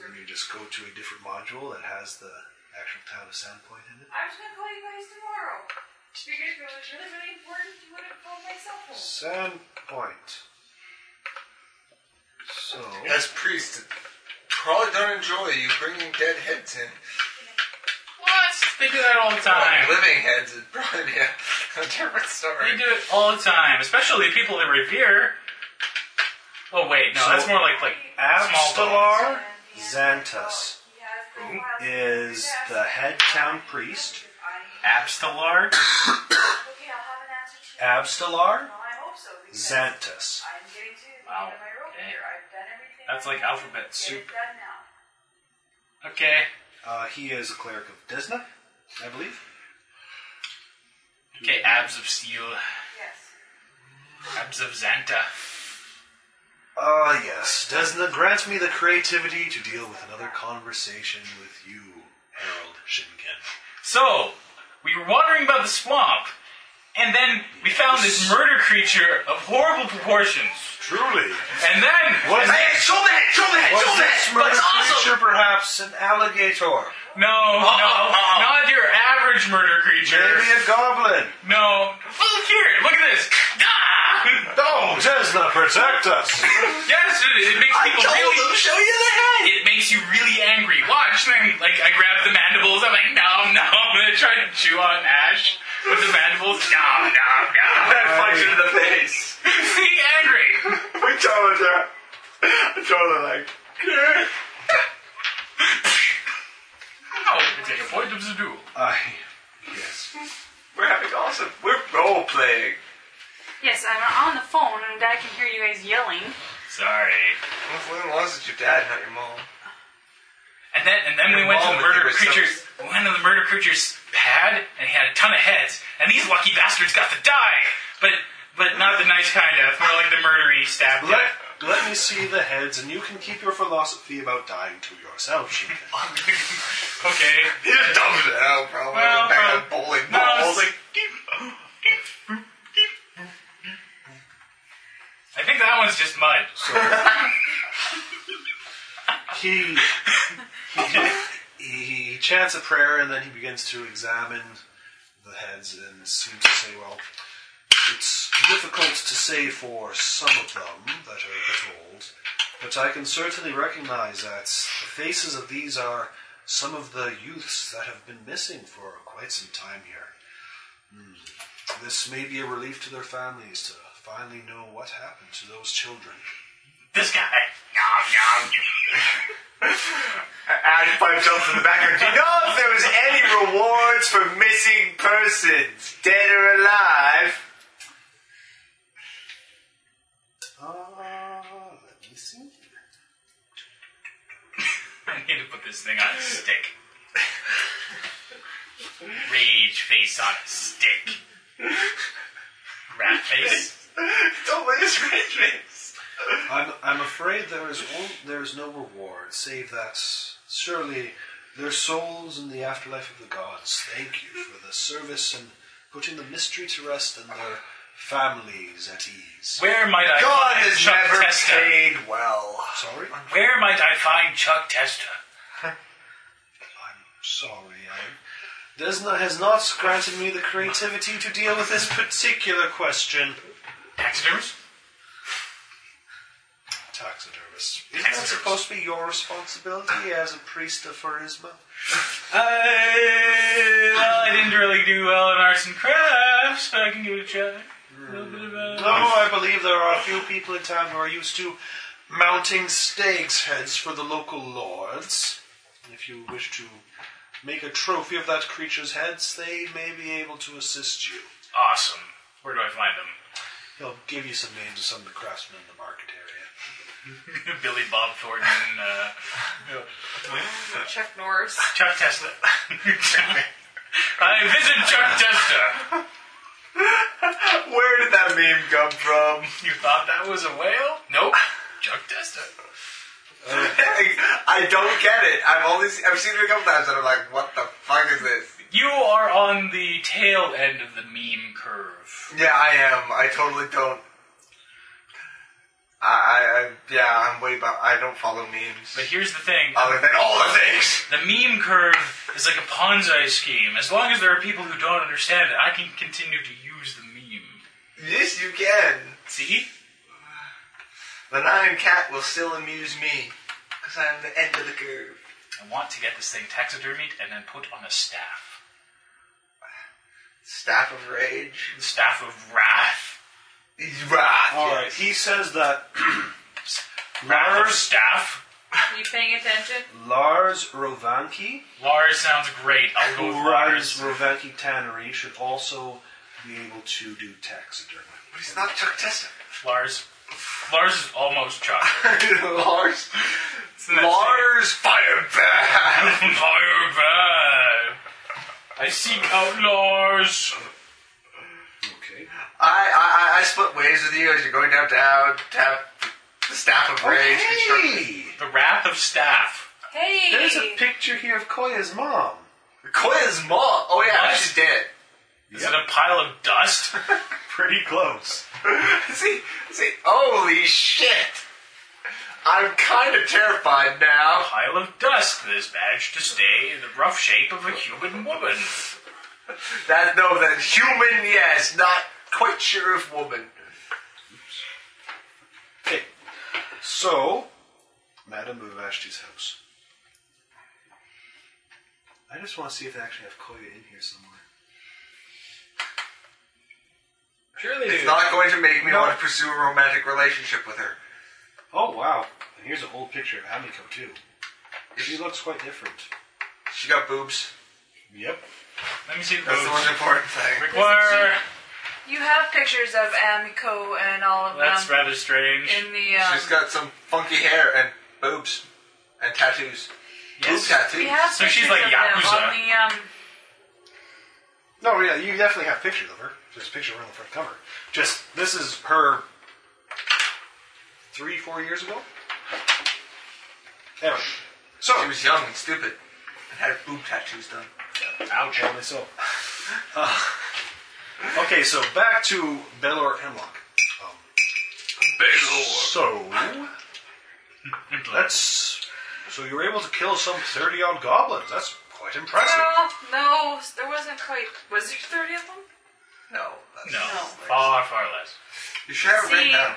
Speaker 4: Let me just go to a different module that has the actual town of Sandpoint in it.
Speaker 5: I was gonna call you guys tomorrow. Figured if it was really, really important, you would have called my cell phone.
Speaker 4: Sandpoint. So.
Speaker 6: As priest, probably don't enjoy you bringing dead heads in.
Speaker 2: What? They do that all the time.
Speaker 6: Living heads would probably be a, a
Speaker 2: They
Speaker 6: different story.
Speaker 2: do it all the time, especially people they revere. Oh wait, no, that's more like like small
Speaker 4: Abstalar
Speaker 2: bones.
Speaker 4: Xantus
Speaker 5: He has been wild.
Speaker 4: is the head town priest.
Speaker 2: Abstalar.
Speaker 5: Okay, I'll have an answer to you.
Speaker 4: Abstalar
Speaker 5: Well, I hope so. because
Speaker 4: Xantus.
Speaker 5: I'm getting to the
Speaker 2: Wow.
Speaker 5: end of my rope
Speaker 2: Okay.
Speaker 5: here. I've done everything.
Speaker 2: That's
Speaker 5: I
Speaker 2: like
Speaker 5: can to
Speaker 2: alphabet
Speaker 5: get
Speaker 2: soup.
Speaker 5: it done now.
Speaker 2: Okay.
Speaker 4: Uh, he is a cleric of Desna, I believe.
Speaker 2: Okay. Abs of steel.
Speaker 5: Yes.
Speaker 2: Abs of Xanta.
Speaker 4: Ah, yes. Desna, grant me the creativity to deal with another conversation with you, Harold Shinken.
Speaker 2: So, we were wandering about the swamp, and then we found this murder creature of horrible proportions.
Speaker 4: Truly,
Speaker 2: And then,
Speaker 4: was,
Speaker 6: Hey, show the head, show the head,
Speaker 4: was
Speaker 6: show the
Speaker 4: this
Speaker 6: head. But
Speaker 4: murder
Speaker 6: it's awesome.
Speaker 4: creature perhaps an alligator?
Speaker 2: no, no, not your average murder creature.
Speaker 4: Maybe a goblin?
Speaker 2: No, look here, look at this. Ah!
Speaker 4: No, Desna, protect us!
Speaker 2: yes, it, it makes
Speaker 6: I
Speaker 2: people
Speaker 6: told
Speaker 2: really.
Speaker 6: him, show you the head.
Speaker 2: It makes you really angry. Watch, and then like I grab the mandibles. I'm like, nom nom, and I try to chew on Ash. With the mandibles? Nom, nom, nom.
Speaker 6: I punch him in the face.
Speaker 2: See, angry.
Speaker 6: We totally do. Totally like.
Speaker 2: Oh, we take a point of the duel. Uh,
Speaker 4: I. Yes.
Speaker 6: We're having awesome. We're role playing.
Speaker 5: Yes, I'm on the phone and I can hear you guys yelling.
Speaker 2: Sorry.
Speaker 6: Well, lost it's your dad, not your mom.
Speaker 2: And then, and then we
Speaker 6: Your
Speaker 2: went to the
Speaker 6: mom would
Speaker 2: murder
Speaker 6: think it was
Speaker 2: creatures. Went to the murder creatures pad, and he had a ton of heads. And these lucky bastards got to die, but but not the nice kind death, more like the murdery stab
Speaker 4: Let,
Speaker 2: death.
Speaker 4: let me see the heads, and you can keep your philosophy about dying to yourself, Shinken.
Speaker 2: Okay.
Speaker 6: He just dumbs it out, probably.
Speaker 2: Well,
Speaker 6: back
Speaker 2: prob-
Speaker 6: on bowling
Speaker 2: no, it's-
Speaker 6: balls. like, deep, deep, deep.
Speaker 2: I think that one's just mud.
Speaker 4: He, he he chants a prayer, and then he begins to examine the heads and seems to say, "Well, it's difficult to say for some of them that are a bit old, but I can certainly recognize that the faces of these are some of the youths that have been missing for quite some time here." Hmm. This may be a relief to their families to finally know what happened to those children.
Speaker 2: This guy.
Speaker 6: Ash pipes up from the background. Do you know if there was any rewards for missing persons, dead or alive?
Speaker 4: Ah,
Speaker 6: Oh.
Speaker 4: let me see.
Speaker 2: I need to put this thing on a stick. Rage face on a stick. Rat face.
Speaker 6: Don't let us rage this.
Speaker 4: I'm, I'm afraid there is on, there is no reward save that surely their souls in the afterlife of the gods thank you for the service and putting the mystery to rest and their families at ease.
Speaker 2: Where might I
Speaker 6: God
Speaker 2: find
Speaker 6: has
Speaker 2: Chuck
Speaker 6: never
Speaker 2: Testa?
Speaker 6: paid well.
Speaker 4: Sorry, I'm
Speaker 2: Where might I find Chuck Testa?
Speaker 4: sorry. I, Desna has not granted me the creativity to deal with this particular question.
Speaker 2: Taxiderms?
Speaker 4: taxidermist. Isn't that
Speaker 2: Taxidermist.
Speaker 4: supposed to be your responsibility as a priest of Farisma?
Speaker 2: Uh, well, I didn't really do well in arts and crafts, but I can give it a try. A little bit of
Speaker 4: No,
Speaker 2: a...
Speaker 4: I believe there are a few people in town who are used to mounting stags' heads for the local lords. If you wish to make a trophy of that creature's heads, they may be able to assist you.
Speaker 2: Awesome. Where do I find them?
Speaker 4: He'll give you some names of some of the craftsmen in the market area.
Speaker 2: Billy Bob Thornton, uh,
Speaker 5: Chuck Norris.
Speaker 2: Chuck Tesla. I visit Chuck Testa.
Speaker 6: Where did that meme come from?
Speaker 2: You thought that was a whale? Nope. Chuck Testa.
Speaker 6: I don't get it. I've only seen, I've seen it a couple times, and I'm like, what the fuck is this?
Speaker 2: You are on the tail end of the meme curve.
Speaker 6: Yeah, I am. I totally don't. I, I, I yeah, I'm way about. I don't follow memes.
Speaker 2: But here's the thing.
Speaker 6: other than all the things.
Speaker 2: The meme curve is like a Ponzi scheme. As long as there are people who don't understand it, I can continue to use the meme.
Speaker 6: Yes, you can.
Speaker 2: See?
Speaker 6: The nine cat will still amuse me, because I'm the end of the curve.
Speaker 2: I want to get this thing taxidermied and then put on a staff.
Speaker 6: Staff of Rage.
Speaker 2: The staff of wrath.
Speaker 6: Wrath.
Speaker 4: All right. He says that
Speaker 2: Wrath of
Speaker 4: Lars
Speaker 2: staff?
Speaker 5: Are you paying attention?
Speaker 4: Lars Rovanki
Speaker 2: Lars sounds great. I'll go
Speaker 4: who
Speaker 2: with
Speaker 4: runs
Speaker 2: Lars.
Speaker 4: Rovenki Tannery should also be able to do taxidermy.
Speaker 6: But he's not Chuck Testa.
Speaker 2: Lars. Lars is almost Chuck.
Speaker 6: Lars.
Speaker 2: Isn't that
Speaker 6: Lars Fireback.
Speaker 2: sick? Fire bad. I seek out Lars.
Speaker 4: Okay.
Speaker 6: I, I, I- I split ways with you as you're going downtown. Tap the Staff of Rage. construct-
Speaker 4: Hey!
Speaker 2: The wrath of staff.
Speaker 5: Hey!
Speaker 4: There's a picture here of Koya's mom.
Speaker 6: Quiz Mall. Oh yeah,
Speaker 2: What?
Speaker 6: she's dead.
Speaker 2: Is it a pile of dust?
Speaker 4: Pretty close.
Speaker 6: see, see. Holy shit. I'm kind of terrified now.
Speaker 2: pile of dust that is badged to stay in the rough shape of a human woman.
Speaker 6: That no, that human, yes, not quite sure if woman.
Speaker 4: Okay. So, Madame Bavashti's house. I just want to see if they actually have Koya in here somewhere.
Speaker 2: Sure they
Speaker 6: It's
Speaker 2: do.
Speaker 6: not going to make me
Speaker 4: No.
Speaker 6: want to pursue a romantic relationship with her.
Speaker 4: Oh wow! And here's a whole picture of Hamiko too. She looks quite different.
Speaker 6: She got boobs.
Speaker 4: Yep.
Speaker 2: Let me see the
Speaker 6: That's the most
Speaker 2: boobs.
Speaker 6: important thing.
Speaker 2: Require.
Speaker 5: You have pictures of Amico and all of
Speaker 2: That's
Speaker 5: them
Speaker 2: rather strange.
Speaker 5: in the. Um,
Speaker 6: She's got some funky hair and boobs and tattoos. Boob
Speaker 2: Yes.
Speaker 6: tattoos.
Speaker 5: we have
Speaker 2: So
Speaker 5: pictures
Speaker 2: she's like
Speaker 5: of them
Speaker 2: Yakuza.
Speaker 5: on the. Um,
Speaker 4: No, yeah, you definitely have pictures of her. There's a picture of her on the front cover. Just this is her three, four years ago. Anyway, so
Speaker 6: She was young and stupid and had boob tattoos done.
Speaker 4: ouch, only so. Uh, okay, so back to Belor Hemlock. Um, So that's so you were able to kill some thirty odd goblins. That's quite impressive.
Speaker 5: well, Uh, no, there wasn't quite. Was there 30 of them?
Speaker 6: No. that's-
Speaker 2: No.
Speaker 5: No.
Speaker 2: Far, far less.
Speaker 6: You should have it written
Speaker 5: Oh. See.
Speaker 6: down.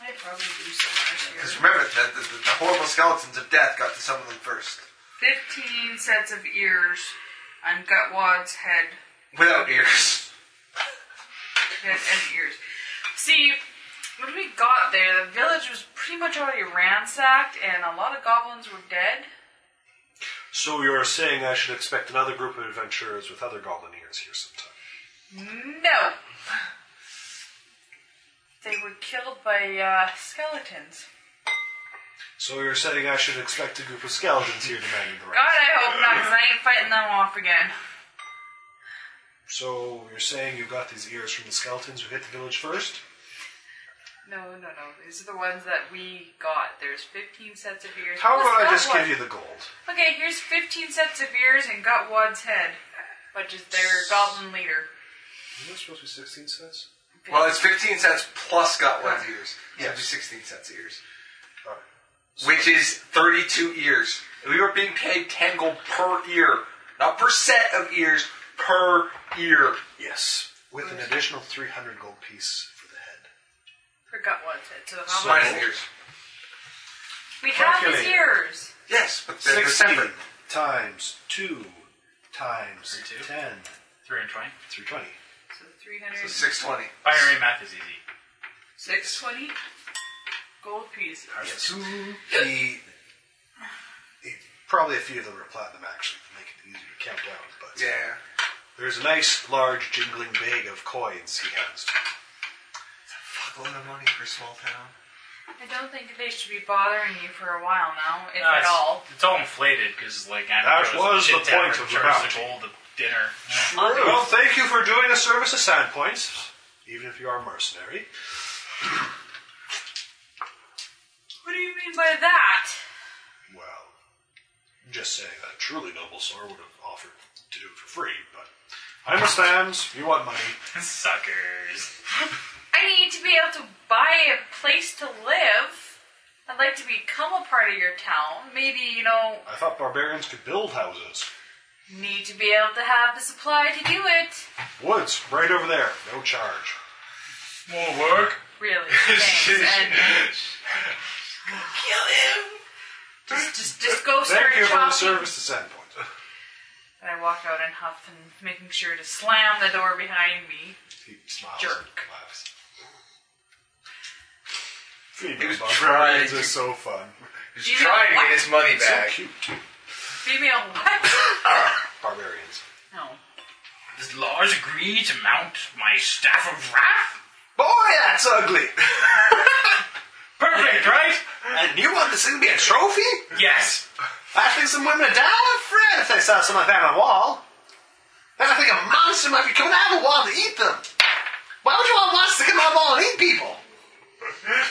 Speaker 5: I probably do somewhere
Speaker 6: Because
Speaker 5: here.
Speaker 6: remember, the, the, the horrible skeletons of death got to some of them first.
Speaker 5: 15 sets of ears on Gutwad's head.
Speaker 6: Without ears.
Speaker 5: Head and ears. See, when we got there, the village was pretty much already ransacked and a lot of goblins were dead.
Speaker 4: So you're saying I should expect another group of adventurers with other goblin ears here sometime.
Speaker 5: No! They were killed by uh, skeletons.
Speaker 4: So you're saying I should expect a group of skeletons here demanding the
Speaker 5: God,
Speaker 4: ransom.
Speaker 5: I hope not, because I ain't fighting them off again.
Speaker 4: So you're saying you got these ears from the skeletons who hit the village first?
Speaker 5: No, no, no. These are the ones that we got. There's 15 sets of ears.
Speaker 4: How
Speaker 5: Plus
Speaker 4: about I
Speaker 5: that
Speaker 4: just
Speaker 5: one.
Speaker 4: give you the gold?
Speaker 5: Okay, here's 15 sets of ears and Gutwad's head, which is their goblin leader.
Speaker 4: Isn't that supposed to be 16 cents?
Speaker 6: Well, it's 15 cents plus got one's ears. So it'd be
Speaker 4: Yes.
Speaker 6: 16 cents ears.
Speaker 4: Alright.
Speaker 6: Which is 32 ears. We were being paid 10 gold per ear. Not per set of ears, per ear.
Speaker 4: Yes. With an additional 300 gold piece for the head.
Speaker 5: For Gutwad's head. So how much?
Speaker 6: Minus ears.
Speaker 5: We have his
Speaker 4: Calculator.
Speaker 5: ears.
Speaker 6: Yes, but they're, they're separate.
Speaker 4: times 2 times
Speaker 2: Thirty-two?
Speaker 4: 10.
Speaker 2: 320.
Speaker 4: 320.
Speaker 5: So 300.
Speaker 6: So 620.
Speaker 2: Binary math is easy.
Speaker 5: 620 gold pieces.
Speaker 4: Yes. The, the- probably a few of them are platinum, actually, to make it easier to count down. But
Speaker 6: Yeah.
Speaker 4: there's a nice, large, jingling bag of coins he hands to you.
Speaker 6: Fuck a lot of money for a small town.
Speaker 5: I don't think they should be bothering you for a while now, if
Speaker 2: No,
Speaker 5: at
Speaker 2: it's-
Speaker 5: all.
Speaker 2: It's all inflated because like
Speaker 4: That was the point of the
Speaker 2: charge
Speaker 4: bounty.
Speaker 2: gold of dinner.
Speaker 4: Well, thank you for doing a service to Sandpoint, even if you are a mercenary.
Speaker 5: What do you mean by that?
Speaker 4: Well, just saying that a truly noble sir would have offered to do it for free, but I understand you want money.
Speaker 2: Suckers.
Speaker 5: I need to be able to buy a place to live. I'd like to become a part of your town. Maybe, you know,
Speaker 4: I thought barbarians could build houses.
Speaker 5: need to be able to have the supply to do it.
Speaker 4: Woods, right over there, no charge.
Speaker 2: More work.
Speaker 5: Really. Thanks. and kill him. Just, just, just go start
Speaker 4: Thank you for the
Speaker 5: shopping.
Speaker 4: service to Sandpoint.
Speaker 5: And I walk out and huff and making sure to slam the door behind me.
Speaker 4: He smiles
Speaker 5: Jerk.
Speaker 4: and laughs.
Speaker 6: He
Speaker 4: Female
Speaker 6: was
Speaker 4: barbarians
Speaker 6: trying
Speaker 4: are
Speaker 6: to-
Speaker 4: so fun.
Speaker 6: He's
Speaker 5: Do you
Speaker 6: trying
Speaker 5: know
Speaker 6: to
Speaker 5: what?
Speaker 6: get his money
Speaker 4: So
Speaker 6: back.
Speaker 4: cute.
Speaker 5: Female what?
Speaker 4: Barbarians.
Speaker 5: No.
Speaker 2: Does Lars agree to mount my staff of wrath?
Speaker 6: Boy, that's ugly!
Speaker 2: Perfect, right?
Speaker 6: and you want this thing to be a trophy?
Speaker 2: Yes.
Speaker 6: I think some women are dying of friend if they saw something like that on a wall. And I think a monster might be coming out of a wall to eat them. Why would you want monsters to come out of a wall and eat people?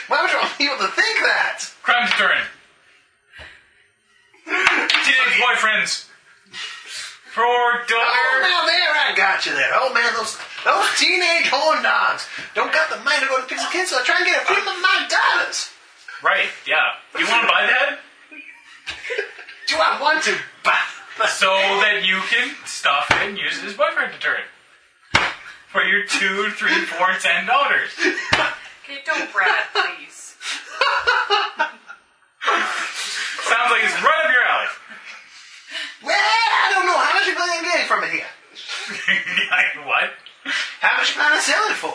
Speaker 6: Why would you want people to think that?
Speaker 2: Crime's turn. Teenage boyfriends. Poor
Speaker 6: Oh,
Speaker 2: daughter.
Speaker 6: now there, I got you there. Oh, man, those those teenage horn dogs don't got the money to go to Pixel Kids, so I try and get a few of my dollars.
Speaker 2: Right, yeah. You want to buy that?
Speaker 6: Do I want to? Bah.
Speaker 2: So that you can stuff it and use it as boyfriend deterrent. For your two, three, four, ten dollars.
Speaker 5: Okay, don't brat, please.
Speaker 2: Sounds like it's right up your alley.
Speaker 6: Well, I don't know. How much are you planning on getting from it here?
Speaker 2: what?
Speaker 6: How much you plan on selling it for?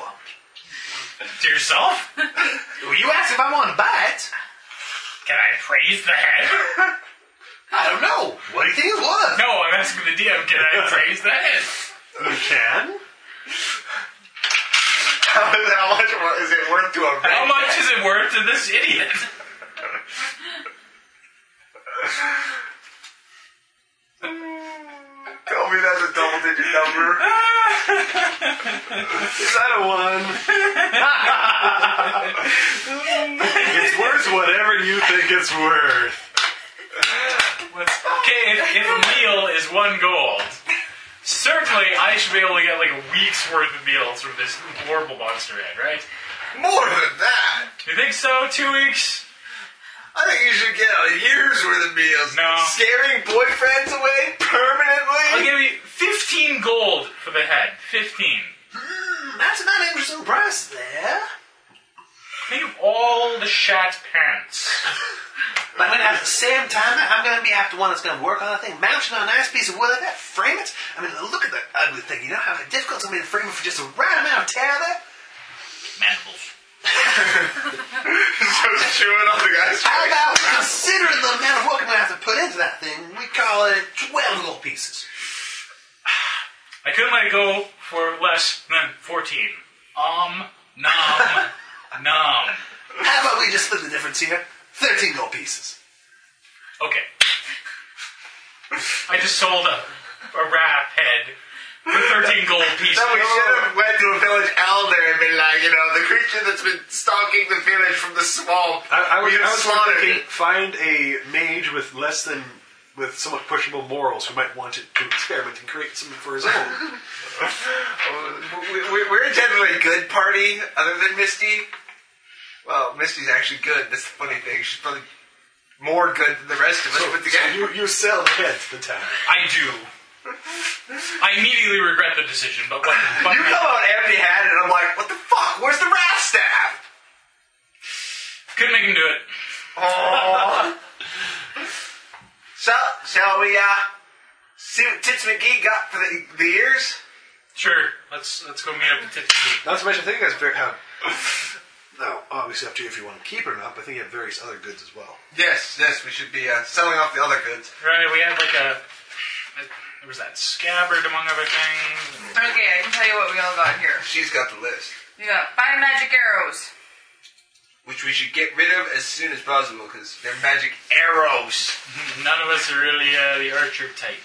Speaker 2: To yourself?
Speaker 6: Well, you asked if I want to buy it.
Speaker 2: Can I praise the head?
Speaker 6: I don't know. What do you think it was?
Speaker 2: No, I'm asking the DM. Can I praise the head?
Speaker 4: You can.
Speaker 6: How, how much wa- is it worth to a red?
Speaker 2: How much is it worth to this idiot?
Speaker 6: Tell me that's a double digit number.
Speaker 4: Is that a one? it's worth whatever you think it's worth.
Speaker 2: Okay, if, if a meal is one gold, certainly I should be able to get like a week's worth of meals from this horrible monster head, right?
Speaker 6: More than that.
Speaker 2: You think so? Two weeks?
Speaker 6: I think you should get a year's worth of meals.
Speaker 2: No.
Speaker 6: Scaring boyfriends away
Speaker 2: I'll
Speaker 6: permanently?
Speaker 2: give you 15 gold for the head. 15.
Speaker 6: That's not interesting price there.
Speaker 2: Think of all the shat pants.
Speaker 6: But then at the same time, I'm going to be after one that's going to work on that thing, mount it on a nice piece of wood like that, frame it. I mean, look at that ugly thing. You know how difficult it's going to be to frame it for just the right amount of tear there?
Speaker 2: Mandibles.
Speaker 3: chewing on the guy's
Speaker 6: How about considering the amount of work I'm going to have to put into that thing? We call it 12 gold pieces.
Speaker 2: I couldn't let it go for less than 14. Um, nom, nom.
Speaker 6: How about we just split the difference here? 13 gold pieces.
Speaker 2: Okay. I just sold a, a rat head for 13 gold pieces.
Speaker 3: No, we should have went to a village elder and been like, you know, the creature that's been stalking the village from the swamp.
Speaker 4: I, I was,
Speaker 3: we
Speaker 4: I
Speaker 3: have
Speaker 4: was more
Speaker 3: slaughtered
Speaker 4: thinking
Speaker 3: it.
Speaker 4: find a mage with less than with somewhat questionable morals who might want it to experiment and create something for his own.
Speaker 6: We, we, we're generally a good party, other than Misty. Well, Misty's actually good. That's the funny thing. She's probably more good than the rest of us put
Speaker 4: So
Speaker 6: together.
Speaker 4: you, you sell head to the town.
Speaker 2: I do. I immediately regret the decision, but what the fuck?
Speaker 6: You come out empty handed, and I'm like, what the fuck? Where's the rat staff?
Speaker 2: Couldn't make him do it.
Speaker 6: So, shall we, uh, see what Tits McGee got for the, the ears?
Speaker 2: Sure, let's let's go meet up with Titsy.
Speaker 4: Not to mention, I think you guys very have. Now, obviously, up to you if you want to keep it or not. But I think you have various other goods as well.
Speaker 6: Yes, yes, we should be uh, selling off the other goods.
Speaker 2: Right, we had like a. There was that scabbard among other things.
Speaker 5: Okay, I can tell you what we all got here.
Speaker 6: She's got the list,
Speaker 5: We got five magic arrows.
Speaker 6: which we should get rid of as soon as possible because they're magic arrows.
Speaker 2: None of us are really uh, the archer type.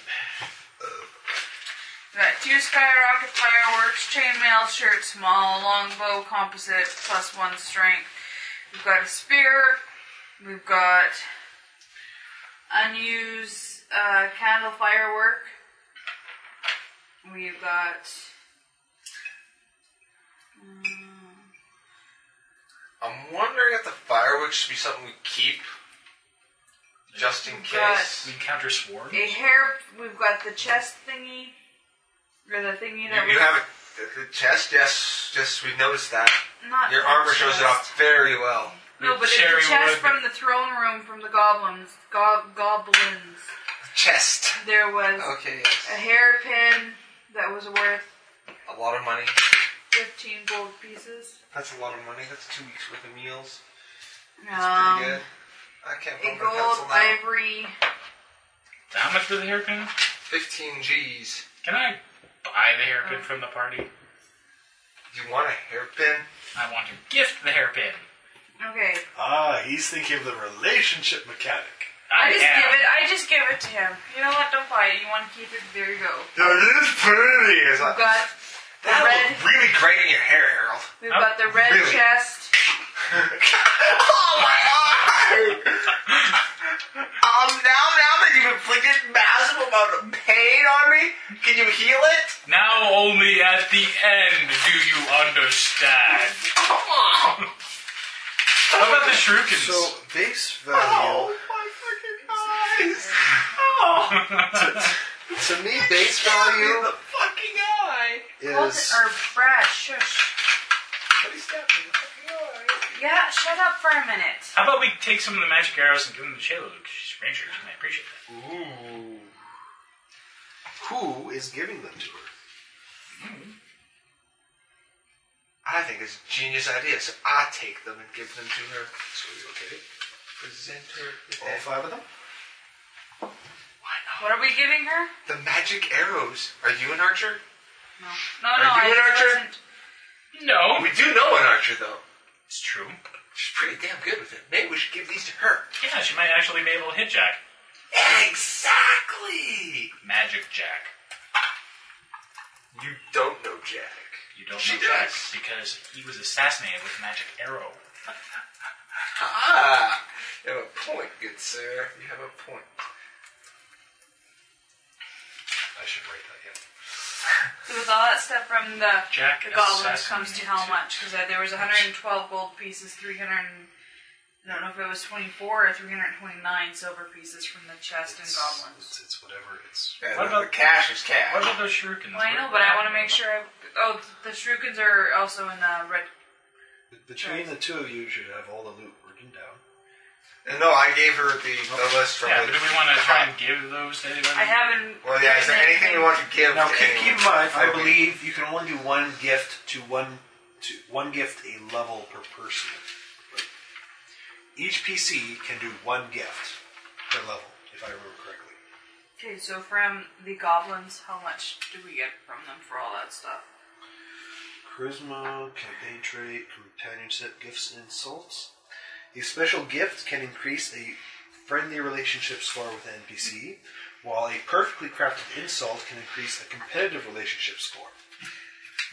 Speaker 5: We got two skyrocket fireworks, chainmail shirt, small, longbow composite, plus one strength. We've got a spear. We've got unused uh, candle firework. We've got.
Speaker 6: I'm wondering if the fireworks should be something we keep just in
Speaker 5: Yes.
Speaker 6: case.
Speaker 2: We encounter swarm.
Speaker 5: A hair. We've got the chest thingy, or the thingy that
Speaker 6: You,
Speaker 5: we
Speaker 6: you have a, the chest? Yes, yes, we noticed that.
Speaker 5: Not
Speaker 6: Your
Speaker 5: the
Speaker 6: armor shows it
Speaker 5: chest.
Speaker 6: off very well.
Speaker 5: No, but it's
Speaker 2: Cherry
Speaker 5: the chest
Speaker 2: wood.
Speaker 5: from the throne room from the goblins. Go- goblins.
Speaker 6: Chest.
Speaker 5: There was a
Speaker 6: Okay, yes.
Speaker 5: hairpin that was worth
Speaker 6: A lot of money.
Speaker 5: 15 gold pieces.
Speaker 6: That's a lot of money. That's two weeks worth of meals.
Speaker 5: Um,
Speaker 6: Pretty good. I can't
Speaker 5: a
Speaker 6: believe
Speaker 5: gold ivory.
Speaker 2: How much for the hairpin?
Speaker 6: 15 G's.
Speaker 2: Can I buy the
Speaker 5: Uh.
Speaker 2: hairpin from the party?
Speaker 6: You want a hairpin?
Speaker 2: I want to gift the hairpin.
Speaker 5: Okay,
Speaker 4: Ah, he's thinking of the relationship mechanic.
Speaker 5: I,
Speaker 2: I,
Speaker 5: just
Speaker 2: am.
Speaker 5: give it. I just give it to him. You know what? Don't buy it. You want to keep it? There you go.
Speaker 6: That is pretty. It's
Speaker 5: We've
Speaker 6: like,
Speaker 5: got the
Speaker 6: that
Speaker 5: red.
Speaker 6: look really great in your hair, Harold.
Speaker 5: We've got the red
Speaker 6: oh. Really?
Speaker 5: chest.
Speaker 6: Oh my eye! um, now, now that you've inflicted massive amount of pain on me, can you heal it?
Speaker 2: Now only at the end do you understand. How about the shurikens?
Speaker 4: So base
Speaker 6: Oh.
Speaker 4: value
Speaker 6: my fucking eyes!
Speaker 4: to me, base value
Speaker 6: The fucking eye!
Speaker 5: Hold
Speaker 4: is
Speaker 5: it, or Brad, shush.
Speaker 6: Somebody stabbed me in the fucking eye.
Speaker 5: Yeah, shut up for a minute.
Speaker 2: How about we take some of the magic arrows and give them to Shayla? because She's a ranger. She might appreciate that.
Speaker 4: who is giving them to her.
Speaker 6: think is a genius idea. So I take them and give them to her.
Speaker 4: So you okay?
Speaker 6: Present her with
Speaker 4: All
Speaker 6: that.
Speaker 4: five of them?
Speaker 5: What are we giving her?
Speaker 6: the magic arrows. Are you an archer?
Speaker 5: No. No,
Speaker 6: Are
Speaker 5: no,
Speaker 6: you
Speaker 5: I
Speaker 6: an
Speaker 5: just
Speaker 6: archer?
Speaker 5: wasn't.
Speaker 2: No.
Speaker 6: Oh, We do know an archer though.
Speaker 2: It's true.
Speaker 6: She's pretty damn good with it. Maybe we should give these to her.
Speaker 2: Yeah, she might actually be able to hit Jack.
Speaker 6: Exactly.
Speaker 2: Magic Jack.
Speaker 6: You don't know Jack.
Speaker 2: You don't
Speaker 6: She
Speaker 2: know Jack
Speaker 6: does.
Speaker 2: because he was assassinated with a magic arrow.
Speaker 6: Ah, you have a point, good sir. You have a point.
Speaker 4: I should write that, yeah.
Speaker 5: So with all that stuff from the,
Speaker 2: Jack
Speaker 5: the goblins comes to
Speaker 2: assassinated.
Speaker 5: how much? Because there was 112 gold pieces, 300. and- I don't know if it was 24 or 329 silver pieces from the chest and
Speaker 4: It's-
Speaker 5: goblins.
Speaker 4: It's, it's whatever. It's
Speaker 6: And
Speaker 2: What
Speaker 6: then
Speaker 2: about-
Speaker 6: the cash is cash?
Speaker 2: What about those shurikens?
Speaker 5: Well, I know, but I want to make sure. i oh, the shurikens are also in the red.
Speaker 4: between the two of you, you should have all the loot written down.
Speaker 6: No, I gave her the, the list from
Speaker 2: Yeah, but
Speaker 6: the.
Speaker 2: do we want to try and give those to anybody?
Speaker 5: I haven't.
Speaker 6: Well, yeah. Is there anything we want to give?
Speaker 4: Now,
Speaker 6: to
Speaker 4: keep,
Speaker 6: anyone?
Speaker 4: keep in mind, I
Speaker 6: Okay.
Speaker 4: believe you can only do one gift to one to one gift a level per person. Each PC can do one gift per level, if I remember correctly.
Speaker 5: Okay, so from the goblins, how much do we get from them for all that stuff?
Speaker 4: Charisma, campaign trait, companionship, gifts, and insults. A special gift can increase a friendly relationship score with an NPC, while a perfectly crafted insult can increase a competitive relationship score.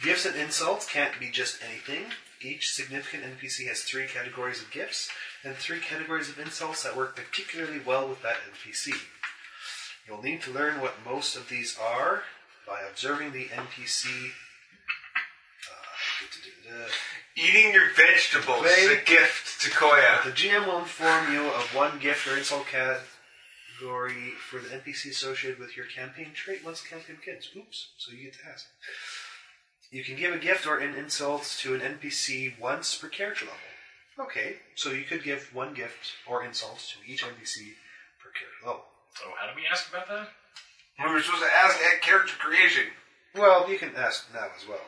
Speaker 4: Gifts and insults can't be just anything. Each significant NPC has three categories of gifts and three categories of insults that work particularly well with that NPC. You'll need to learn what most of these are by observing the NPC
Speaker 6: Eating your vegetables is a
Speaker 4: Play-
Speaker 6: gift to Koya.
Speaker 4: the GM will inform you of one gift or insult category for the NPC associated with your campaign trait once the campaign begins. Oops, so you get to ask. You can give a gift or an insult to an NPC once per character level. Okay, so you could give one gift or insult to each NPC per character level.
Speaker 2: So how do we ask about that?
Speaker 6: We were supposed to ask at character creation.
Speaker 4: Well, you can ask now as well.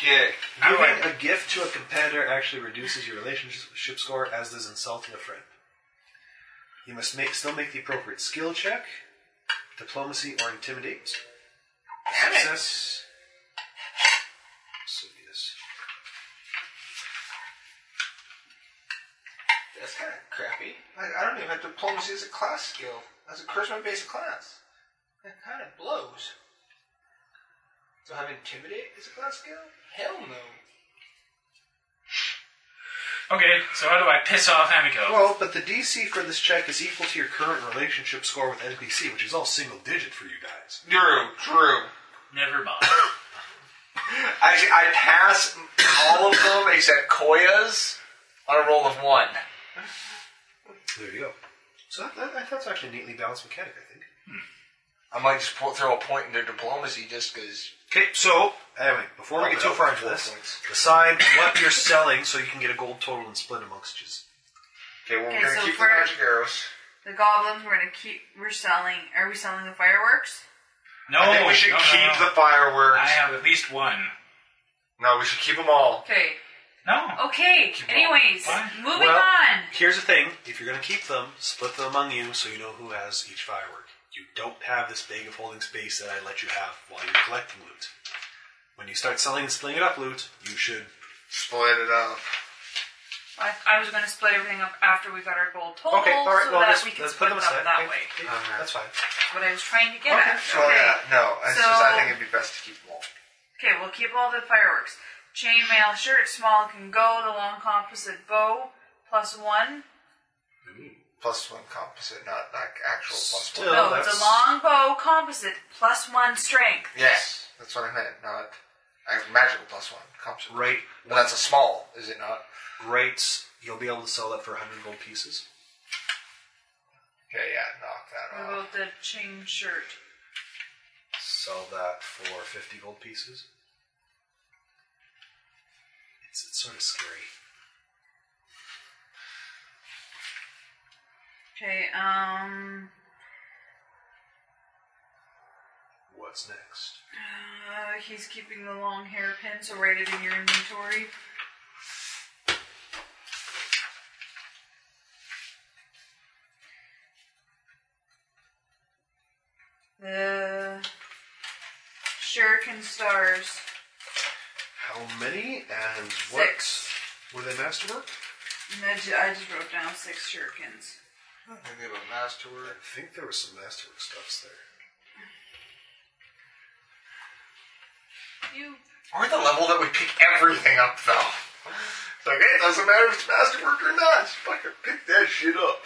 Speaker 6: Okay.
Speaker 2: How do
Speaker 4: Giving
Speaker 2: I?
Speaker 4: a gift to a competitor actually reduces your relationship score, as does insulting a friend. You must make, still make the appropriate skill check, diplomacy, or intimidate. Success. So yes.
Speaker 6: That's kind of crappy. I, I don't even have diplomacy as a class skill. As a charisma based class. That kind of blows. Do I have intimidate as a class skill? Hell no.
Speaker 2: Okay, so how do I piss off Amico?
Speaker 4: Well, but the DC for this check is equal to your current relationship score with NPC, which is all single digit for you guys.
Speaker 6: True, true.
Speaker 2: Never mind.
Speaker 6: Actually, I pass all of them except Koya's on a roll of one.
Speaker 4: There you go. So that, that, that's actually a neatly balanced mechanic, I think.
Speaker 6: I might just pull, throw a point in their diplomacy just because.
Speaker 4: Okay, so anyway, before we get too far into this, decide what you're selling so you can get a gold total and split amongst you.
Speaker 6: Okay, well,
Speaker 5: Okay, so for-
Speaker 6: arrows.
Speaker 5: The goblins, we're gonna keep. We're selling. Are we selling the fireworks?
Speaker 2: No,
Speaker 6: I think we should
Speaker 2: no, no,
Speaker 6: keep
Speaker 2: no.
Speaker 6: the fireworks.
Speaker 2: I have at least one.
Speaker 6: No, we should keep them all.
Speaker 5: Okay.
Speaker 2: No.
Speaker 5: Okay. Anyways,
Speaker 2: Why?
Speaker 5: moving
Speaker 4: Well-
Speaker 5: on.
Speaker 4: Here's the thing: if you're going to keep them, split them among you so you know who has each firework. You don't have this bag of holding space that I let you have while you're collecting loot. When you start selling and splitting it up loot, you should.
Speaker 6: Split it up.
Speaker 5: I, I was gonna split everything up after we got our gold total,
Speaker 4: Okay, all right.
Speaker 5: so
Speaker 4: well,
Speaker 5: that
Speaker 4: let's,
Speaker 5: we can
Speaker 4: let's
Speaker 5: split
Speaker 4: put them
Speaker 5: it up
Speaker 4: aside.
Speaker 5: that
Speaker 4: Okay,
Speaker 5: way.
Speaker 4: okay,
Speaker 6: All right.
Speaker 4: That's fine.
Speaker 5: That's what I was trying to get
Speaker 4: Okay,
Speaker 5: at.
Speaker 6: So yeah, no, it's just, I
Speaker 5: So-
Speaker 6: think it'd be best to keep them all.
Speaker 5: Okay, we'll keep all the fireworks. Chainmail shirt, small can go, the long composite bow, plus one.
Speaker 6: Plus one composite, not like actual plus
Speaker 4: Still-
Speaker 6: one.
Speaker 4: No,
Speaker 5: No, it's
Speaker 4: that's-
Speaker 5: a long bow composite, plus one strength.
Speaker 6: Yes, that's what I meant. Not a magical plus one composite.
Speaker 4: Right.
Speaker 6: Well, that's a small, is it not?
Speaker 4: Great. You'll be able to sell that for 100 gold pieces.
Speaker 6: Yeah, yeah, knock that
Speaker 5: What
Speaker 6: off.
Speaker 5: about the chain shirt?
Speaker 4: Sell that for 50 gold pieces. It's, it's sort of scary.
Speaker 5: Okay, um.
Speaker 4: What what's next.
Speaker 5: Uh, he's keeping the long hairpin, so write it in your inventory. The shuriken stars.
Speaker 4: How many and what
Speaker 5: Six.
Speaker 4: were they masterwork?
Speaker 5: And I ju- I just wrote down six shurikens.
Speaker 6: Anything about masterwork?
Speaker 4: I think there was some masterwork stuffs there.
Speaker 5: You
Speaker 6: We're at the level that we pick everything up, though. It's like, hey, it doesn't matter if it's masterwork or not. Just fucking pick that shit up.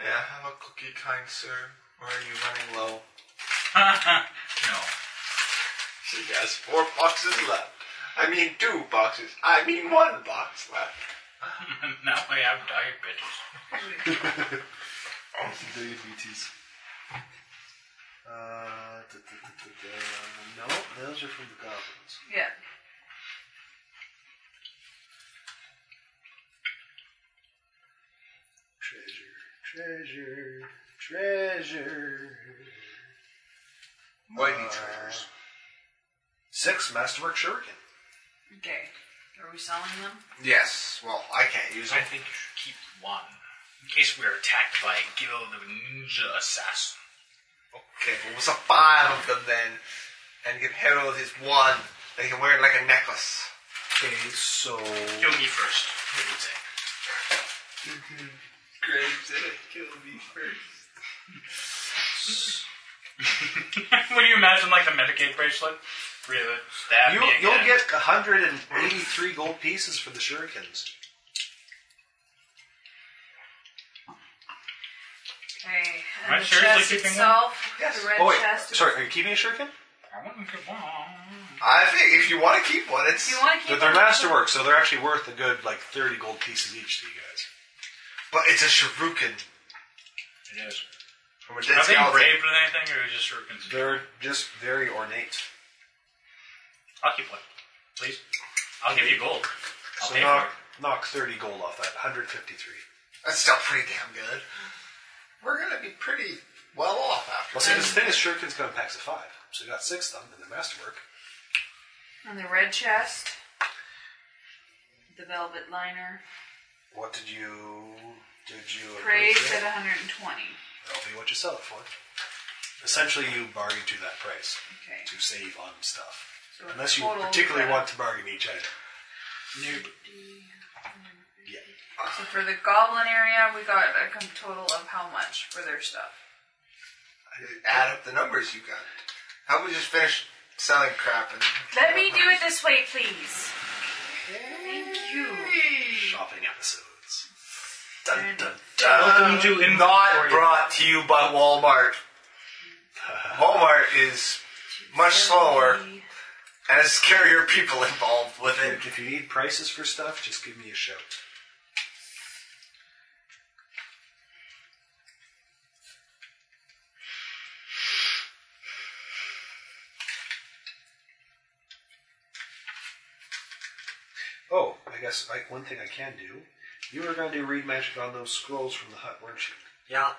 Speaker 6: Yeah, I'm a cookie kind sir. Or are you running low?
Speaker 2: no.
Speaker 6: She has four boxes left. I mean, two boxes. I mean, one box left.
Speaker 2: now I have diabetes.
Speaker 4: Diabetes. Uh, da, da, da, da, da. no, those are from the goblins.
Speaker 5: yeah.
Speaker 4: Treasure, treasure, treasure.
Speaker 6: Mighty treasures.
Speaker 4: Six masterwork shuriken.
Speaker 5: Okay. Are we selling them?
Speaker 6: Uh, Yes. Well, I can't use
Speaker 2: I
Speaker 6: them.
Speaker 2: think you should keep one. In case we are attacked by a guild of ninja assassins.
Speaker 6: Okay, but what's a five of them then? And you can herald his one. They can wear it like a necklace.
Speaker 4: Okay, so
Speaker 2: Kill me first, I would say.
Speaker 6: Graves in it. Kill me first.
Speaker 2: Would you imagine like the Medicaid bracelet? Really? Stab
Speaker 4: you
Speaker 2: me again.
Speaker 4: you'll get 183 gold pieces for the shurikens.
Speaker 5: Okay.
Speaker 2: Am I
Speaker 5: And the
Speaker 2: seriously
Speaker 5: chest
Speaker 2: keeping one?
Speaker 5: itself.
Speaker 6: Yes.
Speaker 5: The red
Speaker 4: Oh wait,
Speaker 5: chest.
Speaker 4: sorry, are you keeping a shuriken?
Speaker 2: I wouldn't get one.
Speaker 6: I think if you want to keep one, it's.
Speaker 5: Do you want to
Speaker 4: But
Speaker 5: keep
Speaker 4: they're
Speaker 5: them?
Speaker 4: masterwork, so they're actually worth a good like 30 gold pieces each to you guys.
Speaker 6: But it's a shuriken
Speaker 2: It is.
Speaker 6: from a
Speaker 2: Are
Speaker 6: dead
Speaker 2: they
Speaker 6: skeleton.
Speaker 2: engraved with anything or just shurikens?
Speaker 4: They're just very ornate.
Speaker 2: I'll keep one. Please. I'll give you gold. I'll
Speaker 4: So
Speaker 2: pay
Speaker 4: knock
Speaker 2: for it.
Speaker 4: knock 30 gold off that 153.
Speaker 6: That's still pretty damn good. We're gonna be pretty well off after
Speaker 4: Well, see, this thing is shuriken's come in packs of five, so you got six of them in the masterwork.
Speaker 5: And the red chest. The velvet liner.
Speaker 4: What did you did you
Speaker 5: Praise
Speaker 4: appreciate?
Speaker 5: at 120.
Speaker 4: That'll be what you sell it for. Essentially, you bargain to that price
Speaker 5: Okay.
Speaker 4: to save on stuff,
Speaker 5: So
Speaker 4: unless you
Speaker 5: total
Speaker 4: particularly
Speaker 5: red.
Speaker 4: want to bargain each item. Yeah.
Speaker 5: So for the goblin area, we got a com- total of how much for their stuff?
Speaker 6: Add up the numbers you got. How about we just finish selling crap and
Speaker 5: Let me do it this way, please. Thank you.
Speaker 4: Shopping episodes. Dun, dun,
Speaker 2: Welcome to
Speaker 6: not
Speaker 2: inventory.
Speaker 6: brought to you by Walmart. Walmart is much slower
Speaker 5: Thirty.
Speaker 6: and has scarier people involved with
Speaker 4: dun.
Speaker 6: it.
Speaker 4: If you need prices for stuff, just give me a shout. Oh, I guess I, one thing I can do. You were going to do read magic on those scrolls from the hut, weren't you?
Speaker 6: Yeah.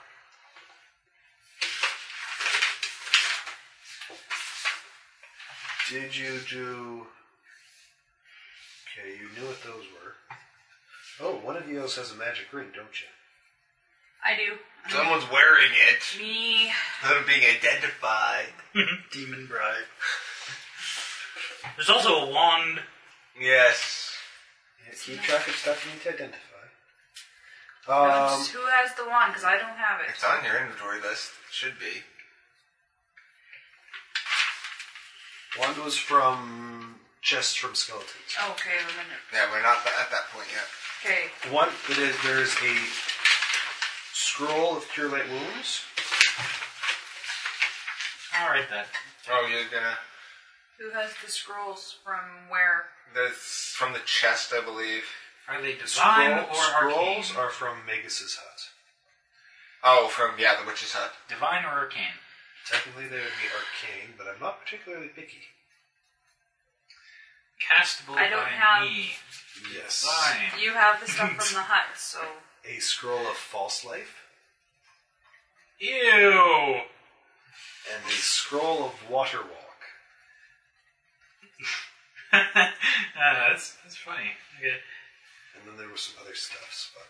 Speaker 4: Did you do? Okay, you knew what those were. Oh, one of you else has a magic ring, don't you?
Speaker 5: I do.
Speaker 6: Someone's wearing it.
Speaker 5: Me.
Speaker 6: They're being identified.
Speaker 2: Demon bride. There's also a wand.
Speaker 6: Yes.
Speaker 4: Yeah, keep track of stuff you need to identify.
Speaker 5: Um,
Speaker 4: Um,
Speaker 5: who has the wand? Because I don't have it.
Speaker 6: It's on your inventory list. It should be.
Speaker 4: one was from chests from skeletons.
Speaker 5: Okay, wait a minute.
Speaker 6: Yeah, we're not at that point yet.
Speaker 5: Okay.
Speaker 4: One it is there is a scroll of cure light wounds.
Speaker 2: Alright then.
Speaker 6: Oh, you're gonna.
Speaker 5: Who has the scrolls from where?
Speaker 6: That's from the chest, I believe.
Speaker 2: Are they divine
Speaker 4: Scroll-
Speaker 2: or arcane?
Speaker 4: scrolls are from Magus's hut.
Speaker 6: Oh, from yeah, the witch's hut.
Speaker 2: divine or arcane?
Speaker 4: Technically, they would be arcane, but I'm not particularly picky.
Speaker 2: Castable
Speaker 5: I don't
Speaker 2: by
Speaker 5: have-
Speaker 2: me.
Speaker 4: Yes.
Speaker 2: Divine.
Speaker 5: You have the stuff from the hut, so
Speaker 4: A scroll of false life.
Speaker 2: Ew.
Speaker 4: and a scroll of water walk.
Speaker 2: Ah, that's that's funny. Okay.
Speaker 4: And then there was some other stuffs, but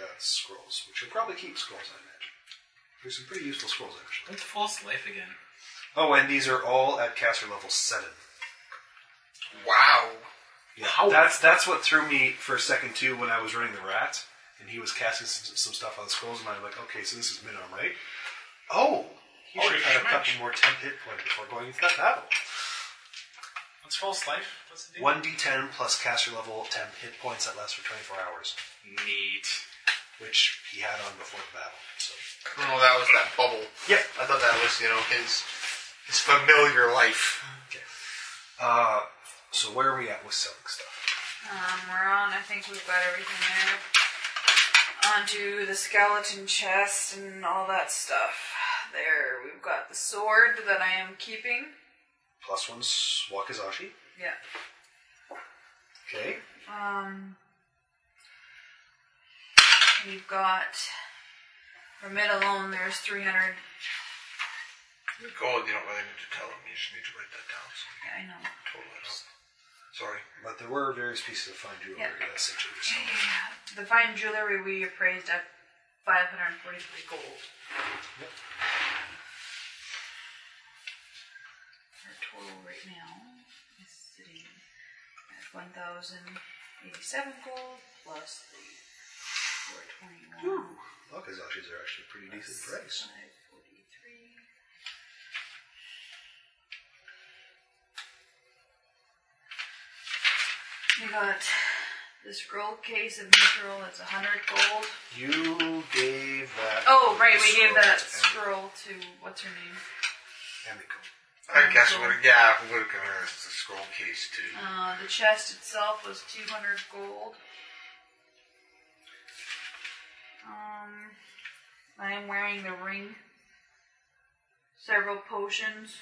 Speaker 4: that's scrolls, which you'll probably keep scrolls, I imagine. There's some pretty useful scrolls, actually.
Speaker 2: What's false life again?
Speaker 4: Oh, and these are all at caster level 7.
Speaker 6: Wow.
Speaker 4: Yeah, that's that's what threw me for a second, too, when I was running the rat, and he was casting some, some stuff on the scrolls, and I'm like, okay, so this is mid arm, right? Oh! He
Speaker 2: Holy
Speaker 4: should have had a
Speaker 2: smokes.
Speaker 4: couple more temp hit points before going into that battle.
Speaker 2: What's false life? What's the deal?
Speaker 4: 1d10 plus caster level temp hit points that lasts for 24 hours,
Speaker 2: Neat.
Speaker 4: which he had on before the battle. So.
Speaker 6: No, that was that bubble.
Speaker 4: Yep.
Speaker 6: I thought that was, you know, his his familiar life.
Speaker 4: Okay. Uh, so where are we at with selling stuff?
Speaker 5: Um, we're on, I think we've got everything there. Onto the skeleton chest and all that stuff. There, we've got the sword that I am keeping.
Speaker 4: Plus one s- wakizashi.
Speaker 5: Yeah.
Speaker 4: Okay.
Speaker 5: Um, we've got for mid alone. There's 300.
Speaker 6: You're gold, you don't really need to tell him. You just need to write that down. So you
Speaker 5: I know.
Speaker 6: totally know. Sorry.
Speaker 4: But there were various pieces of fine jewelry uh,
Speaker 5: Yeah.
Speaker 4: that Century was selling.
Speaker 5: The fine jewelry we appraised at 543 gold. Our total right now is sitting at 1,087 gold plus the 421.
Speaker 4: Wakizashis are actually pretty decent price.
Speaker 5: 543. We got the scroll case of neutral. It's 100 gold.
Speaker 4: You gave that.
Speaker 5: Oh, right,
Speaker 4: the
Speaker 5: we gave that
Speaker 4: scroll
Speaker 5: scroll to what's her name?
Speaker 4: to Em- Emiko.
Speaker 6: I guess we would yeah, we would have given her the scroll case too.
Speaker 5: Uh, the chest itself was 200 gold. Um, I am wearing the ring. Several potions.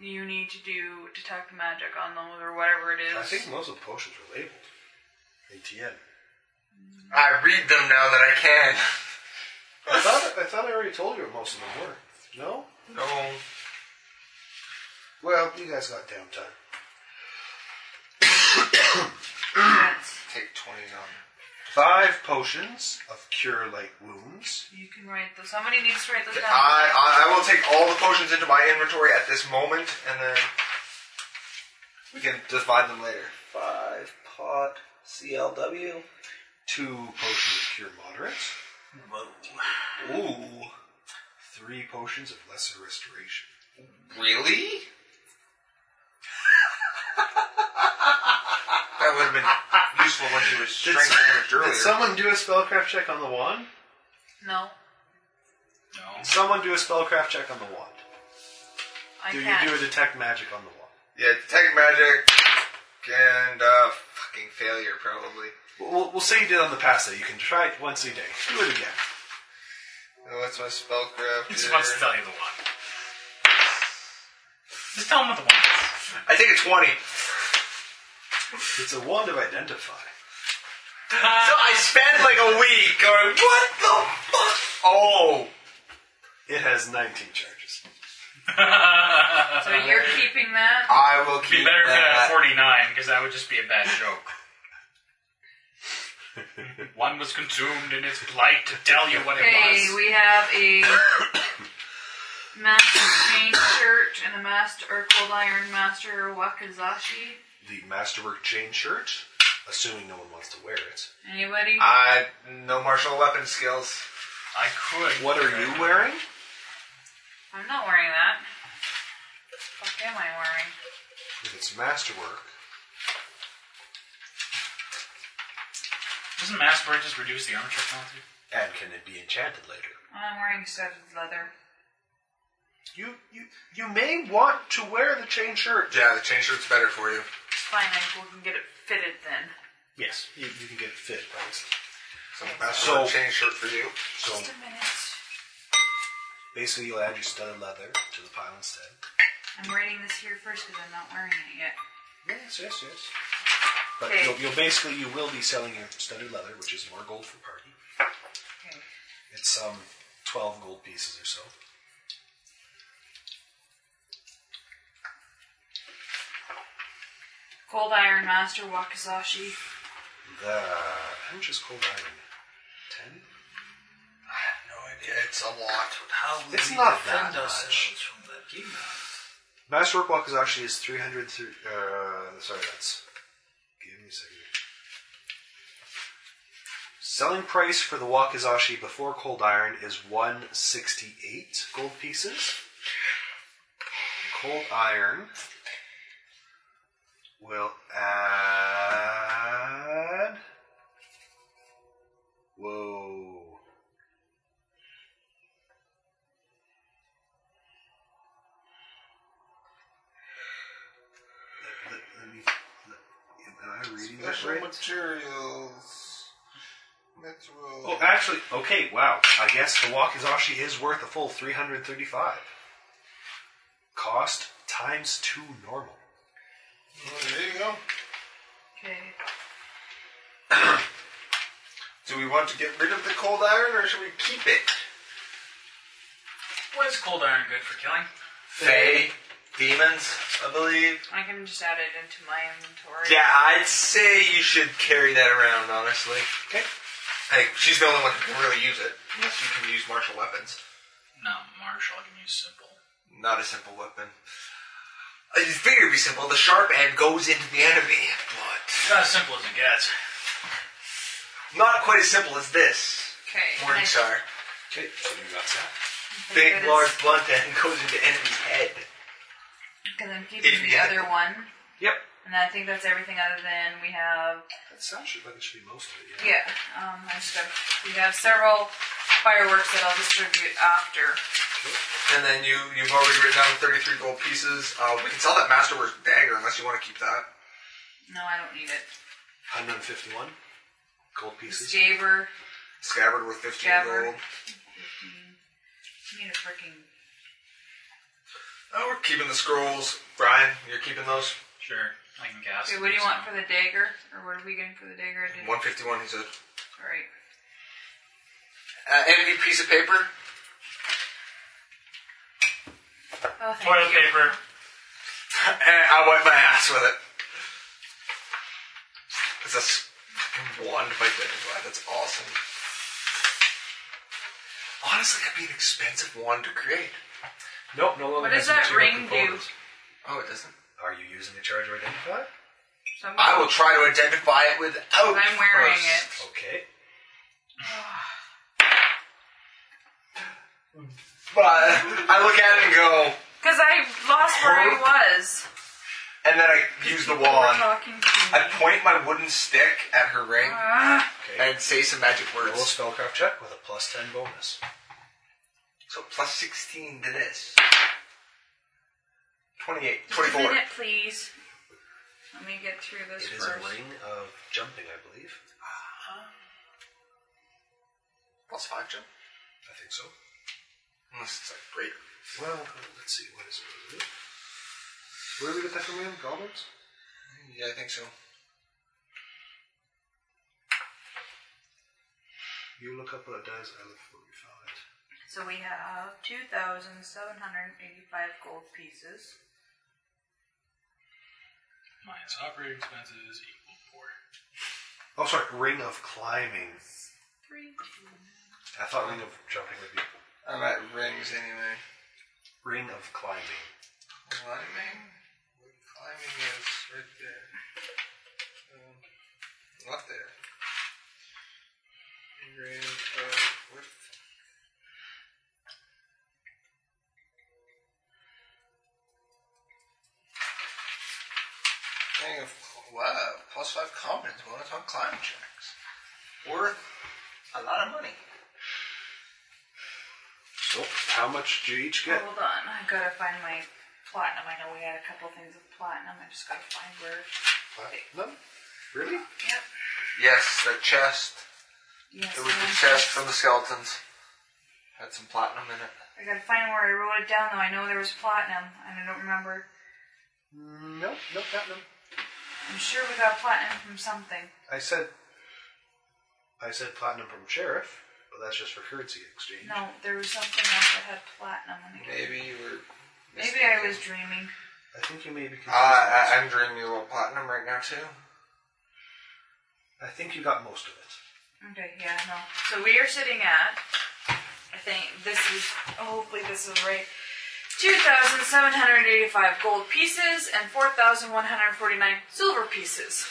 Speaker 5: You need to do detect magic on those or whatever it is.
Speaker 4: I think most of the potions were labeled in TN.
Speaker 6: I read them now that I can.
Speaker 4: I thought I thought I already told you what most of them were. No.
Speaker 6: No.
Speaker 4: Well, you guys got downtime.
Speaker 5: that
Speaker 6: Take twenty on.
Speaker 4: Five potions of cure like wounds.
Speaker 5: you can write those. Somebody needs to write those down.
Speaker 6: I, I I will take all the potions into my inventory at this moment, and then we can divide them later.
Speaker 4: Five pot CLW. Two potions of cure moderate. Ooh. Three potions of lesser restoration.
Speaker 6: Really? that would have been useful when she was strength damage earlier.
Speaker 4: Did someone do a spellcraft check on the wand?
Speaker 5: no,
Speaker 2: No.
Speaker 4: Someone do a spellcraft check on the wand.
Speaker 5: I
Speaker 4: do
Speaker 5: can't.
Speaker 4: you do a detect magic on the wand?
Speaker 6: yeah, detect magic and uh, fucking failure probably.
Speaker 4: We'll, we'll say you did on the past day. You can try it once a day. Do it again.
Speaker 6: Oh, what's my spellcraft?
Speaker 2: Just wants to
Speaker 6: here?
Speaker 2: tell you the one. Just tell him what the one is.
Speaker 6: I take a twenty.
Speaker 4: It's a wand of identify.
Speaker 6: So I spent like a week going, what the fuck? Oh,
Speaker 4: It has 19 charges.
Speaker 5: so you're keeping that.
Speaker 6: I will
Speaker 2: It'd
Speaker 6: keep
Speaker 2: be better if it had
Speaker 6: that.
Speaker 2: 49, because that would just be a bad joke. one was consumed in its plight to tell you what it
Speaker 5: Okay,
Speaker 2: was.
Speaker 5: we have a master chain shirt and a master or cold iron master wakizashi.
Speaker 4: The masterwork chain shirt, assuming no one wants to wear it.
Speaker 5: Anybody?
Speaker 6: I no martial weapon skills.
Speaker 2: I could.
Speaker 4: What are you wearing?
Speaker 5: I'm not wearing that. Fuck am I wearing?
Speaker 4: If it's masterwork,
Speaker 2: Doesn't mass burn just reduce the armature penalty?
Speaker 4: and can it be enchanted later?
Speaker 5: I'm wearing studded leather.
Speaker 4: You you you may want to wear the chain shirt.
Speaker 6: Yeah, the chain shirt's better for you.
Speaker 5: It's fine, I we can get it fitted then.
Speaker 4: Yes, you, you can get it fit, right?
Speaker 6: So that's
Speaker 4: So-
Speaker 6: so, chain shirt for you.
Speaker 4: So
Speaker 5: Just a minute.
Speaker 4: basically, you'll add your studded leather to the pile instead.
Speaker 5: I'm writing this here first because I'm not wearing it yet.
Speaker 4: Yes, yes, yes. But
Speaker 5: Okay.
Speaker 4: you'll, you'll basically you will be selling your studded leather, which is more gold for party.
Speaker 5: Okay.
Speaker 4: It's um 12 gold pieces or so.
Speaker 5: Cold Iron Master Wakasashi.
Speaker 4: The, how much is cold iron? 10?
Speaker 8: I have no idea.
Speaker 6: It's a lot.
Speaker 8: How would
Speaker 4: It's
Speaker 8: we
Speaker 4: not
Speaker 8: defend
Speaker 4: that
Speaker 8: ourselves
Speaker 4: much.
Speaker 8: from that demon?
Speaker 4: Masterwork Wakazashi is 300. Th- uh, sorry, that's. Give me a second. Selling price for the Wakazashi before cold iron is 168 gold pieces. Cold iron will add. Whoa. Let, let me. Let, am I reading that right?
Speaker 6: materials. Natural.
Speaker 4: Oh, actually, okay, wow. I guess the Wakizashi is worth a full 335. Cost times two normal.
Speaker 6: Oh, there you go.
Speaker 5: Okay.
Speaker 6: Do we want to get rid of the cold iron or should we keep it?
Speaker 2: What is cold iron good for killing?
Speaker 8: Fae,
Speaker 6: demons, I believe.
Speaker 5: I can just add it into my inventory.
Speaker 8: Yeah, I'd say you should carry that around, honestly.
Speaker 6: Hey, she's the only one who can really use it. She can use martial weapons.
Speaker 2: Not martial. I can use simple.
Speaker 6: Not a simple weapon. I figured it'd be simple. The sharp end goes into the enemy, but
Speaker 2: Not as simple as it gets.
Speaker 6: not quite as simple as this.
Speaker 5: Okay.
Speaker 6: Morningstar.
Speaker 4: Okay, so you got that.
Speaker 6: Big, large, blunt end goes into enemy's head.
Speaker 5: Because I'm
Speaker 6: If
Speaker 5: keeping
Speaker 6: you
Speaker 5: the
Speaker 6: have
Speaker 5: other
Speaker 6: it.
Speaker 5: one.
Speaker 4: Yep.
Speaker 5: And I think that's everything other than we have.
Speaker 4: That sounds should- like it should be most of it, yeah.
Speaker 5: Yeah. Um, I just got, we have several fireworks that I'll distribute after.
Speaker 6: And then you, you've already written down 33 gold pieces. Uh, we can sell that Masterworks dagger unless you want to keep that.
Speaker 5: No, I don't need it.
Speaker 4: 151 gold pieces.
Speaker 5: Jaber.
Speaker 6: Scabbard worth 15
Speaker 5: Scabbard.
Speaker 6: gold.
Speaker 5: I need a freaking.
Speaker 6: Oh, we're keeping the scrolls. Brian, you're keeping those?
Speaker 2: Sure. I can gas.
Speaker 5: Okay, what do you want for the dagger? Or what are we getting for the dagger? I didn't.
Speaker 6: 151, he said.
Speaker 5: Alright.
Speaker 6: Uh, any piece of paper?
Speaker 5: Oh, thank
Speaker 2: Toilet
Speaker 5: you.
Speaker 2: paper.
Speaker 6: Eh, I wipe my ass with it. It's a s- fucking wand by Identify. That's awesome. Honestly, that'd be an expensive wand to create.
Speaker 4: Nope, no longer
Speaker 5: What does
Speaker 4: has
Speaker 5: that
Speaker 4: material
Speaker 5: ring do?
Speaker 4: components.
Speaker 6: Oh, it doesn't.
Speaker 4: Are you using the charge to identify?
Speaker 5: Something-
Speaker 6: I will try to identify it without.
Speaker 5: I'm wearing
Speaker 6: first.
Speaker 5: it.
Speaker 4: Okay.
Speaker 6: But I look at it and go,
Speaker 5: Because I lost where I was.
Speaker 6: and then I use the
Speaker 5: People were
Speaker 6: wand.
Speaker 5: talking to
Speaker 6: I
Speaker 5: me.
Speaker 6: point my wooden stick at her ring
Speaker 5: Ah,
Speaker 4: Okay.
Speaker 6: and say some magic
Speaker 4: Roll a
Speaker 6: words.
Speaker 4: spellcraft check with a plus 10 bonus.
Speaker 6: So plus 16 to this. 28.
Speaker 5: just a
Speaker 6: 24.
Speaker 5: minute, please. Let me get through this
Speaker 4: It is a
Speaker 5: first.
Speaker 4: ring of jumping, I believe.
Speaker 6: Plus 5 jump?
Speaker 4: I think so.
Speaker 6: Unless it's like greater.
Speaker 4: Well, let's see, what is it? Where did we get that from again? Goblins?
Speaker 6: Yeah, I think so.
Speaker 4: You look up what it does, I look for what you found it.
Speaker 5: So we have 2,785 gold piees.
Speaker 2: Minus operating expenses equal four.
Speaker 4: Oh, sorry, Ring of Climbing.
Speaker 5: Three.
Speaker 4: I thought Ring of Jumping would be.
Speaker 6: I'm at rings anyway.
Speaker 4: Ring of Climbing.
Speaker 6: Climbing? Climbing is right there. Um, not there. Ring of. What? Ring of. Wow, plus five confidence bonus on climbing checks. Worth a lot of money.
Speaker 4: So, how much do you each get?
Speaker 5: Hold on, I gotta find my platinum. I know we had a couple things of platinum. I just gotta find where.
Speaker 4: None? Really?
Speaker 5: Yep.
Speaker 6: Yes, the chest.
Speaker 5: Yes.
Speaker 6: It was the
Speaker 5: um,
Speaker 6: chest from the skeletons. Had some platinum in it.
Speaker 5: I gotta find where I wrote it down though. I know there was platinum, and I don't remember.
Speaker 4: No, no platinum.
Speaker 5: I'm sure we got platinum from something.
Speaker 4: I said. I said platinum from Sheriff, but that's just for currency exchange.
Speaker 5: No, there was something else that had platinum in it.
Speaker 6: Maybe you were.
Speaker 5: Maybe I was dreaming.
Speaker 4: Ah, I think you may be confused.
Speaker 6: Uh, I, I'm dreaming a little platinum right now too.
Speaker 4: I think you got most of it.
Speaker 5: Okay, yeah, no. So we are sitting at, I think this is, oh, hopefully this is right, 2,785 gold pieces and 4,149 silver pieces.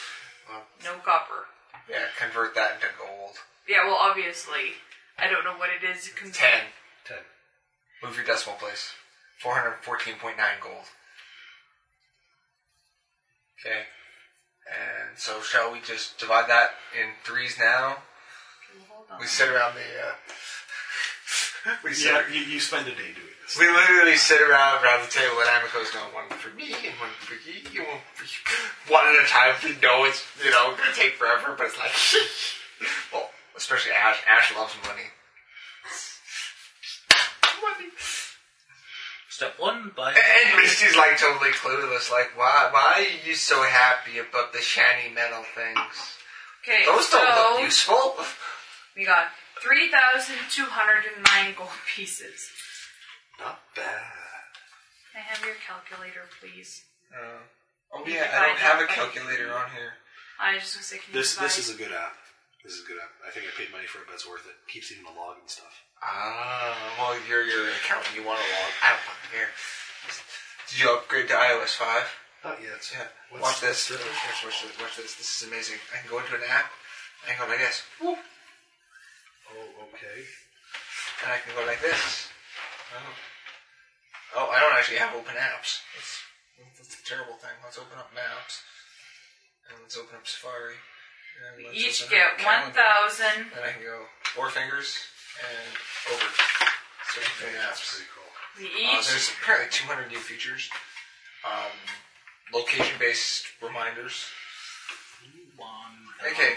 Speaker 5: No copper.
Speaker 6: Yeah, convert that into gold.
Speaker 5: Yeah, well, obviously, I don't know what it is. Con-
Speaker 6: Ten.
Speaker 4: Ten.
Speaker 6: Move your decimal place. Four hundred fourteen point nine gold. Okay. And so, shall we just divide that in threes now?
Speaker 5: Hold on.
Speaker 9: We sit around the. Uh, we sit.
Speaker 4: Yeah, you, you spend a day doing this.
Speaker 6: We literally sit around around the table, and Amico goes, "No, one for me, and one for you, and one for you, one at a time." We know it's you know gonna take forever, but it's like, well, especially Ash. Ash loves money.
Speaker 2: Step one, buy.
Speaker 6: And Misty's like totally clueless. Like, why? Why are you so happy about the shiny metal things?
Speaker 5: Okay,
Speaker 6: Those
Speaker 5: so
Speaker 6: don't look useful.
Speaker 5: we got 3,209 gold pieces.
Speaker 4: Not bad.
Speaker 5: Can I have your calculator, please?
Speaker 6: Oh
Speaker 5: You
Speaker 6: yeah,
Speaker 5: can
Speaker 6: I don't
Speaker 5: find
Speaker 6: have a
Speaker 5: out.
Speaker 6: calculator on here.
Speaker 5: I was just gonna say, can
Speaker 4: This
Speaker 5: you buy
Speaker 4: this is a good app. This is a good app. I think I paid money for it, but it's worth it. Keeps even a log and stuff.
Speaker 6: Ah, well, you're your accountant. You want to log? I don't fucking care. Did you upgrade to iOS five?
Speaker 4: Not yet.
Speaker 6: Yeah.
Speaker 4: What's-
Speaker 6: watch this.
Speaker 4: what's the-
Speaker 6: Watch, watch, watch this. Watch this. This is amazing. I can go into an app. I can go like this, whoop,
Speaker 4: Oh, okay.
Speaker 6: and I can go like this. Oh, oh I don't actually have open apps. That's, that's a terrible thing. Let's open up Maps, and let's open up Safari. and
Speaker 5: We
Speaker 6: let's
Speaker 5: each
Speaker 6: open up
Speaker 5: get one
Speaker 6: Calendar.
Speaker 5: thousand.
Speaker 6: Then I can go four fingers and over. So I can do
Speaker 4: That's
Speaker 6: apps.
Speaker 4: pretty cool.
Speaker 5: We
Speaker 6: Uh,
Speaker 5: each
Speaker 6: there's apparently 200 new features. Um, location-based reminders. Okay.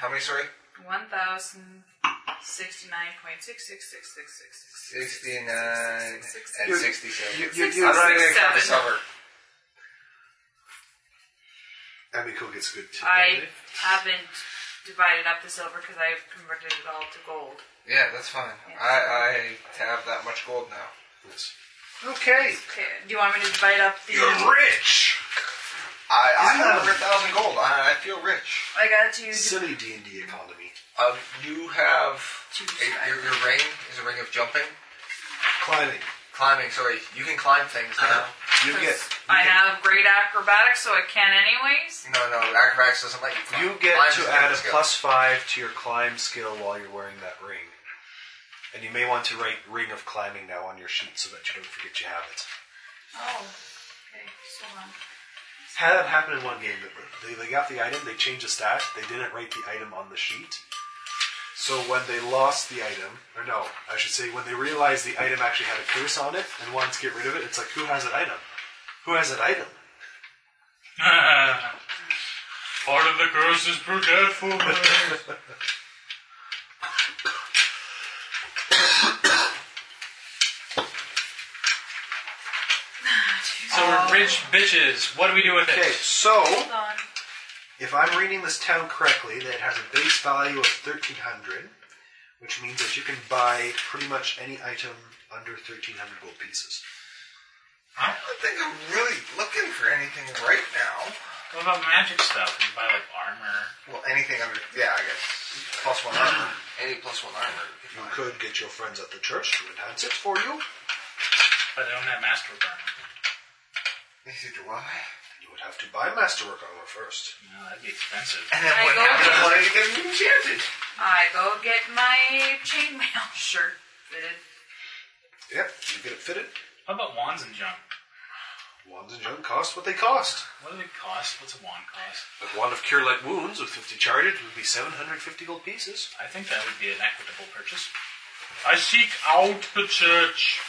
Speaker 6: How many? Sorry,
Speaker 5: one thousand sixty-nine point six six six six six six.
Speaker 6: 69
Speaker 5: six,
Speaker 6: and
Speaker 5: six,
Speaker 6: 67.
Speaker 4: You, you,
Speaker 5: Six,
Speaker 4: you,
Speaker 6: I'm not even gonna
Speaker 5: six,
Speaker 6: count this
Speaker 5: seven.
Speaker 6: over.
Speaker 4: Amico gets good. too, doesn't
Speaker 5: I
Speaker 4: he?
Speaker 5: haven't divided up the silver because I've converted it all to gold.
Speaker 6: Yeah, that's fine. I, I have that much gold now.
Speaker 4: Yes.
Speaker 9: Okay.
Speaker 5: Okay, do you want me to divide up the?
Speaker 9: rich.
Speaker 6: I, I have over a thousand gold. I, I feel rich.
Speaker 5: I got to.
Speaker 4: Silly D and D economy.
Speaker 6: Um, you have
Speaker 5: Two
Speaker 6: a, your, your ring is a ring of jumping,
Speaker 4: Climbing.
Speaker 6: climbing. Sorry, you can climb things now.
Speaker 4: You get
Speaker 5: I have great acrobatics, so I can anyways.
Speaker 6: No, no, acrobatics doesn't let you. Climb.
Speaker 4: you get
Speaker 6: Climb is
Speaker 4: to
Speaker 6: a
Speaker 4: add a
Speaker 6: skill.
Speaker 4: plus five to your climb skill while you're wearing that ring. And you may want to write ring of climbing now on your sheet so that you don't forget you have it.
Speaker 5: Oh, okay, so on.
Speaker 4: Had that happen in one game, that they, they got the item, they changed the stat, they didn't write the item on the sheet. So when they lost the item, or no, I should say when they realized the item actually had a curse on it and wanted to get rid of it, it's like who has an item? Who has an item?
Speaker 2: Part of the curse is too dead for me. So we're rich bitches. What do we do with
Speaker 4: Okay,
Speaker 2: it?
Speaker 4: so
Speaker 5: Hold on.
Speaker 4: If I'm reading this town correctly, that it has a base value of 1300, which means that you can buy pretty much any item under 1300 gold pieces.
Speaker 6: I don't think I'm really looking for anything right now.
Speaker 2: What about magic stuff? You buy like armor.
Speaker 6: Well, anything under, yeah, I guess. Plus one armor. Any plus one armor.
Speaker 4: You could get your friends at the church to enhance it for you.
Speaker 2: But Oh, they don't have masterwork armor.
Speaker 6: Neither do I.
Speaker 4: You would have to buy masterwork armor first.
Speaker 2: No, that'd be expensive.
Speaker 6: And then
Speaker 5: I
Speaker 6: what
Speaker 5: go
Speaker 6: happened?
Speaker 5: get-
Speaker 6: I wanted to get them enchanted.
Speaker 5: I go get my chainmail shirt fitted.
Speaker 4: Yep, you get it fitted.
Speaker 2: How about wands and junk?
Speaker 4: Wands and junk cost what they cost.
Speaker 2: What do they cost? What's a wand cost?
Speaker 4: A wand of cure light wounds with 50 charted would be 750 gold pieces.
Speaker 2: I think that would be an equitable purchase. I seek out the church.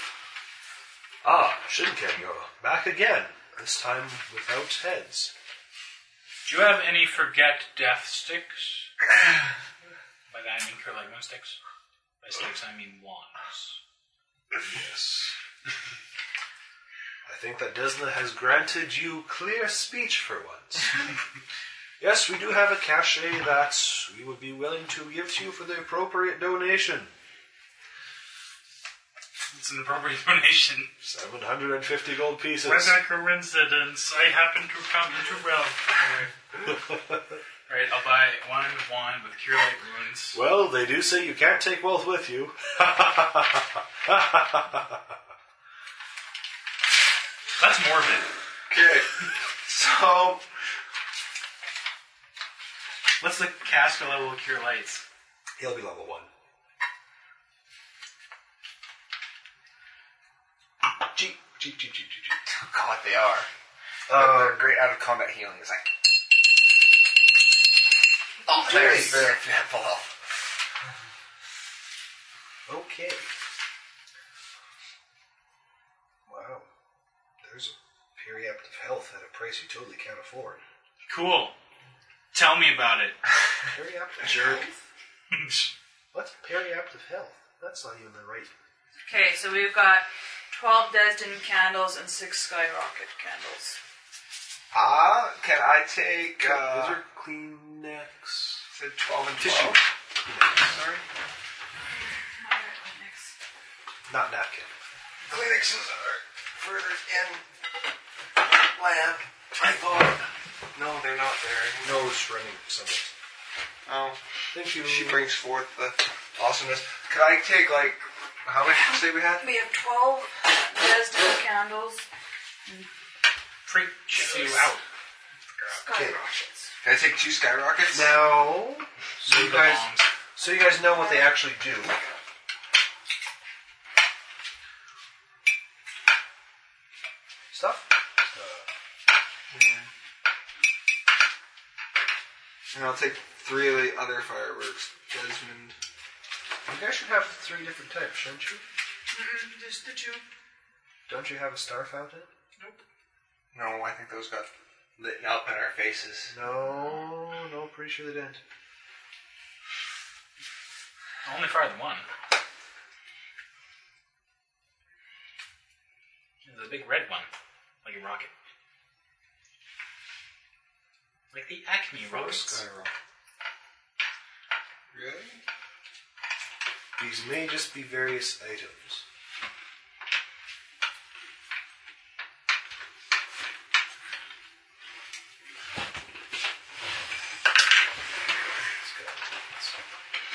Speaker 4: Ah, Shinkango, back again. This time without heads.
Speaker 2: Do you have any forget death sticks? By that I mean curling one sticks. By sticks I mean wands.
Speaker 4: Yes. I think that Desna has granted you clear speech for once.
Speaker 10: Yes, we do have a cachet that we would be willing to give to you for the appropriate donation.
Speaker 2: It's an appropriate donation.
Speaker 10: 750 gold pieces.
Speaker 11: What a coincidence. I happen to come to wealth.
Speaker 2: Alright, I'll buy one wine with Cure Light Wounds.
Speaker 10: Well, they do say you can't take wealth with you.
Speaker 2: That's morbid.
Speaker 4: Okay. So
Speaker 2: What's the caster level of Cure Lights?
Speaker 4: he'll be level one. Cheap, cheap, cheap, cheap, cheap, cheap.
Speaker 6: Oh, God, they are.
Speaker 4: Uh,
Speaker 6: They're great out of combat healing. It's like. Oh,
Speaker 4: Nice.
Speaker 6: there's very full.
Speaker 4: Okay. Wow. There's a periaptive health at a price you totally can't afford.
Speaker 2: Cool. Tell me about it.
Speaker 4: Periaptive Jerk. health? What's periaptive health? That's not even the right.
Speaker 5: Okay, so we've got 12 Desden candles and 6 skyrocket candles.
Speaker 6: Ah, can I take. Uh,
Speaker 10: Those are Kleenex.
Speaker 6: said 12 and tissue. Sorry.
Speaker 10: Not napkin.
Speaker 6: Kleenexes are further in land. I thought. No, they're not there.
Speaker 4: No, it's running somewhere.
Speaker 6: Oh.
Speaker 10: Thank you.
Speaker 6: She brings forth the awesomeness. Could I take, like, how much did you say we had?
Speaker 5: We have 12 Desden candles
Speaker 2: Freak you out.
Speaker 5: skyrockets.
Speaker 6: Can I take two skyrockets?
Speaker 4: Now, so you
Speaker 2: The
Speaker 4: guys,
Speaker 2: bombs.
Speaker 4: so you guys know what they actually do. Stuff. Uh,
Speaker 6: And I'll take three of the other fireworks. Desmond.
Speaker 4: You guys should have three different types, shouldn't you?
Speaker 5: Mm-mm, Just the two.
Speaker 4: Don't you have a star fountain?
Speaker 6: No, I think those got lit up in our faces.
Speaker 4: No, no, pretty sure they didn't.
Speaker 2: I only fired the one. There's a big red one, like a rocket. Like the Acme rockets.
Speaker 6: Really?
Speaker 10: These may just be various items.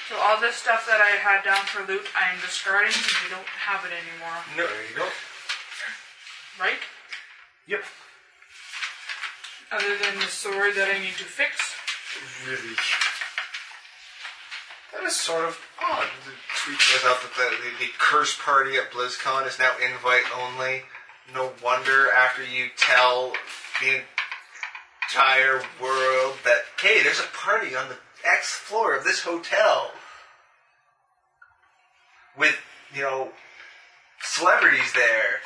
Speaker 5: So all this stuff that I had down for loot, I am discarding because we don't have it anymore,
Speaker 6: No. There you go.
Speaker 5: right?
Speaker 10: Yep.
Speaker 5: Other than the sword that I need to fix.
Speaker 6: Really?
Speaker 4: That is sort of
Speaker 6: Oh, the tweet was out that the, the, the curse party at BlizzCon is now invite only. No wonder after you tell the entire world that, hey, there's a party on the X floor of this hotel with, you know, celebrities there.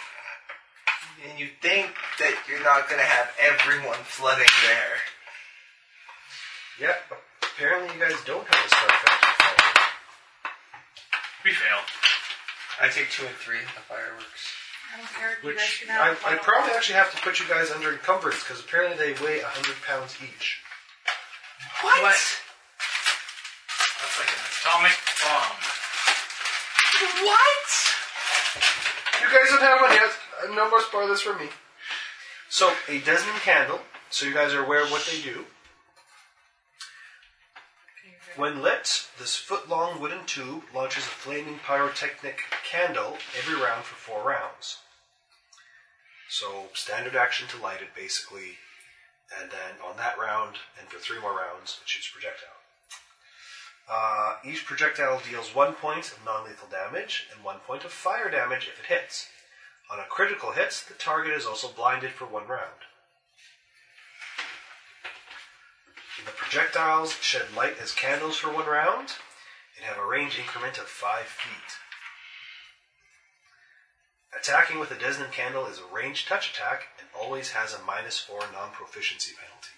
Speaker 6: And you think that you're not going to have everyone flooding there.
Speaker 4: yeah. Apparently, you guys don't have a star fountain.
Speaker 2: We fail.
Speaker 6: I take two and three of the fireworks.
Speaker 5: I don't care. you guys
Speaker 4: Which
Speaker 5: can
Speaker 4: I,
Speaker 5: have
Speaker 4: I
Speaker 5: one.
Speaker 4: probably actually have to put you guys under encumbrance because apparently they weigh hundred pounds each.
Speaker 5: What?
Speaker 2: That's like an atomic bomb.
Speaker 4: You guys don't have one yet. Uh, No more spoil this for me. So a dozen candle. So you guys are aware of what they do. When lit, this foot-long wooden tube launches a flaming pyrotechnic candle every round for four rounds. So standard action to light it, basically, and then on that round and for three more rounds, it shoots a projectile. Uh, each projectile deals one point of non-lethal damage and one point of fire damage if it hits. On a critical hit, the target is also blinded for one round. The projectiles shed light as candles for one round and have a range increment of five feet. Attacking with a Desnan candle is a ranged touch attack and always has a minus four non proficiency penalty.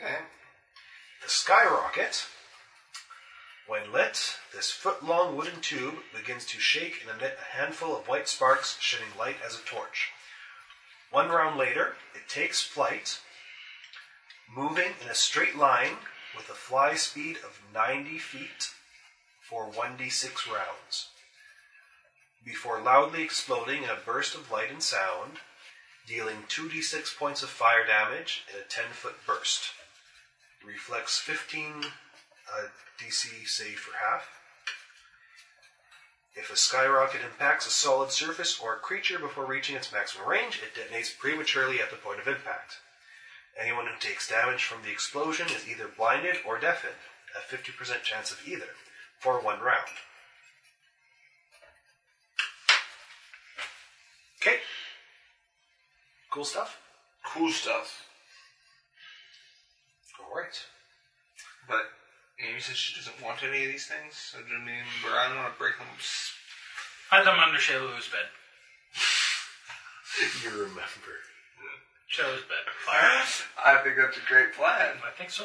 Speaker 6: Okay.
Speaker 4: The skyrocket. When lit, this foot long wooden tube begins to shake and emit a handful of white sparks, shedding light as a torch. One round later, it takes flight, moving in a straight line with a fly speed of 90 feet for 1d6 rounds. Before loudly exploding in a burst of light and sound, dealing 2d6 points of fire damage in a 10 foot burst. Reflects 15 uh, DC save for half. If a skyrocket impacts a solid surface or a creature before reaching its maximum range, it detonates prematurely at the point of impact. Anyone who takes damage from the explosion is either blinded or deafened, a 50% chance of either, for one round. Okay. Cool stuff?
Speaker 6: Cool stuff.
Speaker 4: Alright.
Speaker 6: But Amy said she doesn't want any of these things, so I mean, we're not going to break them.
Speaker 2: Hide them under Shailu's bed.
Speaker 4: You remember.
Speaker 2: Shailu's bed. Fire?
Speaker 6: I think that's a great plan.
Speaker 2: I think so.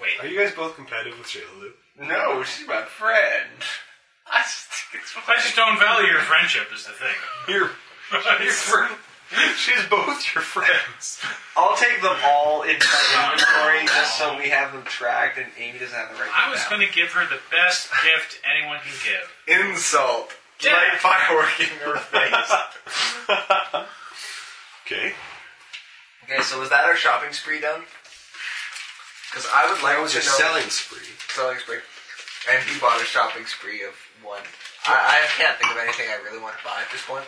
Speaker 2: Wait.
Speaker 4: Are you guys both competitive with Shalalu?
Speaker 6: No, she's my friend. I just think it's
Speaker 2: I just don't value your friendship is the thing.
Speaker 4: You're
Speaker 6: funny.
Speaker 4: She's both your friends.
Speaker 6: I'll take them all into my inventory just so we have them tracked and Amy doesn't have the right
Speaker 2: I was going to give her the best gift anyone can give.
Speaker 12: Insult.
Speaker 2: Yeah.
Speaker 12: Light firework in her face.
Speaker 4: Okay.
Speaker 6: Okay, so was that our shopping spree done? Because I would like
Speaker 12: That was
Speaker 6: to
Speaker 12: your
Speaker 6: know
Speaker 12: selling spree.
Speaker 6: selling spree. And he bought a shopping spree of one. I, I can't think of anything I really want to buy at this point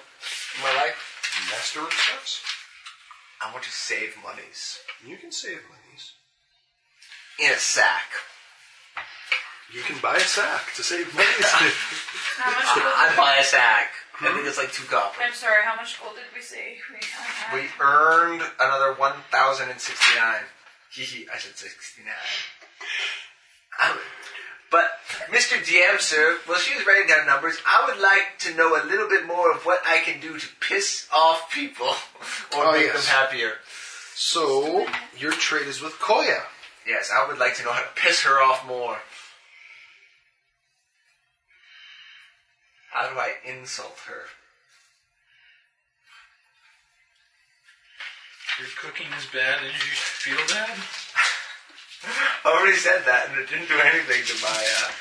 Speaker 6: in my life.
Speaker 4: Master of steps.
Speaker 6: I want to save monies
Speaker 4: You can save monies.
Speaker 6: in a sack.
Speaker 4: You can buy a sack to save monies.
Speaker 5: How much gold?
Speaker 6: I buy a sack. I think it's like two copper.
Speaker 5: I'm sorry, how much gold did we say we had?
Speaker 6: We earned another 1,069. Hehe, I said 69. Um, but, Mr. DM, sir, while she was writing down numbers, I would like to know a little bit more of what I can do to piss off people or
Speaker 12: Oh,
Speaker 6: make
Speaker 12: yes.
Speaker 6: them happier.
Speaker 12: So, your trade is with Koya.
Speaker 6: Yes, I would like to know how to piss her off more. How do I insult her?
Speaker 2: Your cooking is bad and you feel bad?
Speaker 6: I already said that, and it didn't do anything to my uh,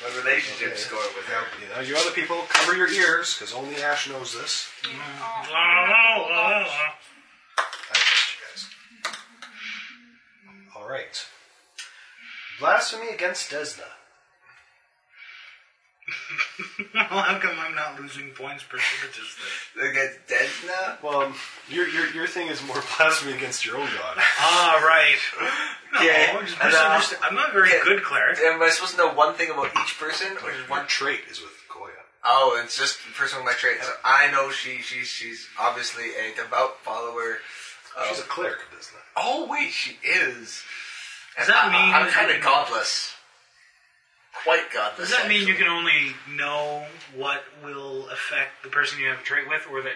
Speaker 6: my relationship
Speaker 4: Okay.
Speaker 6: score with her.
Speaker 4: you know, you other people, cover your ears, because only Ash knows this. I trust you guys. All right. Blasphemy against Desna.
Speaker 13: How come I'm not losing points precipitously?
Speaker 6: Look at Desna.
Speaker 4: Well, um, your, your your thing is more blasphemy against your own god.
Speaker 13: Ah, right. No,
Speaker 6: Yeah,
Speaker 13: just
Speaker 6: and, uh,
Speaker 13: misunderstand- I'm not very
Speaker 6: yeah.
Speaker 13: good cleric.
Speaker 6: Am I supposed to know one thing about each person, or just
Speaker 4: One
Speaker 6: one?
Speaker 4: trait is with Koya.
Speaker 6: Oh, it's just the person with my traits. So I know she, she she's obviously a devout follower. Of,
Speaker 4: She's a cleric of Desna.
Speaker 6: oh wait, she is.
Speaker 2: Does that
Speaker 6: I-
Speaker 2: mean
Speaker 6: I'm
Speaker 2: you
Speaker 6: kind
Speaker 2: can-
Speaker 6: of godless? Quite godless.
Speaker 13: Does that mean you
Speaker 6: actually.
Speaker 13: can only know what will affect the person you have a trait with, or that?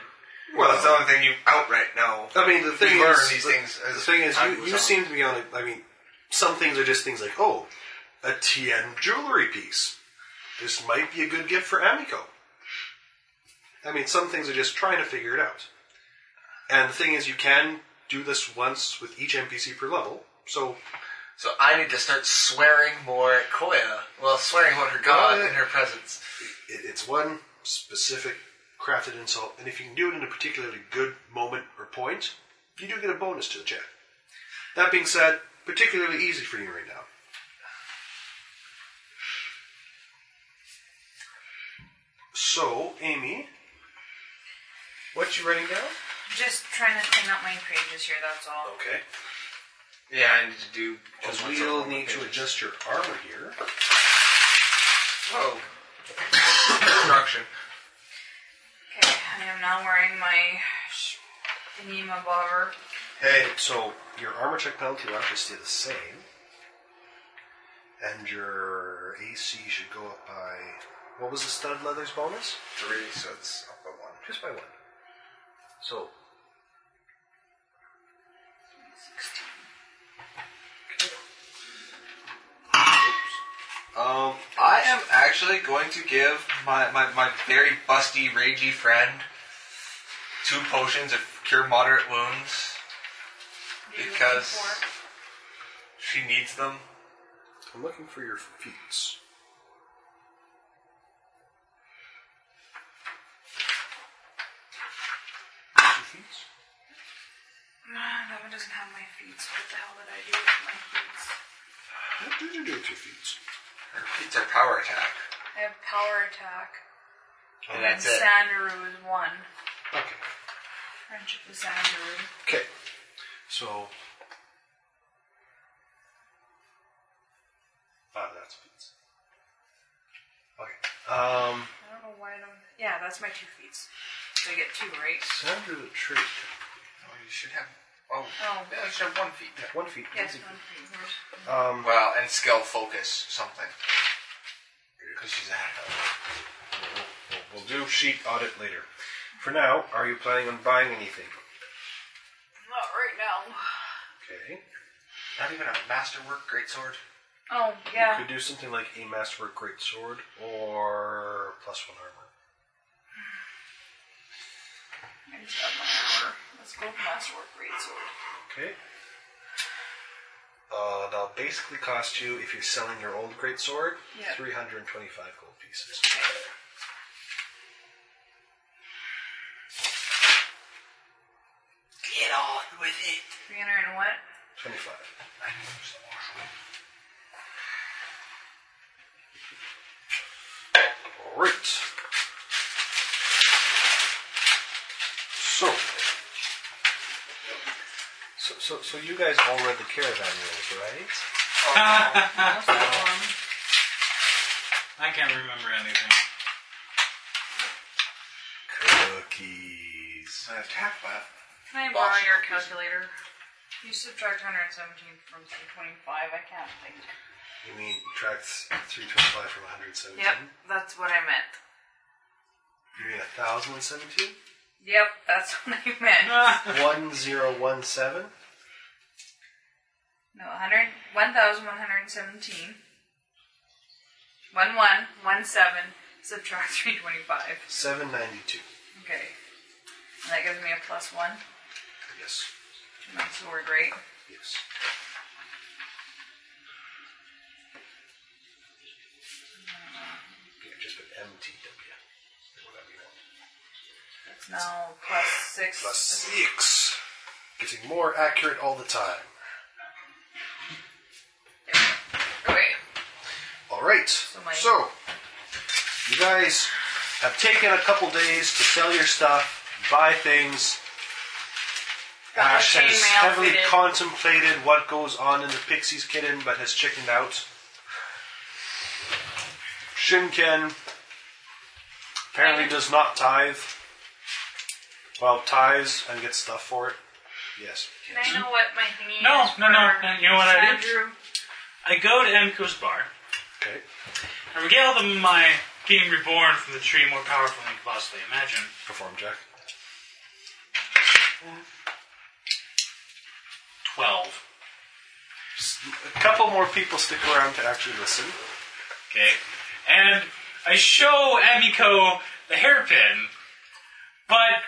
Speaker 6: Well, that's the only thing you outright know.
Speaker 4: I mean, the thing
Speaker 6: You learn
Speaker 4: is,
Speaker 6: these
Speaker 4: the,
Speaker 6: things
Speaker 4: the
Speaker 6: as
Speaker 4: thing is,
Speaker 6: time
Speaker 4: you,
Speaker 6: goes
Speaker 4: you
Speaker 6: on.
Speaker 4: seem to be on. A, I mean, some things are just things like, oh, a TN jewelry piece. This might be a good gift for Amico. I mean, some things are just trying to figure it out. And the thing is, you can do this once with each NPC per level. So
Speaker 6: So I need to start swearing more at Koya. Well, swearing about her god
Speaker 4: What?
Speaker 6: in her presence.
Speaker 4: it, it's one specific crafted insult, and if you can do it in a particularly good moment or point, you do get a bonus to the check. That being said, particularly easy for you right now. So, Amy,
Speaker 12: What you writing down?
Speaker 5: Just trying to clean up my pages here, that's all.
Speaker 4: okay,
Speaker 6: Yeah, I need to do.
Speaker 4: because we'll need to adjust your armor here.
Speaker 6: Oh. Destruction.
Speaker 5: Okay, I am now wearing my sh- Enema bobber.
Speaker 4: Hey, so your armor check penalty will actually stay the same, and your AC should go up by what was the stud leathers bonus?
Speaker 6: Three, so it's up by one.
Speaker 4: Just by one. So.
Speaker 6: Um, I am actually going to give my, my, my very busty, ragey friend two potions of
Speaker 8: cure moderate wounds
Speaker 5: What are you looking
Speaker 8: because
Speaker 5: for?
Speaker 8: she needs them.
Speaker 4: I'm looking for your feats. What's your feats?
Speaker 5: Nah, that one doesn't have my feet. so What the hell did I do with my feet?
Speaker 4: What did you do with your feats?
Speaker 8: It's a power attack.
Speaker 5: I have power attack.
Speaker 8: And that's it.
Speaker 5: Sandaru is one.
Speaker 4: Okay.
Speaker 5: Friendship with Sandaru.
Speaker 4: Okay. So. Ah, that's feats. Okay. Um,
Speaker 5: I don't know why I don't. Yeah, that's my two feats. So I get two, right?
Speaker 4: Sandra the Tree.
Speaker 8: Oh, you should have. Oh,
Speaker 5: Oh,
Speaker 8: yeah, you should have one feat.
Speaker 4: One feat.
Speaker 5: yes, one feat. Where's-
Speaker 4: Um,
Speaker 8: Well, and skill focus something. Because she's at
Speaker 4: We'll, we'll do sheet audit later. For now, are you planning on buying anything?
Speaker 5: Not right now.
Speaker 4: Okay.
Speaker 8: not even a masterwork greatsword.
Speaker 5: Oh,
Speaker 4: You
Speaker 5: yeah.
Speaker 4: could do something like a masterwork great sword or plus one armor.
Speaker 5: I just have my armor. Let's go with Masterwork Greatsword.
Speaker 4: Okay. Uh, that'll basically cost you, if you're selling your old great sword,
Speaker 5: Yeah.
Speaker 4: 325 gold pieces.
Speaker 8: Get on with it.
Speaker 5: 300 and what?
Speaker 4: 25. Alright. So. So, so, so you guys all read the caravan rules, right?
Speaker 8: Oh, Ah.
Speaker 5: That's that one.
Speaker 2: I can't remember anything.
Speaker 4: Cookies.
Speaker 6: An attack left.
Speaker 5: Can I borrow your calculator? You subtract 117 from 325. I can't think.
Speaker 4: You mean tracks 325 from 117?
Speaker 5: Yep, that's what I meant.
Speaker 4: You mean 1017?
Speaker 5: Yep, that's what I meant.
Speaker 4: 1017?
Speaker 5: No, 100, 1,117. 1117, subtract 325.
Speaker 4: 792.
Speaker 5: Okay. And that gives me a plus one
Speaker 4: Yes.
Speaker 5: to my sword, right?
Speaker 4: Yes. Yeah, just put MTW. Whatever you want.
Speaker 5: That's now plus six.
Speaker 4: Plus six. Getting more accurate all the time.
Speaker 5: Okay.
Speaker 4: All right.
Speaker 5: my-
Speaker 4: So, you guys have taken a couple days to sell your stuff, buy things.
Speaker 5: Got my
Speaker 4: Ash has
Speaker 5: chainmail
Speaker 4: heavily
Speaker 5: fitted.
Speaker 4: contemplated what goes on in the Pixie's Kitten, but has chickened out. Shinken apparently does not tithe. Well, tithes and gets stuff for it. Yes.
Speaker 5: Can I know what my thingy
Speaker 2: No,
Speaker 5: is?
Speaker 2: no, no,
Speaker 5: for
Speaker 2: no, you know what I do?
Speaker 5: Sandrew?
Speaker 2: I go to Emko's bar.
Speaker 4: Okay.
Speaker 2: I regale them with my being reborn from the tree more powerful than you could possibly imagine.
Speaker 4: Perform, Jack.
Speaker 2: Twelve.
Speaker 4: A couple more people stick around to actually listen.
Speaker 2: Okay. And I show Amiko the hairpin, but.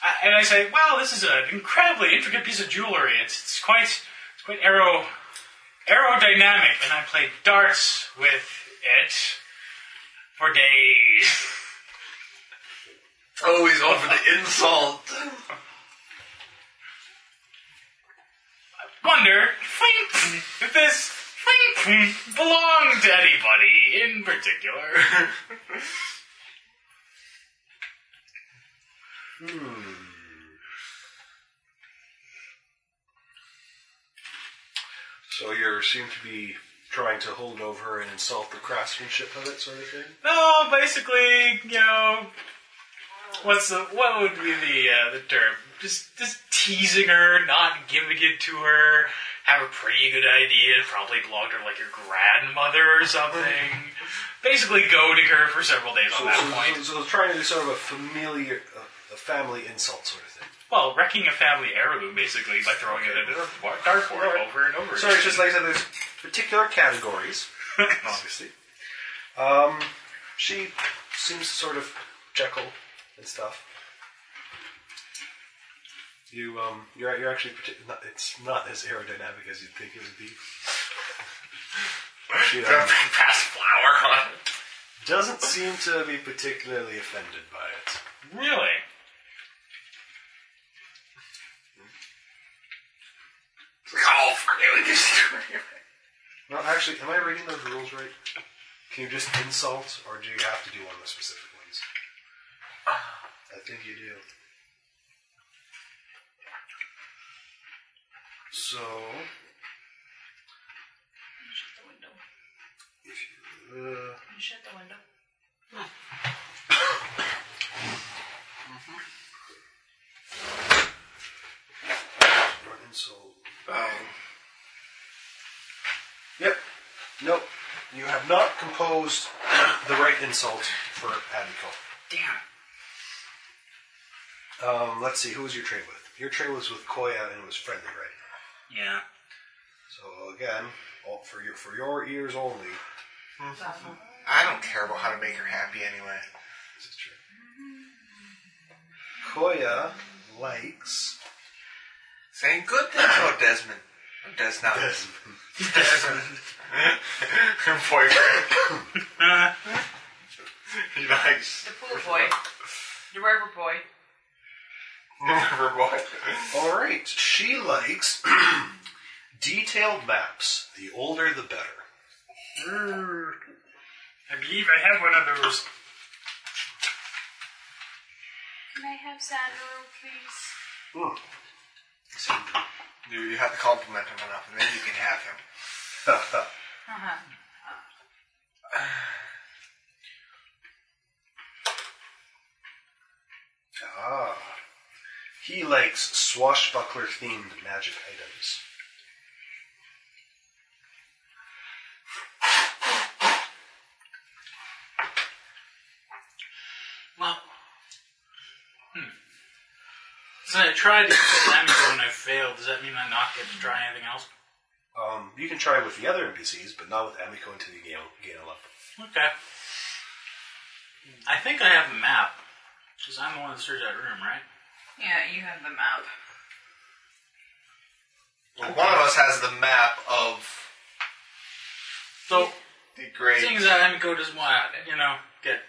Speaker 2: I, and I say, wow, this is an incredibly intricate piece of jewelry. It's, it's quite, it's quite aero, aerodynamic. And I play darts with it for days.
Speaker 8: Oh, he's on for the insult.
Speaker 2: wonder if this belonged to anybody in particular.
Speaker 4: So you seem to be trying to hold over and insult the craftsmanship of it, sort of thing.
Speaker 2: no, basically, you know, what's the what would be the uh, the term? Just just teasing her, not giving it to her. Have a pretty good idea. It probably belonged to like your grandmother or something. basically, goading her for several days on
Speaker 4: So,
Speaker 2: that
Speaker 4: so-
Speaker 2: point.
Speaker 4: so- so it's trying to do sort of a familiar, a, a family insult sort of thing.
Speaker 2: Well, wrecking a family heirloom basically by throwing it at a dartboard over and over.
Speaker 4: So
Speaker 2: again.
Speaker 4: it's just like I said, there's particular categories, obviously. Um, she seems to sort of Jekyll and stuff. You um, you're you're actually parti- not, it's not as aerodynamic as you'd think it would be. She um,
Speaker 6: Pass flour on it.
Speaker 4: doesn't seem to be particularly offended by it.
Speaker 2: Really?
Speaker 6: It's like, oh, fuck it, we can just do it.
Speaker 4: Well, actually, am I reading those rules right? Can you just insult, or do you have to do one of the specific ones? I think you do. So,
Speaker 5: Shut the
Speaker 4: uh,
Speaker 5: window. Can you Shut the window.
Speaker 4: or insult. Yep. Nope. You have not composed the right insult for Abby Cole.
Speaker 6: Damn.
Speaker 4: Um, let's see, who was your trade with? Your trade was with Koya, and it was friendly, right?
Speaker 2: Yeah.
Speaker 4: So again, all for your for your ears only.
Speaker 6: I don't care about how to make her happy anyway.
Speaker 4: This is true. Koya likes
Speaker 6: Saying good things about Desmond. Or Des not. Desmond. Her boyfriend. he likes
Speaker 5: The pool boy. The rubber boy.
Speaker 6: her boy.
Speaker 4: All right. She likes detailed maps. The older, the better.
Speaker 14: I believe I have one of those.
Speaker 5: Can I have Sandro, please?
Speaker 6: So, you you have to compliment him enough, and then you can have him.
Speaker 5: Uh-huh.
Speaker 4: Ah. He likes swashbuckler themed magic items.
Speaker 2: Well. Hmm. So I tried to get damage and I failed. Does that mean I not get to try anything else?
Speaker 4: Um, you can try with the other NPCs, but not with Amico until you gain, gain a level.
Speaker 2: Okay. I think I have the map. Because I'm the one that searched that room, right?
Speaker 5: Yeah, you have the map.
Speaker 6: One of us has the map of
Speaker 2: So,
Speaker 6: the great.
Speaker 2: seeing as that Amico doesn't want to, you know, get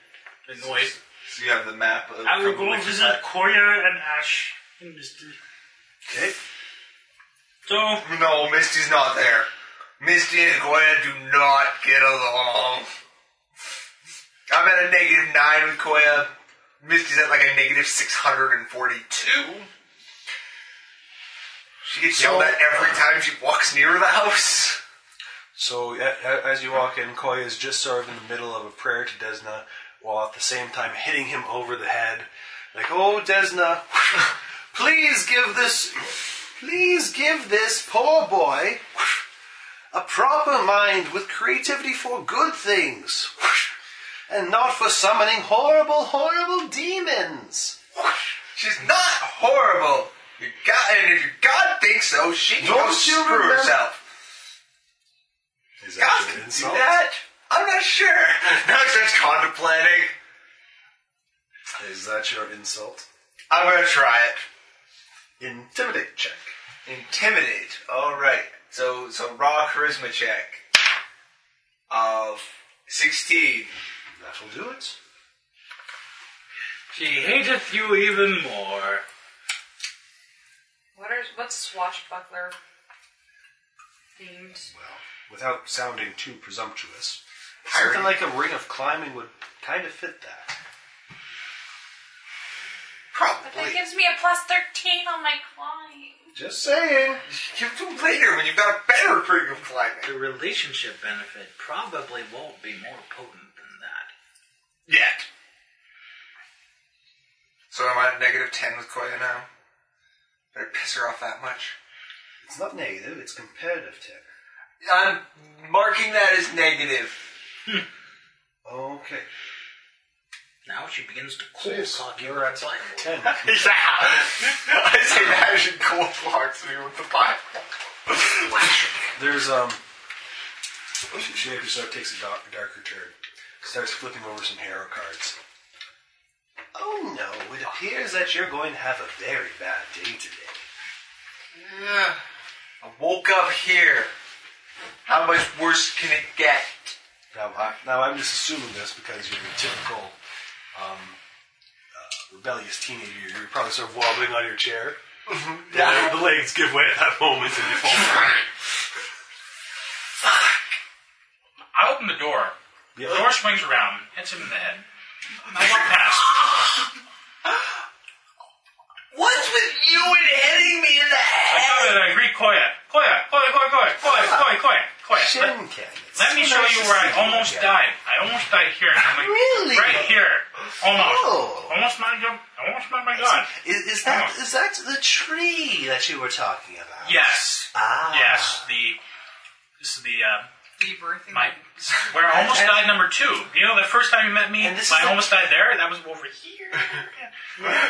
Speaker 2: annoyed,
Speaker 6: So you have the map of.
Speaker 14: I will
Speaker 6: from
Speaker 14: go
Speaker 6: Wicked's
Speaker 14: visit
Speaker 6: Hut.
Speaker 14: Koya and Ash.
Speaker 2: and just do-
Speaker 4: Okay.
Speaker 2: So,
Speaker 6: No, Misty's not there. Misty and Koya do not get along. I'm at a negative nine with Koya. Misty's at like a negative 642. She gets yelled at every time she walks near the house.
Speaker 4: So a- a- as you walk in, Koya is just sort of in the middle of a prayer to Desna, while at the same time hitting him over the head, like, "Oh, Desna, please give this, please give this poor boy a proper mind with creativity for good things, and not for summoning horrible, horrible demons."
Speaker 6: She's not horrible. You got, and if God thinks so, she can
Speaker 4: Don't
Speaker 6: go
Speaker 4: you
Speaker 6: screw
Speaker 4: remember-
Speaker 6: herself.
Speaker 4: Is
Speaker 6: God can do that? I'm not sure. Now she starts contemplating.
Speaker 4: Is that your insult?
Speaker 6: I'm gonna try it.
Speaker 4: Intimidate check.
Speaker 6: Intimidate. All right. So so raw charisma check of sixteen.
Speaker 4: That'll do it.
Speaker 2: she hateth you even more.
Speaker 5: What are what's swashbuckler themed?
Speaker 4: Well, without sounding too presumptuous,
Speaker 6: Irony.
Speaker 4: something like a ring of climbing would kind of fit that.
Speaker 5: But that
Speaker 6: Probably.
Speaker 5: gives me a plus thirteen on my climb.
Speaker 4: Just saying.
Speaker 6: Give to him later when you've got a better ring of climbing.
Speaker 2: The relationship benefit probably won't be more potent than that.
Speaker 6: Yet. So am I at negative ten with Koya now? Did I piss her off that much?
Speaker 4: It's not negative, it's competitive tip.
Speaker 6: I'm marking that as negative.
Speaker 4: Okay.
Speaker 2: Now she begins to cold
Speaker 4: yes,
Speaker 2: cock you
Speaker 4: you're
Speaker 2: with
Speaker 4: at
Speaker 2: the Bible.
Speaker 4: 10.
Speaker 6: Yeah. I say that as you cold blocks me with the Bible.
Speaker 4: There's, um. She, she actually sort of takes a dark, darker turn. Starts flipping over some hero cards. Oh no, it appears that you're going to have a very bad day today.
Speaker 6: Yeah. I woke up here. How much worse can it get?
Speaker 2: Now, I, now I'm just assuming this because you're a typical um, uh, rebellious teenager. You're probably sort of wobbling on your chair.
Speaker 8: Mm-hmm.
Speaker 2: yeah. The legs give way at that moment and you fall.
Speaker 8: I open the door. The
Speaker 2: Yeah.
Speaker 8: door swings around, hits him in the head. And I walk past.
Speaker 6: What's with you and hitting me in the
Speaker 8: I
Speaker 6: head?
Speaker 8: come and I greet Koya. Koya, Koya, Koya, Koya, Koya, Koya, Koya, Koya. Let,
Speaker 2: Shin can. It's
Speaker 8: let me
Speaker 2: so
Speaker 8: show
Speaker 2: nice
Speaker 8: you
Speaker 2: to
Speaker 8: where
Speaker 2: see
Speaker 8: I almost
Speaker 2: again.
Speaker 8: died. I almost died here. And I'm like,
Speaker 4: Really?
Speaker 8: Right here. Almost.
Speaker 4: Oh.
Speaker 8: Almost my god. Almost my, my god.
Speaker 4: Is, is that is that the tree that you were talking about?
Speaker 8: Yes.
Speaker 4: Ah.
Speaker 8: Yes. The this is the uh,
Speaker 5: Rebirthing.
Speaker 8: my where I almost died number two. You know the first time you met me,
Speaker 4: And this
Speaker 8: I
Speaker 4: is the-
Speaker 8: almost died there. That was over here.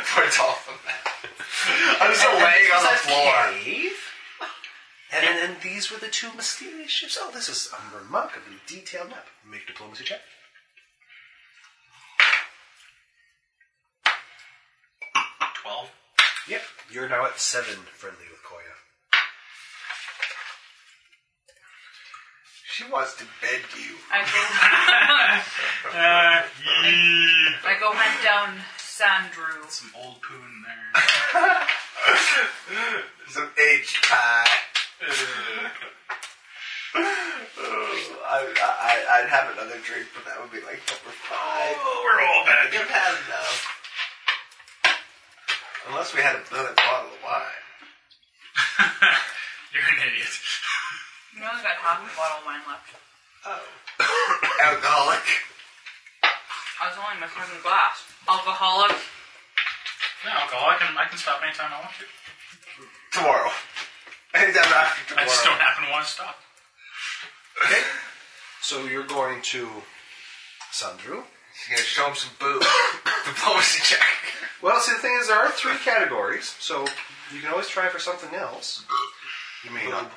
Speaker 6: Points off of that. I'm just laying on the floor.
Speaker 4: Cave. And, and, and these were the two mysterious ships. Oh, this is a remarkably detailed map.
Speaker 2: Make diplomacy check.
Speaker 8: Twelve.
Speaker 2: Yep. You're now at seven friendly with Koya.
Speaker 6: She wants to bed you.
Speaker 5: I go,
Speaker 8: Uh,
Speaker 5: I go hunt down Sandru.
Speaker 8: some old poo in there.
Speaker 6: Some aged pie. I, I, I'd have another drink, but that would be like number five.
Speaker 8: Oh, we're all
Speaker 6: I
Speaker 8: bad.
Speaker 6: think I've had enough. Unless we had another bottle of wine.
Speaker 8: You're an idiot.
Speaker 5: You only got half a bottle of wine left.
Speaker 6: Alcoholic.
Speaker 5: I was only my fucking glass. Alcoholic.
Speaker 8: No, alcohol. I can I can stop anytime I want to.
Speaker 6: Tomorrow. Anytime after
Speaker 8: I
Speaker 6: tomorrow.
Speaker 8: just don't happen to want to stop.
Speaker 2: So you're going to Sandru.
Speaker 6: She's gonna show him some booze. Diplomacy check.
Speaker 2: Well, see, the thing is, there are three categories, so you can always try for something else. You may not.
Speaker 5: No,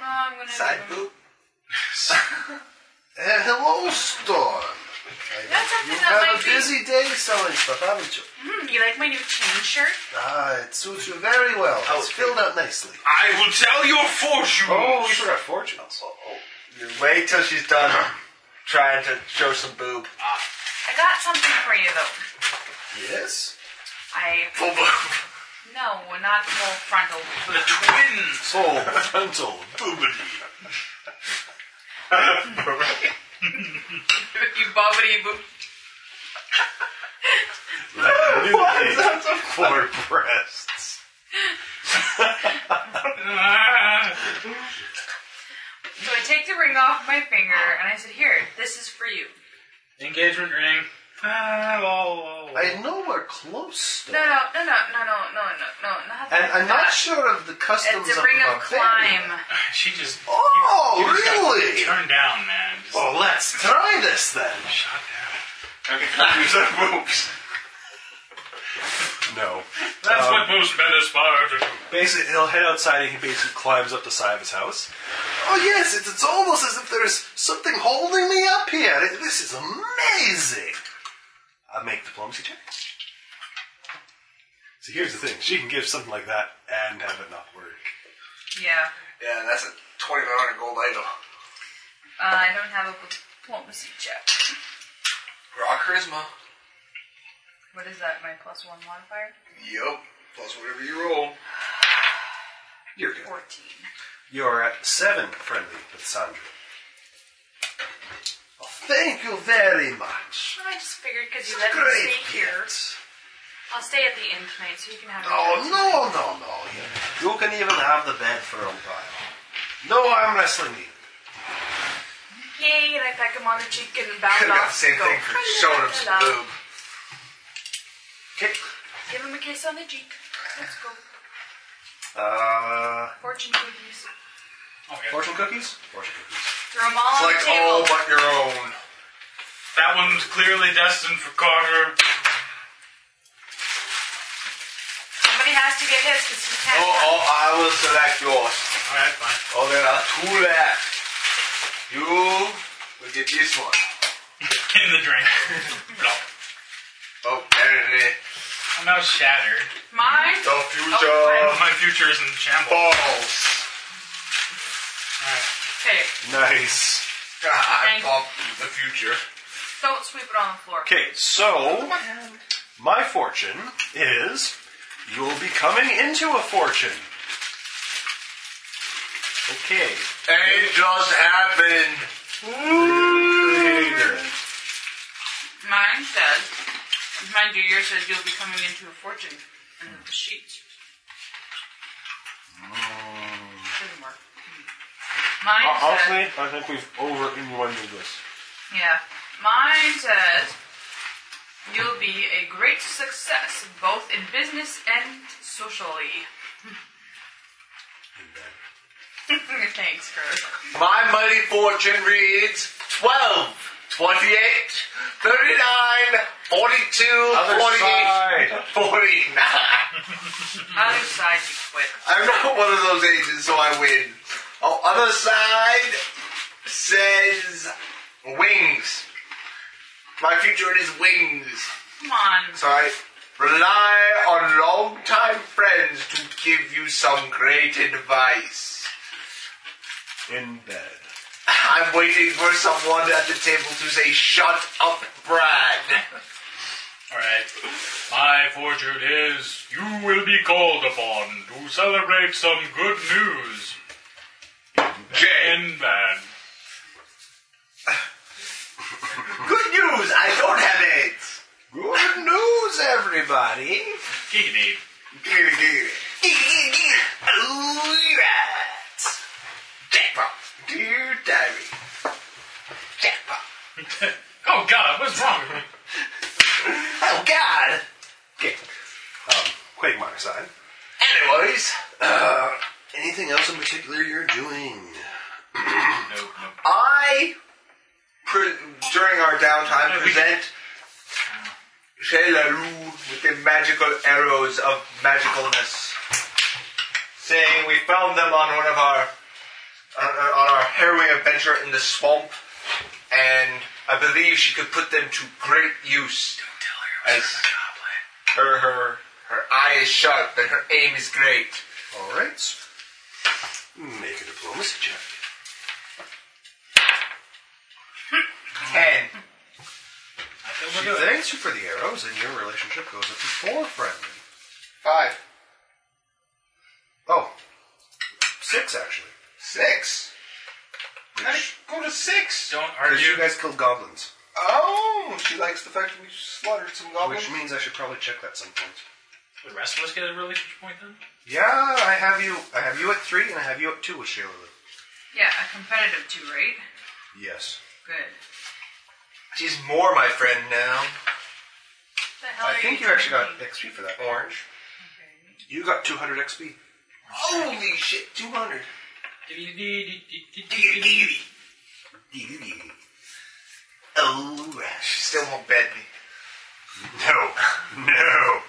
Speaker 5: I'm gonna.
Speaker 6: Side boob.
Speaker 4: Uh,
Speaker 2: Eh,
Speaker 4: hello, Storm.
Speaker 5: That's something
Speaker 4: You've
Speaker 5: that
Speaker 4: had
Speaker 5: might
Speaker 4: a
Speaker 5: be.
Speaker 4: busy day selling stuff, haven't you?
Speaker 5: Hmm, you like my new chain shirt?
Speaker 4: Ah, it suits you very well. It's filled out nicely.
Speaker 8: I will tell your fortune.
Speaker 2: Oh, we forgot fortunes.
Speaker 4: Oh,
Speaker 6: You wait till she's done trying to show some boob.
Speaker 5: I got something for you though.
Speaker 4: Yes?
Speaker 5: I
Speaker 6: Full boob.
Speaker 5: no, not full frontal.
Speaker 8: The twins.
Speaker 4: Oh, frontal.
Speaker 5: you bobbity boo.
Speaker 2: Four breasts.
Speaker 8: Ah.
Speaker 5: So I take the ring off my finger and I said, "Here, this is for you."
Speaker 8: Engagement ring. Ah, la, la, la.
Speaker 4: I know we're close, Storm.
Speaker 5: No, no, no, no, no, no, no, no, no, not
Speaker 4: And I'm
Speaker 5: that.
Speaker 4: not sure of the customs
Speaker 5: It's a
Speaker 4: of
Speaker 5: ring
Speaker 4: the
Speaker 5: of climb.
Speaker 8: She just.
Speaker 4: Oh,
Speaker 8: you, you just got
Speaker 4: really? Oh.
Speaker 8: Turned down, man. Just
Speaker 4: Well, let's try this then.
Speaker 8: shot down.
Speaker 2: No.
Speaker 8: That's what most men aspire to do.
Speaker 2: Basically, he'll head outside and he basically climbs up the side of his house.
Speaker 4: Oh yes, it's, it's almost as if there's something holding me up here. This is amazing.
Speaker 2: I make diplomacy check. See, here's the thing: she can give something like that and have it not work.
Speaker 5: Yeah,
Speaker 6: Yeah, that's a 2500 gold item.
Speaker 5: uh, I don't have a diplomacy check.
Speaker 6: Raw charisma.
Speaker 5: What is that? My plus one modifier?
Speaker 6: Yup. Plus whatever you roll.
Speaker 2: You're good.
Speaker 5: Fourteen.
Speaker 2: You're at seven friendly with Sandra. Oh,
Speaker 4: Thank you very much.
Speaker 5: Well, I just figured because you let me
Speaker 4: Great
Speaker 5: stay here,
Speaker 4: gift.
Speaker 5: I'll stay at the inn tonight so you can have. a
Speaker 4: Oh
Speaker 5: drink.
Speaker 4: no no no! You- You can even have the bed for a while. No arm wrestling needed.
Speaker 5: Yay! And I peck him on the cheek and bound
Speaker 6: Could've got
Speaker 5: off.
Speaker 6: the same
Speaker 5: and go,
Speaker 6: thing for showing him some
Speaker 5: "Hello."
Speaker 6: boob.
Speaker 5: Give him a kiss on the cheek. Let's go.
Speaker 4: Uh,
Speaker 5: Fortune cookies.
Speaker 2: Fortune cookies. Fortune cookies.
Speaker 5: Throw them all
Speaker 6: It's
Speaker 5: on
Speaker 6: like
Speaker 5: the
Speaker 6: all
Speaker 5: table.
Speaker 6: but your own.
Speaker 8: That one's clearly destined for Carter.
Speaker 5: Somebody has to get his because he can't.
Speaker 6: Oh, oh, I will select yours.
Speaker 8: Alright, fine.
Speaker 6: Oh, there are two left. You will get this one.
Speaker 8: In the drink.
Speaker 6: Oh, there it is.
Speaker 2: I'm not shattered.
Speaker 5: Mine?
Speaker 6: The future
Speaker 5: Oh,
Speaker 2: My future is in shambles.
Speaker 6: balls.
Speaker 5: Okay,
Speaker 4: Nice.
Speaker 6: I
Speaker 5: Thank-
Speaker 6: bump the future.
Speaker 5: don't sweep it on the floor.
Speaker 4: Okay, so my fortune is you'll be coming into a fortune. Okay.
Speaker 6: And it just happened.
Speaker 5: Mine says, mine do yours says you'll be coming into a fortune. And the sheet.
Speaker 6: Oh.
Speaker 5: Doesn't work. Mine says,
Speaker 4: Honestly, I think we've over innuendoed this.
Speaker 5: yeah. Mine says, you'll be a great success both in business and socially. Thanks, Chris.
Speaker 6: My mighty fortune reads 12, 28, 39, 42, 48, 49.
Speaker 5: Other side, you quit.
Speaker 6: I'm not one of those ages, so I win. Oh, other side says wings. My future is wings.
Speaker 5: Come on.
Speaker 6: So I rely on long-time friends to give you some great advice.
Speaker 4: In bed.
Speaker 6: I'm waiting for someone at the table to say, "Shut up, Brad."
Speaker 2: Alright. My fortune is you will be called upon to celebrate some good news.
Speaker 6: Jay,
Speaker 2: In bed.
Speaker 6: good news. I don't have AIDS. Good news, everybody.
Speaker 2: Giggity.
Speaker 6: Giggity, giggity. Giggity, giggity. All right. Jackpot. Dear diary. Jackpot.
Speaker 2: Oh god, what's wrong with me?
Speaker 6: Oh God. Um,
Speaker 4: Quagmire side.
Speaker 6: Anyways, uh,
Speaker 4: Anything else in particular you're doing?
Speaker 2: No, no.
Speaker 6: I pre- during our downtime present Shelalu with the magical arrows of magicalness, saying we found them on one of our on, on our harrowing adventure in the swamp, and I believe she could put them to great use. Don't tell her as her her her eye is sharp and her aim is great.
Speaker 4: All right. Make a diplomacy check.
Speaker 6: Ten.
Speaker 4: She thanks you for the arrows, and your relationship goes up to four, friend.
Speaker 6: Five.
Speaker 4: Oh, six actually.
Speaker 6: Six. I
Speaker 4: Which,
Speaker 6: go to six.
Speaker 2: Don't
Speaker 4: 'cause
Speaker 2: argue.
Speaker 4: you guys killed goblins,
Speaker 6: Oh, she likes the fact that we slaughtered some goblins.
Speaker 4: which means I should probably check that some point.
Speaker 2: Would the rest of us get a relationship point then?
Speaker 4: Yeah, I have you. I have you at three, and I have you at two with Sheila. Lou.
Speaker 5: Yeah, a competitive two, right?
Speaker 4: Yes.
Speaker 5: Good.
Speaker 6: She's more my friend now.
Speaker 5: What the hell
Speaker 4: I
Speaker 5: are
Speaker 4: think you
Speaker 5: doing?
Speaker 4: actually got XP for that.
Speaker 6: Orange.
Speaker 5: Okay.
Speaker 4: You got 200 XP.
Speaker 6: Holy shit, 200. Oh, she still won't bed me.
Speaker 4: No. No.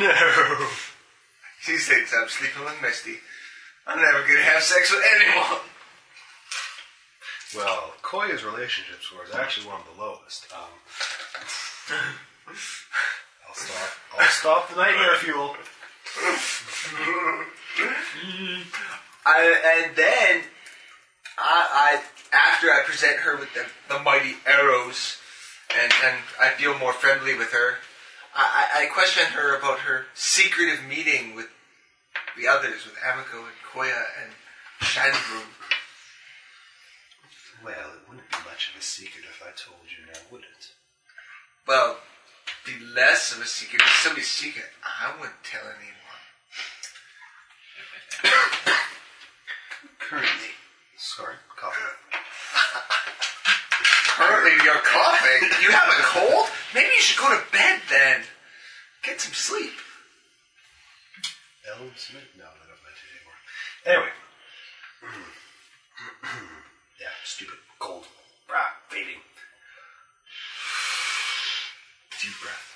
Speaker 4: no.
Speaker 6: She thinks I'm sleeping with Misty. I'm never gonna have sex with anyone.
Speaker 4: Well, Koya's relationship score is actually one of the lowest. Um, I'll stop. I'll stop the nightmare fuel.
Speaker 6: I, and then, I, I after I present her with the, the mighty arrows, and, and I feel more friendly with her, I, I, I question her about her secretive meeting with the others, with Amico and Koya and Shandru.
Speaker 4: Well, it wouldn't be much of a secret if I told you now, would it?
Speaker 6: Well, be less of a secret. It's still be a secret. I wouldn't tell anyone.
Speaker 4: Currently. Sorry, coffee.
Speaker 6: Currently, you're coughing. You have a cold? Maybe you should go to bed then. Get some sleep.
Speaker 4: Eld Smith? No, I don't meant it anymore. Anyway. yeah, stupid. Cold. Rah, fading. Deep breath.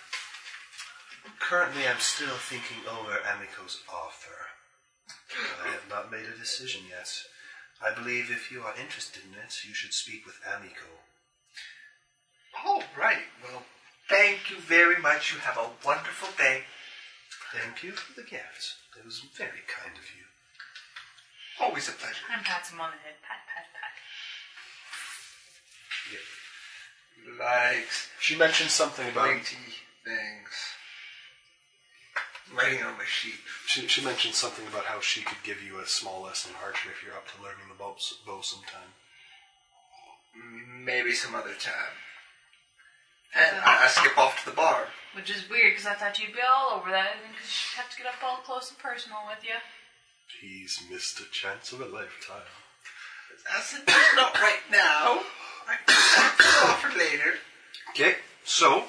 Speaker 4: Currently, I'm still thinking over Amico's offer. I have not made a decision yet. I believe if you are interested in it, you should speak with Amico.
Speaker 6: All right. Well, Thank you very much. You have a wonderful day.
Speaker 4: Thank you for the gift. It was very kind of you.
Speaker 6: Always a pleasure.
Speaker 5: And pats him on the head. Pat, pat, pat.
Speaker 6: Likes
Speaker 4: She mentioned something about
Speaker 6: pointy things. Writing on my sheet.
Speaker 4: she, she mentioned something about how she could give you a small lesson in archery if you're up to learning the bow, bow sometime.
Speaker 6: Maybe some other time. And I, I skip off to the bar.
Speaker 5: Which is weird because I thought you'd be all over that because you have to get up all close and personal with you.
Speaker 4: He's missed a chance of a lifetime.
Speaker 6: I said, "Just not right now. Oh, I can off for later.
Speaker 4: Okay, so.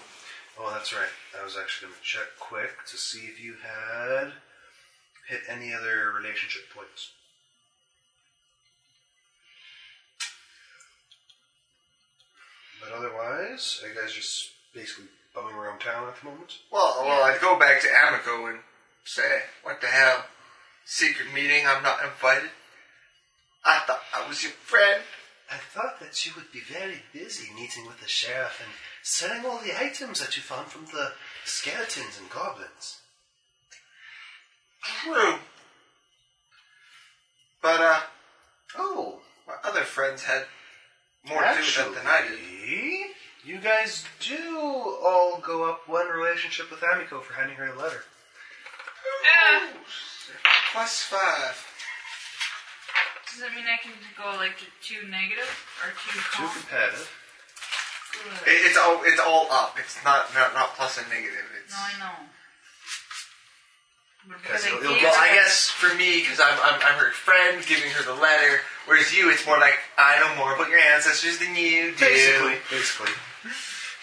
Speaker 4: Oh, that's right. I was actually going to check quick to see if you had hit any other relationship points. But otherwise, are you guys just basically bumming around town at the moment?
Speaker 6: Well, well, I'd go back to Amico and say, "What the hell? Secret meeting? I'm not invited. I thought I was your friend.
Speaker 1: I thought that you would be very busy meeting with the sheriff and selling all the items that you found from the skeletons and goblins.
Speaker 6: True. But uh, oh, my other friends had more to do with that than I did.
Speaker 4: Actually, you guys do all go up one relationship with Amico for handing her a letter.
Speaker 5: Yeah.
Speaker 6: Plus five.
Speaker 5: Does that mean I can go like to two negative or two
Speaker 4: Too
Speaker 1: Oh.
Speaker 5: calm?
Speaker 4: competitive.
Speaker 5: Ugh.
Speaker 6: It, it's all it's all up. It's not not, not plus and negative. It's
Speaker 5: No, I know. But
Speaker 4: Because
Speaker 5: because I
Speaker 4: it'll- it'll
Speaker 5: gave
Speaker 4: go-
Speaker 6: well,
Speaker 5: her
Speaker 6: I
Speaker 5: that-
Speaker 6: guess for me because I'm, I'm I'm her friend, giving her the letter. Whereas you, it's more like I know more about your ancestors than you do.
Speaker 4: Basically, basically.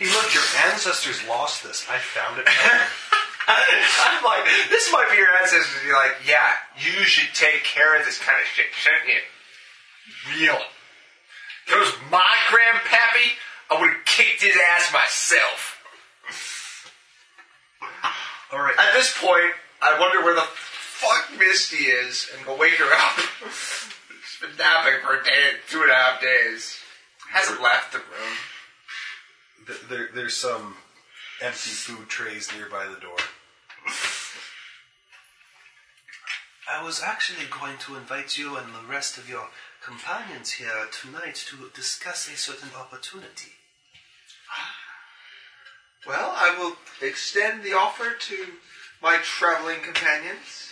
Speaker 4: He looked. Your ancestors lost this. I found it.
Speaker 6: I'm like, this might be your ancestors. You're like, yeah, you should take care of this kind of shit, shouldn't you? Really? If it was my grandpappy, I would have kicked his ass myself.
Speaker 4: all right.
Speaker 6: At this point, I wonder where the fuck Misty is and go wake her up. She's been napping for a day, two and a half days. Hasn't left the room.
Speaker 4: Th- There, there's some empty food trays nearby the door.
Speaker 1: I was actually going to invite you and the rest of your companions here tonight to discuss a certain opportunity.
Speaker 6: Well, I will extend the offer to my traveling companions.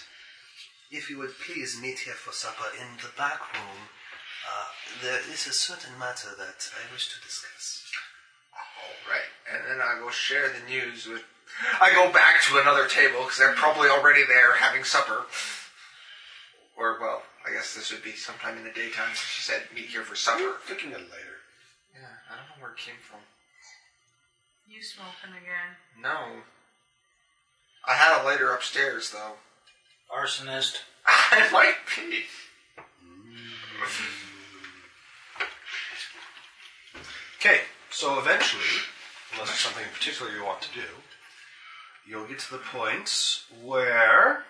Speaker 1: If you would please meet here for supper in the back room, uh, there is a certain matter that I wish to discuss.
Speaker 6: Right, and then I will share the news with. I go back to another table because they're probably already there having supper. Or, well, I guess this would be sometime in the daytime. So she said, meet here for supper.
Speaker 4: Thinking of later.
Speaker 6: Yeah, I don't know where it came from.
Speaker 5: You smoking again.
Speaker 6: No. I had a lighter upstairs, though.
Speaker 15: Arsonist.
Speaker 6: I might be.
Speaker 4: Okay, so eventually, unless there's something in particular you want to do, you'll get to the point where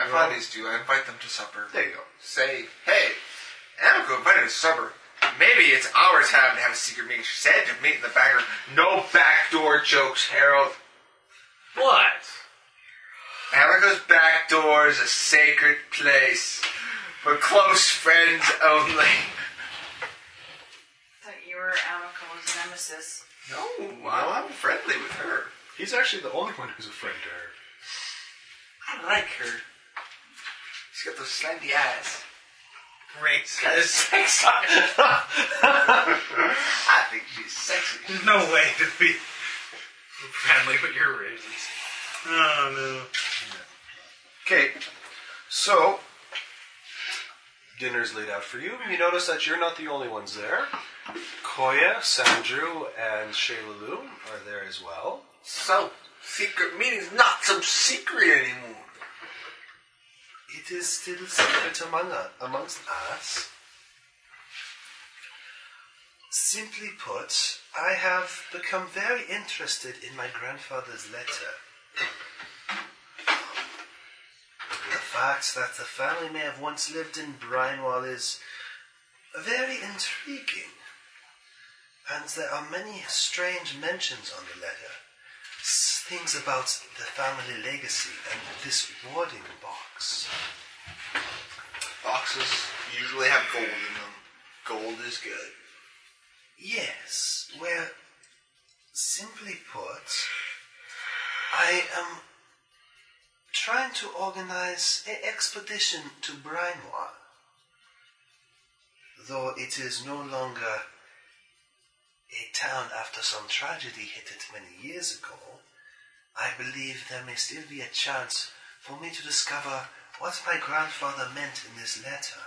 Speaker 6: I find these two. I invite them to supper.
Speaker 4: there you go.
Speaker 6: say, hey, Amico invited us to supper. Maybe it's our time to have a secret meeting. She said to meet in the back room. No backdoor jokes, Harold.
Speaker 15: What?
Speaker 6: Amico's back door is a sacred place for close friends only.
Speaker 5: I thought you were Amico's nemesis.
Speaker 6: No, well, I'm friendly with her.
Speaker 4: He's actually the only one who's a friend to her.
Speaker 6: I like her. She's got those slanty eyes.
Speaker 15: Great.
Speaker 6: Kind of sexy. I think she's sexy.
Speaker 15: There's no way to be friendly with your raisins. Oh no.
Speaker 4: Okay, so dinner's laid out for you. You notice that you're not the only ones there. Koya, Sandru, and Shayla Lou are there as well.
Speaker 6: So, secret meeting's not so secret anymore.
Speaker 4: It is still secret among us, amongst us.
Speaker 1: Simply put, I have become very interested in my grandfather's letter. The fact that the family may have once lived in Brinewall is very intriguing, and there are many strange mentions on the letter.
Speaker 4: s- things about the family legacy and this warding box.
Speaker 6: Boxes usually have gold in them. Gold is good.
Speaker 4: Yes, where, simply put, I am trying to organize an expedition to Brinoir. Though it is no longer a town after some tragedy hit it many years ago, I believe there may still be a chance for me to discover what my grandfather meant in this letter.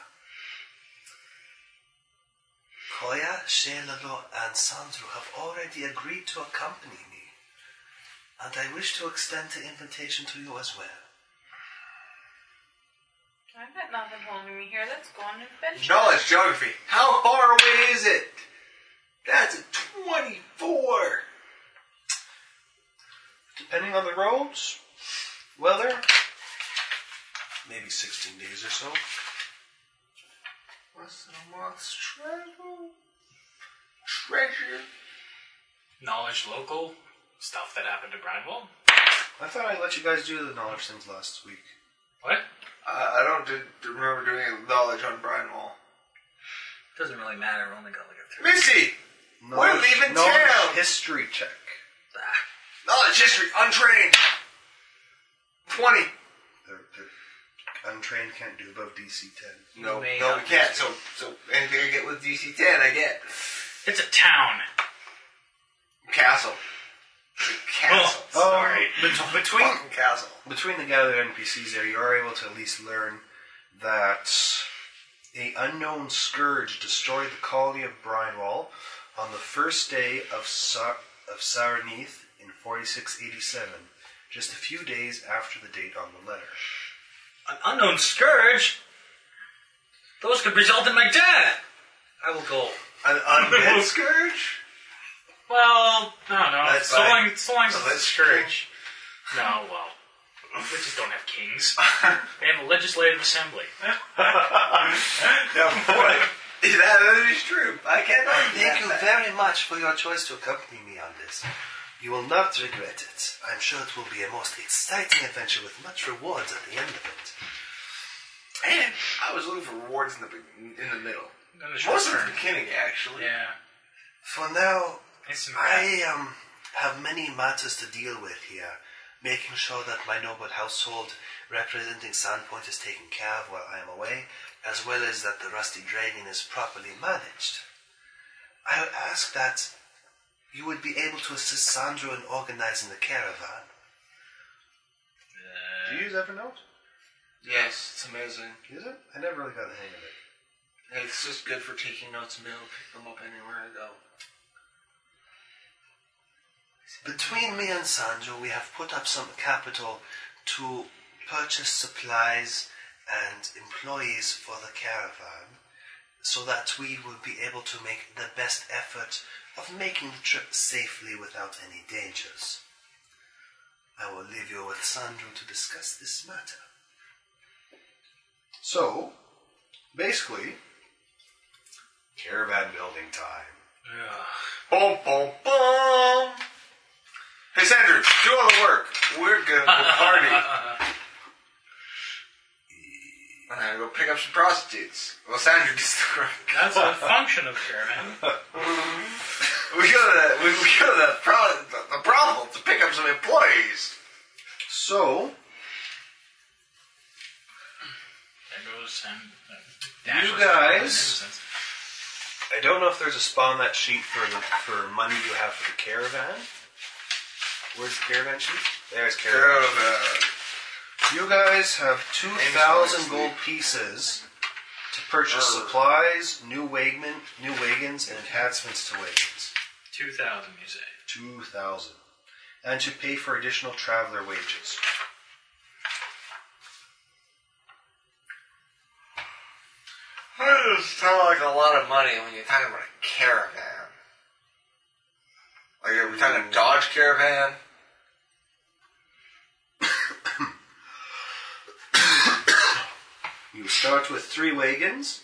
Speaker 4: Koya, Shelalo, and Sandro have already agreed to accompany me, and I wish to extend the invitation to you as well.
Speaker 5: I've got nothing holding me here. Let's go on an adventure.
Speaker 6: Knowledge geography. How far away is it? That's a twenty-four.
Speaker 4: Depending on the roads, weather, maybe 16 days or so.
Speaker 6: Less than a month's travel. Treasure.
Speaker 2: Knowledge local stuff that happened to Bridewell.
Speaker 4: I thought I let you guys do the knowledge things last week.
Speaker 2: What?
Speaker 6: Uh, I don't did, remember doing any knowledge on Brian Wall.
Speaker 16: Doesn't really matter. We're only gonna look at three.
Speaker 6: Missy!
Speaker 4: Knowledge-
Speaker 6: leaving
Speaker 4: knowledge
Speaker 6: town!
Speaker 4: History check.
Speaker 16: Ah,
Speaker 6: Knowledge history, untrained. Twenty.
Speaker 4: They're, they're untrained can't do above DC 10.
Speaker 6: No,
Speaker 16: May
Speaker 6: no, we
Speaker 16: not
Speaker 6: can't. So, so anything I get with DC ten, I get
Speaker 2: It's a town.
Speaker 6: castle. Castle.
Speaker 2: Oh,
Speaker 4: sorry.
Speaker 2: bet- between
Speaker 6: Fucking castle.
Speaker 4: between the gathered NPCs there, you are able to at least learn that a unknown scourge destroyed the colony of Brinewall on the first day of Sa- of Sarneath in 4687, just a few days after the date on the letter.
Speaker 16: an unknown scourge. Those could result in my death. I will go.
Speaker 6: An undead scourge.
Speaker 2: well, I don't know.
Speaker 6: That's
Speaker 2: so
Speaker 6: fine.
Speaker 2: long, so long as
Speaker 6: So
Speaker 2: it's
Speaker 6: that's scourge.
Speaker 2: no, well, we just don't have kings. they have a legislative assembly.
Speaker 6: No, boy. that is true. I cannot.
Speaker 4: Thank you very much for your choice to accompany me on this. You will not regret it. I'm sure it will be a most exciting adventure with much rewards at the end of it.
Speaker 6: And I was looking for rewards in the be- in the middle.
Speaker 2: In the short
Speaker 6: Most of the
Speaker 2: term.
Speaker 6: beginning, actually.
Speaker 2: Yeah.
Speaker 4: For now,
Speaker 2: Instant rap.
Speaker 4: I um, have many matters to deal with here, making sure that my noble household representing Sandpoint is taken care of while I am away, as well as that the Rusty Dragon is properly managed. I would ask that you would be able to assist Sandro in organizing the caravan. Do you use Evernote?
Speaker 6: Yes, it's amazing.
Speaker 4: Use it? I never really got the hang of it.
Speaker 6: It's just good for taking notes and be able to pick them up anywhere I go.
Speaker 4: Between me and Sanjo, we have put up some capital to purchase supplies and employees for the caravan so that we will be able to make the best effort of making the trip safely without any dangers. I will leave you with Sandro to discuss this matter. So, basically, caravan building time.
Speaker 6: Boom, boom, boom. Hey, Sandra, do all the work. We're going to party. I'm going to go pick up some prostitutes. Well, Sandra gets the work.
Speaker 2: That's a function of chairman.
Speaker 6: We go to the, we, we go to the, pro, the, the brothel to pick up some employees.
Speaker 4: So,
Speaker 2: There goes um, and
Speaker 4: You guys- I don't know if there's a spot on that sheet for the, for money you have for the caravan. Where's the caravan sheet? There's caravan. You guys have two thousand gold pieces to purchase supplies, new wagon, new wagons, and enhancements to wagons.
Speaker 2: Two thousand, you say.
Speaker 4: Two thousand, and to pay for additional traveler wages.
Speaker 6: That doesn't sound like a lot of money when you're talking about a caravan. Like, are we talking a Dodge Caravan?
Speaker 4: You start with three wagons.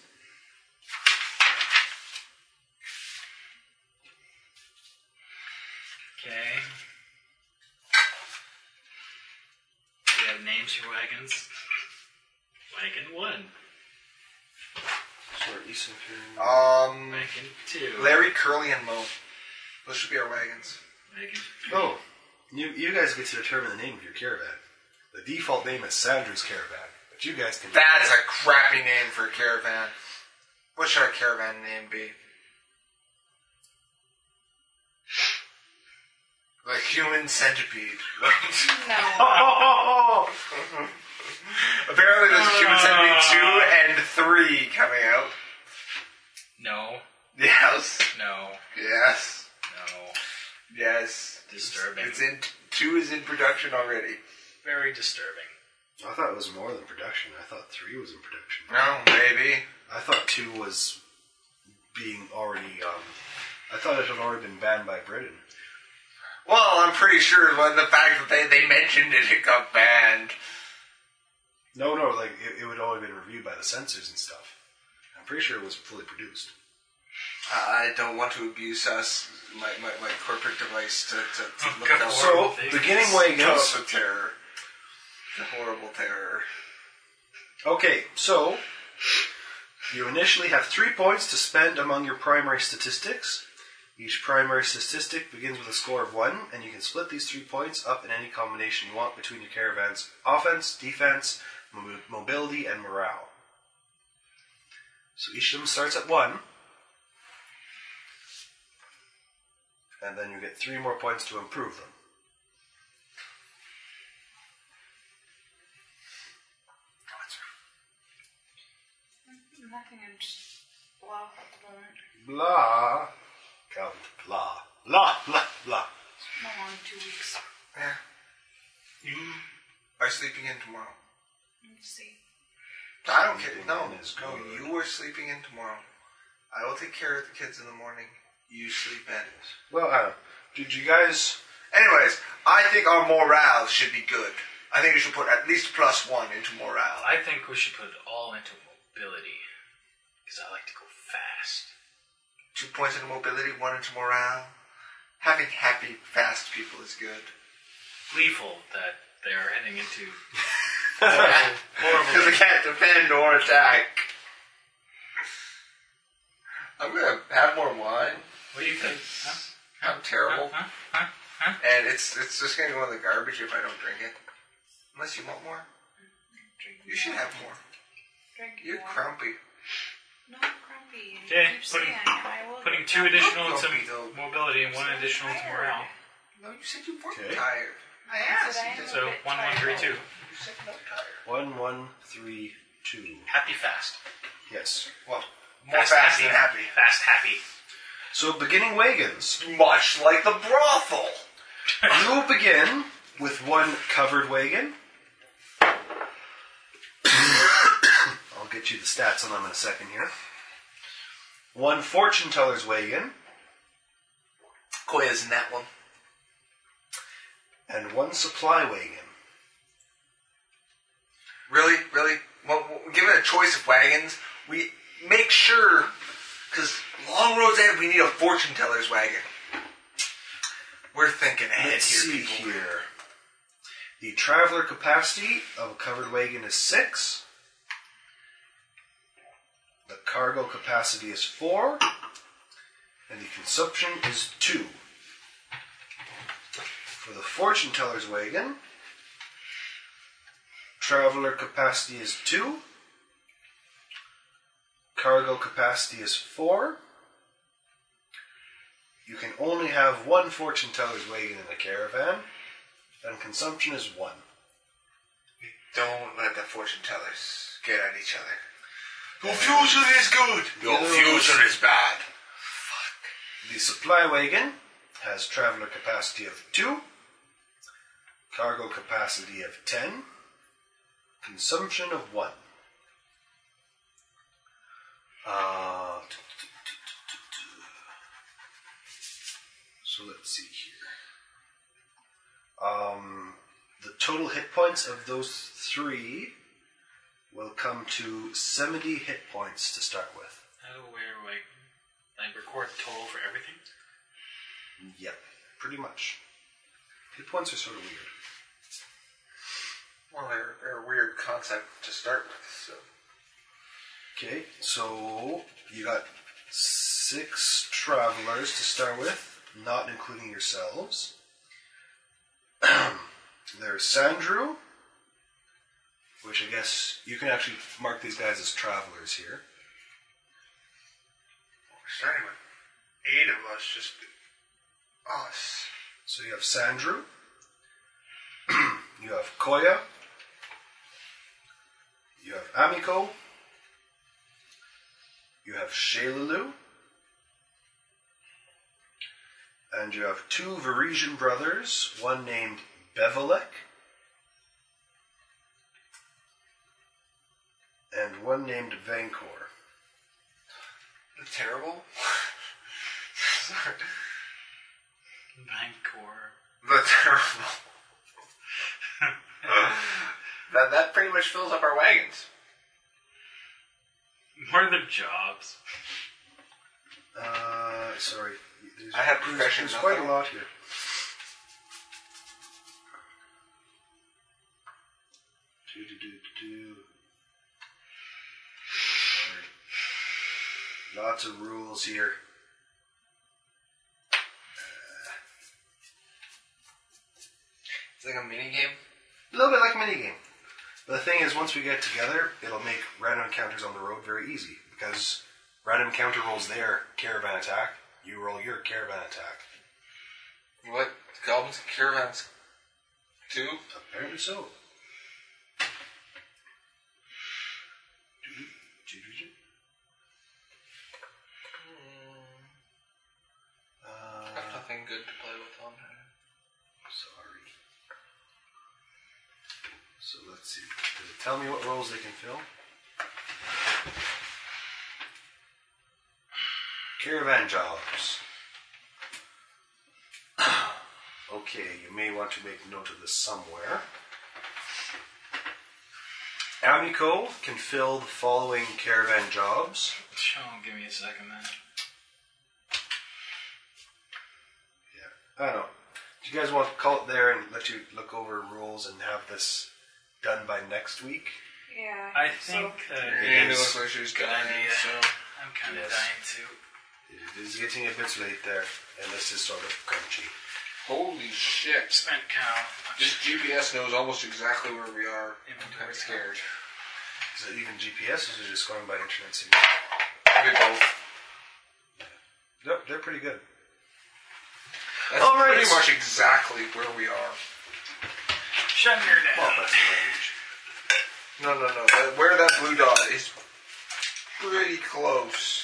Speaker 2: Okay. Gypsy wagons. Wagon one.
Speaker 17: So our east imperial.
Speaker 6: Um,
Speaker 2: Wagon two.
Speaker 6: Larry, Curly, and Mo. Those should be our wagons.
Speaker 2: Wagon.
Speaker 4: Oh, you, you guys get to determine the name of your caravan. The default name is Sandra's Caravan, but you guys can.
Speaker 6: That is a crappy name for a caravan. What should our caravan name be? Like human centipede.
Speaker 5: No.
Speaker 6: Apparently, there's a human centipede two and three coming out.
Speaker 8: No,
Speaker 6: Yes,
Speaker 8: no,
Speaker 6: yes,
Speaker 8: no.
Speaker 6: yes.
Speaker 8: Disturbing.
Speaker 6: It's in two is in production already.
Speaker 8: Very disturbing.
Speaker 4: I thought it was more than production. I thought three was in production.
Speaker 6: No, maybe.
Speaker 4: I thought two was being already. Um, I thought it had already been banned by Britain.
Speaker 6: Well, I'm pretty sure by the fact that they, they mentioned it, it got banned.
Speaker 4: No, no, like it, it would already been reviewed by the censors and stuff. I'm pretty sure it was fully produced.
Speaker 6: I I don't want to abuse us, my, my, my corporate device to, to, to look
Speaker 8: God.
Speaker 6: up
Speaker 4: So, beginning wagons.
Speaker 6: the terror. The horrible terror.
Speaker 4: Okay, so you initially have three points to spend among your primary statistics. Each primary statistic begins with a score of one, and you can split these three points up in any combination you want between your caravan's offense, defense, mo- mobility, and morale. So each of them starts at one, and then you get three more points to improve them.
Speaker 5: Nothing in blah at the moment.
Speaker 4: Blah, count blah, blah, blah, blah.
Speaker 5: No, on two weeks.
Speaker 6: Yeah. You are sleeping in tomorrow.
Speaker 5: Let's see.
Speaker 6: I don't care. No,
Speaker 4: in is
Speaker 6: no,
Speaker 4: good.
Speaker 6: you are sleeping in tomorrow. I will take care of the kids in the morning. You sleep in.
Speaker 4: Well, I don't know. Did you guys?
Speaker 6: Anyways, I think our morale should be good. I think we should put at least plus one into morale.
Speaker 2: I think we should put it all into mobility. Because I like to go fast.
Speaker 6: Two points into mobility, one into morale. Having happy, fast people is good.
Speaker 2: Gleeful that they're heading into
Speaker 6: Because I can't defend or attack. I'm gonna have more wine.
Speaker 2: What do you think?
Speaker 6: I'm terrible. And it's it's just gonna go in the garbage if I don't drink it. Unless you want more.
Speaker 5: Drink
Speaker 6: You should have more.
Speaker 5: Drink
Speaker 6: You're
Speaker 5: more.
Speaker 6: crumpy.
Speaker 5: No, grumpy. You
Speaker 8: Okay,
Speaker 5: keep
Speaker 8: putting-
Speaker 5: saying I will
Speaker 8: Putting
Speaker 5: get
Speaker 8: two
Speaker 5: grumpy.
Speaker 8: additional into
Speaker 6: Grumpy though.
Speaker 8: mobility and one
Speaker 5: I'm
Speaker 8: additional into
Speaker 5: tired.
Speaker 8: morale.
Speaker 6: No, you said you weren't
Speaker 4: Okay.
Speaker 6: tired. I
Speaker 5: I
Speaker 6: asked.
Speaker 5: said I
Speaker 6: You
Speaker 5: am.
Speaker 8: So one, one, three, two.
Speaker 6: you said no tired.
Speaker 4: One, one, three, two.
Speaker 2: Happy fast.
Speaker 4: Yes.
Speaker 6: Well, more fast, than happy.
Speaker 2: Fast happy.
Speaker 4: So, beginning wagons.
Speaker 6: Much like the brothel.
Speaker 4: You begin with one covered wagon. I'll get you the stats on them in a second here. One fortune teller's wagon
Speaker 6: Koya's in that one.
Speaker 4: and one supply wagon.
Speaker 6: Really, really. Well, well, given a choice of wagons, we make sure because long roads ahead, we need a fortune teller's wagon. We're thinking ahead
Speaker 4: Let's
Speaker 6: here,
Speaker 4: see
Speaker 6: people.
Speaker 4: here. The traveler capacity of a covered wagon is six. The cargo capacity is four. And the consumption is two. For the fortune teller's wagon, traveler capacity is two. Cargo capacity is four. You can only have one fortune teller's wagon in a caravan, and consumption is one.
Speaker 6: Don't let the fortune tellers get at each other. Your future is good. Your
Speaker 4: Neither
Speaker 6: future is bad.
Speaker 4: The supply wagon has traveler capacity of 2, cargo capacity of 10, consumption of 1. Uh, so let's see here. Um, the total hit points of those three will come to 70 hit points to start with.
Speaker 2: How do we like, like record total for everything?
Speaker 4: Yep, pretty much. Hit points are sort of weird.
Speaker 6: Well, they're, they're a weird concept to start with, so.
Speaker 4: Okay, so you got six travelers to start with, not including yourselves. There's Sandrew, which I guess you can actually mark these guys as travelers here.
Speaker 18: We're starting with eight of us, just us.
Speaker 4: So you have Sandrew, you have Koya, you have Amiko, you have Shalalu, and you have two Varisian brothers, one named Bevelek, and one named Vankor.
Speaker 6: The terrible?
Speaker 8: Bancor.
Speaker 6: the terrible. that, that pretty much fills up our wagons.
Speaker 8: What are their jobs?
Speaker 4: Uh, sorry. There's,
Speaker 6: I have
Speaker 4: there's-
Speaker 6: profession
Speaker 4: There's quite a
Speaker 6: nothing.
Speaker 4: lot here. Do, do, do, do, do. Sorry. Lots of rules here.
Speaker 6: It's like a mini game.
Speaker 4: A little bit like a minigame. But the thing is, once we get together, it'll make random encounters on the road very easy because random encounter rolls their caravan attack, you roll your caravan attack.
Speaker 6: What? Goblins and caravans? Two?
Speaker 4: Apparently so.
Speaker 6: I have nothing good to play with on there.
Speaker 4: Sorry. So let's see. Does it tell me what roles they can fill? Caravan jobs. okay, you may want to make note of this somewhere. Amico can fill the following caravan jobs.
Speaker 8: Oh, give me a second then.
Speaker 4: Yeah. I don't know. Do you guys want to call it there and let you look over rules and have this done by next week?
Speaker 5: Yeah.
Speaker 8: I think that
Speaker 4: It
Speaker 6: Yeah,
Speaker 4: is-
Speaker 6: no Glaciers
Speaker 8: Good
Speaker 6: dying,
Speaker 8: idea.
Speaker 6: so-
Speaker 8: I'm kind of
Speaker 4: Yes.
Speaker 8: dying too.
Speaker 4: It is getting a bit late there, and this is sort of crunchy.
Speaker 6: Holy shit.
Speaker 8: Spent count.
Speaker 6: This GPS knows almost exactly where we are. I'm
Speaker 8: Inventory
Speaker 6: kind of scared.
Speaker 4: Is it even GPS, or is it just going by internet signal?
Speaker 6: Could be both.
Speaker 4: Nope, they're pretty good.
Speaker 6: That's
Speaker 4: All right.
Speaker 6: pretty much exactly where we are.
Speaker 8: Shut your down.
Speaker 4: Well, that's the range.
Speaker 6: No, no, no. That, where that blue dot is pretty close.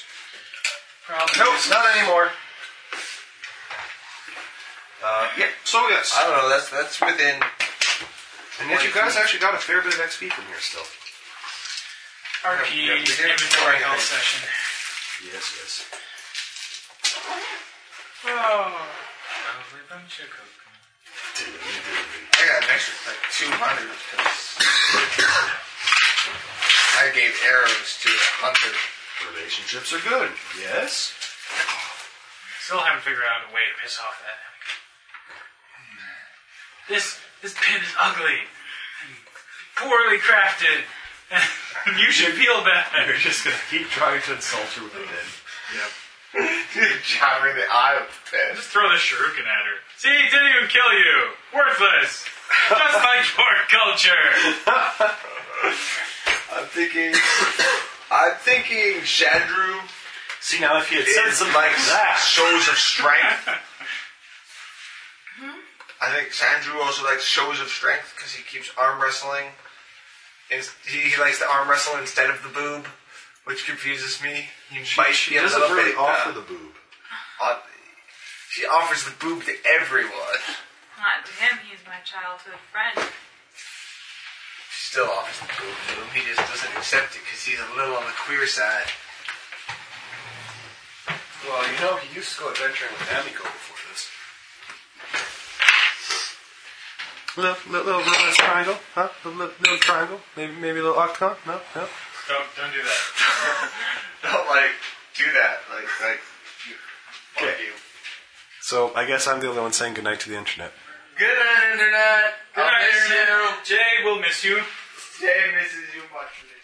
Speaker 8: Probably.
Speaker 4: Nope, not anymore. Uh, yeah, so yes.
Speaker 6: I don't know. That's that's within.
Speaker 4: And yet you guys actually got a fair bit of XP from here still.
Speaker 8: RP
Speaker 6: Yeah, we did.
Speaker 8: inventory health session.
Speaker 4: Yes, yes.
Speaker 8: Oh. Lovely bunch of coconuts.
Speaker 6: I got an extra like two hundred because I gave arrows to a hunter.
Speaker 4: Relationships are good. Yes.
Speaker 8: Still haven't figured out a way to piss off that. This this pin is ugly, and poorly crafted. you should peel back.
Speaker 4: You're just gonna keep trying to insult her with a pin.
Speaker 6: Jabbering the eye of the pit.
Speaker 8: Just throw the shuriken at her. See, it didn't even kill you. Worthless. Just like your culture.
Speaker 6: I'm thinking. I'm thinking Shandru
Speaker 4: See, now if you had said
Speaker 6: is
Speaker 4: something
Speaker 6: like
Speaker 4: like that.
Speaker 6: shows of strength. I think Sandrew also likes shows of strength because he keeps arm wrestling. Is- He, he likes the arm wrestle instead of the boob, which confuses me. He might
Speaker 4: She
Speaker 6: be a
Speaker 4: doesn't
Speaker 6: little
Speaker 4: really
Speaker 6: bit.
Speaker 4: offer
Speaker 6: uh,
Speaker 4: the boob.
Speaker 6: odd- she offers the boob to everyone.
Speaker 5: Not to him, he's my childhood friend.
Speaker 6: She still offers the boob to him. He just doesn't accept it because he's a little on the queer side.
Speaker 4: Well, you know, he used to go adventuring with Amico before this. Little, little, little, little triangle, huh? Little, little, little triangle, maybe, maybe a little octagon. No, no.
Speaker 8: Don't don't do that.
Speaker 6: Don't like do that. Like like.
Speaker 4: Okay. So I guess I'm the only one saying goodnight to the internet.
Speaker 6: Good Good night, internet.
Speaker 8: Good
Speaker 6: I'll
Speaker 8: night,
Speaker 6: miss
Speaker 8: Internet.
Speaker 6: you.
Speaker 8: Jay will miss you.
Speaker 6: Jay misses you much.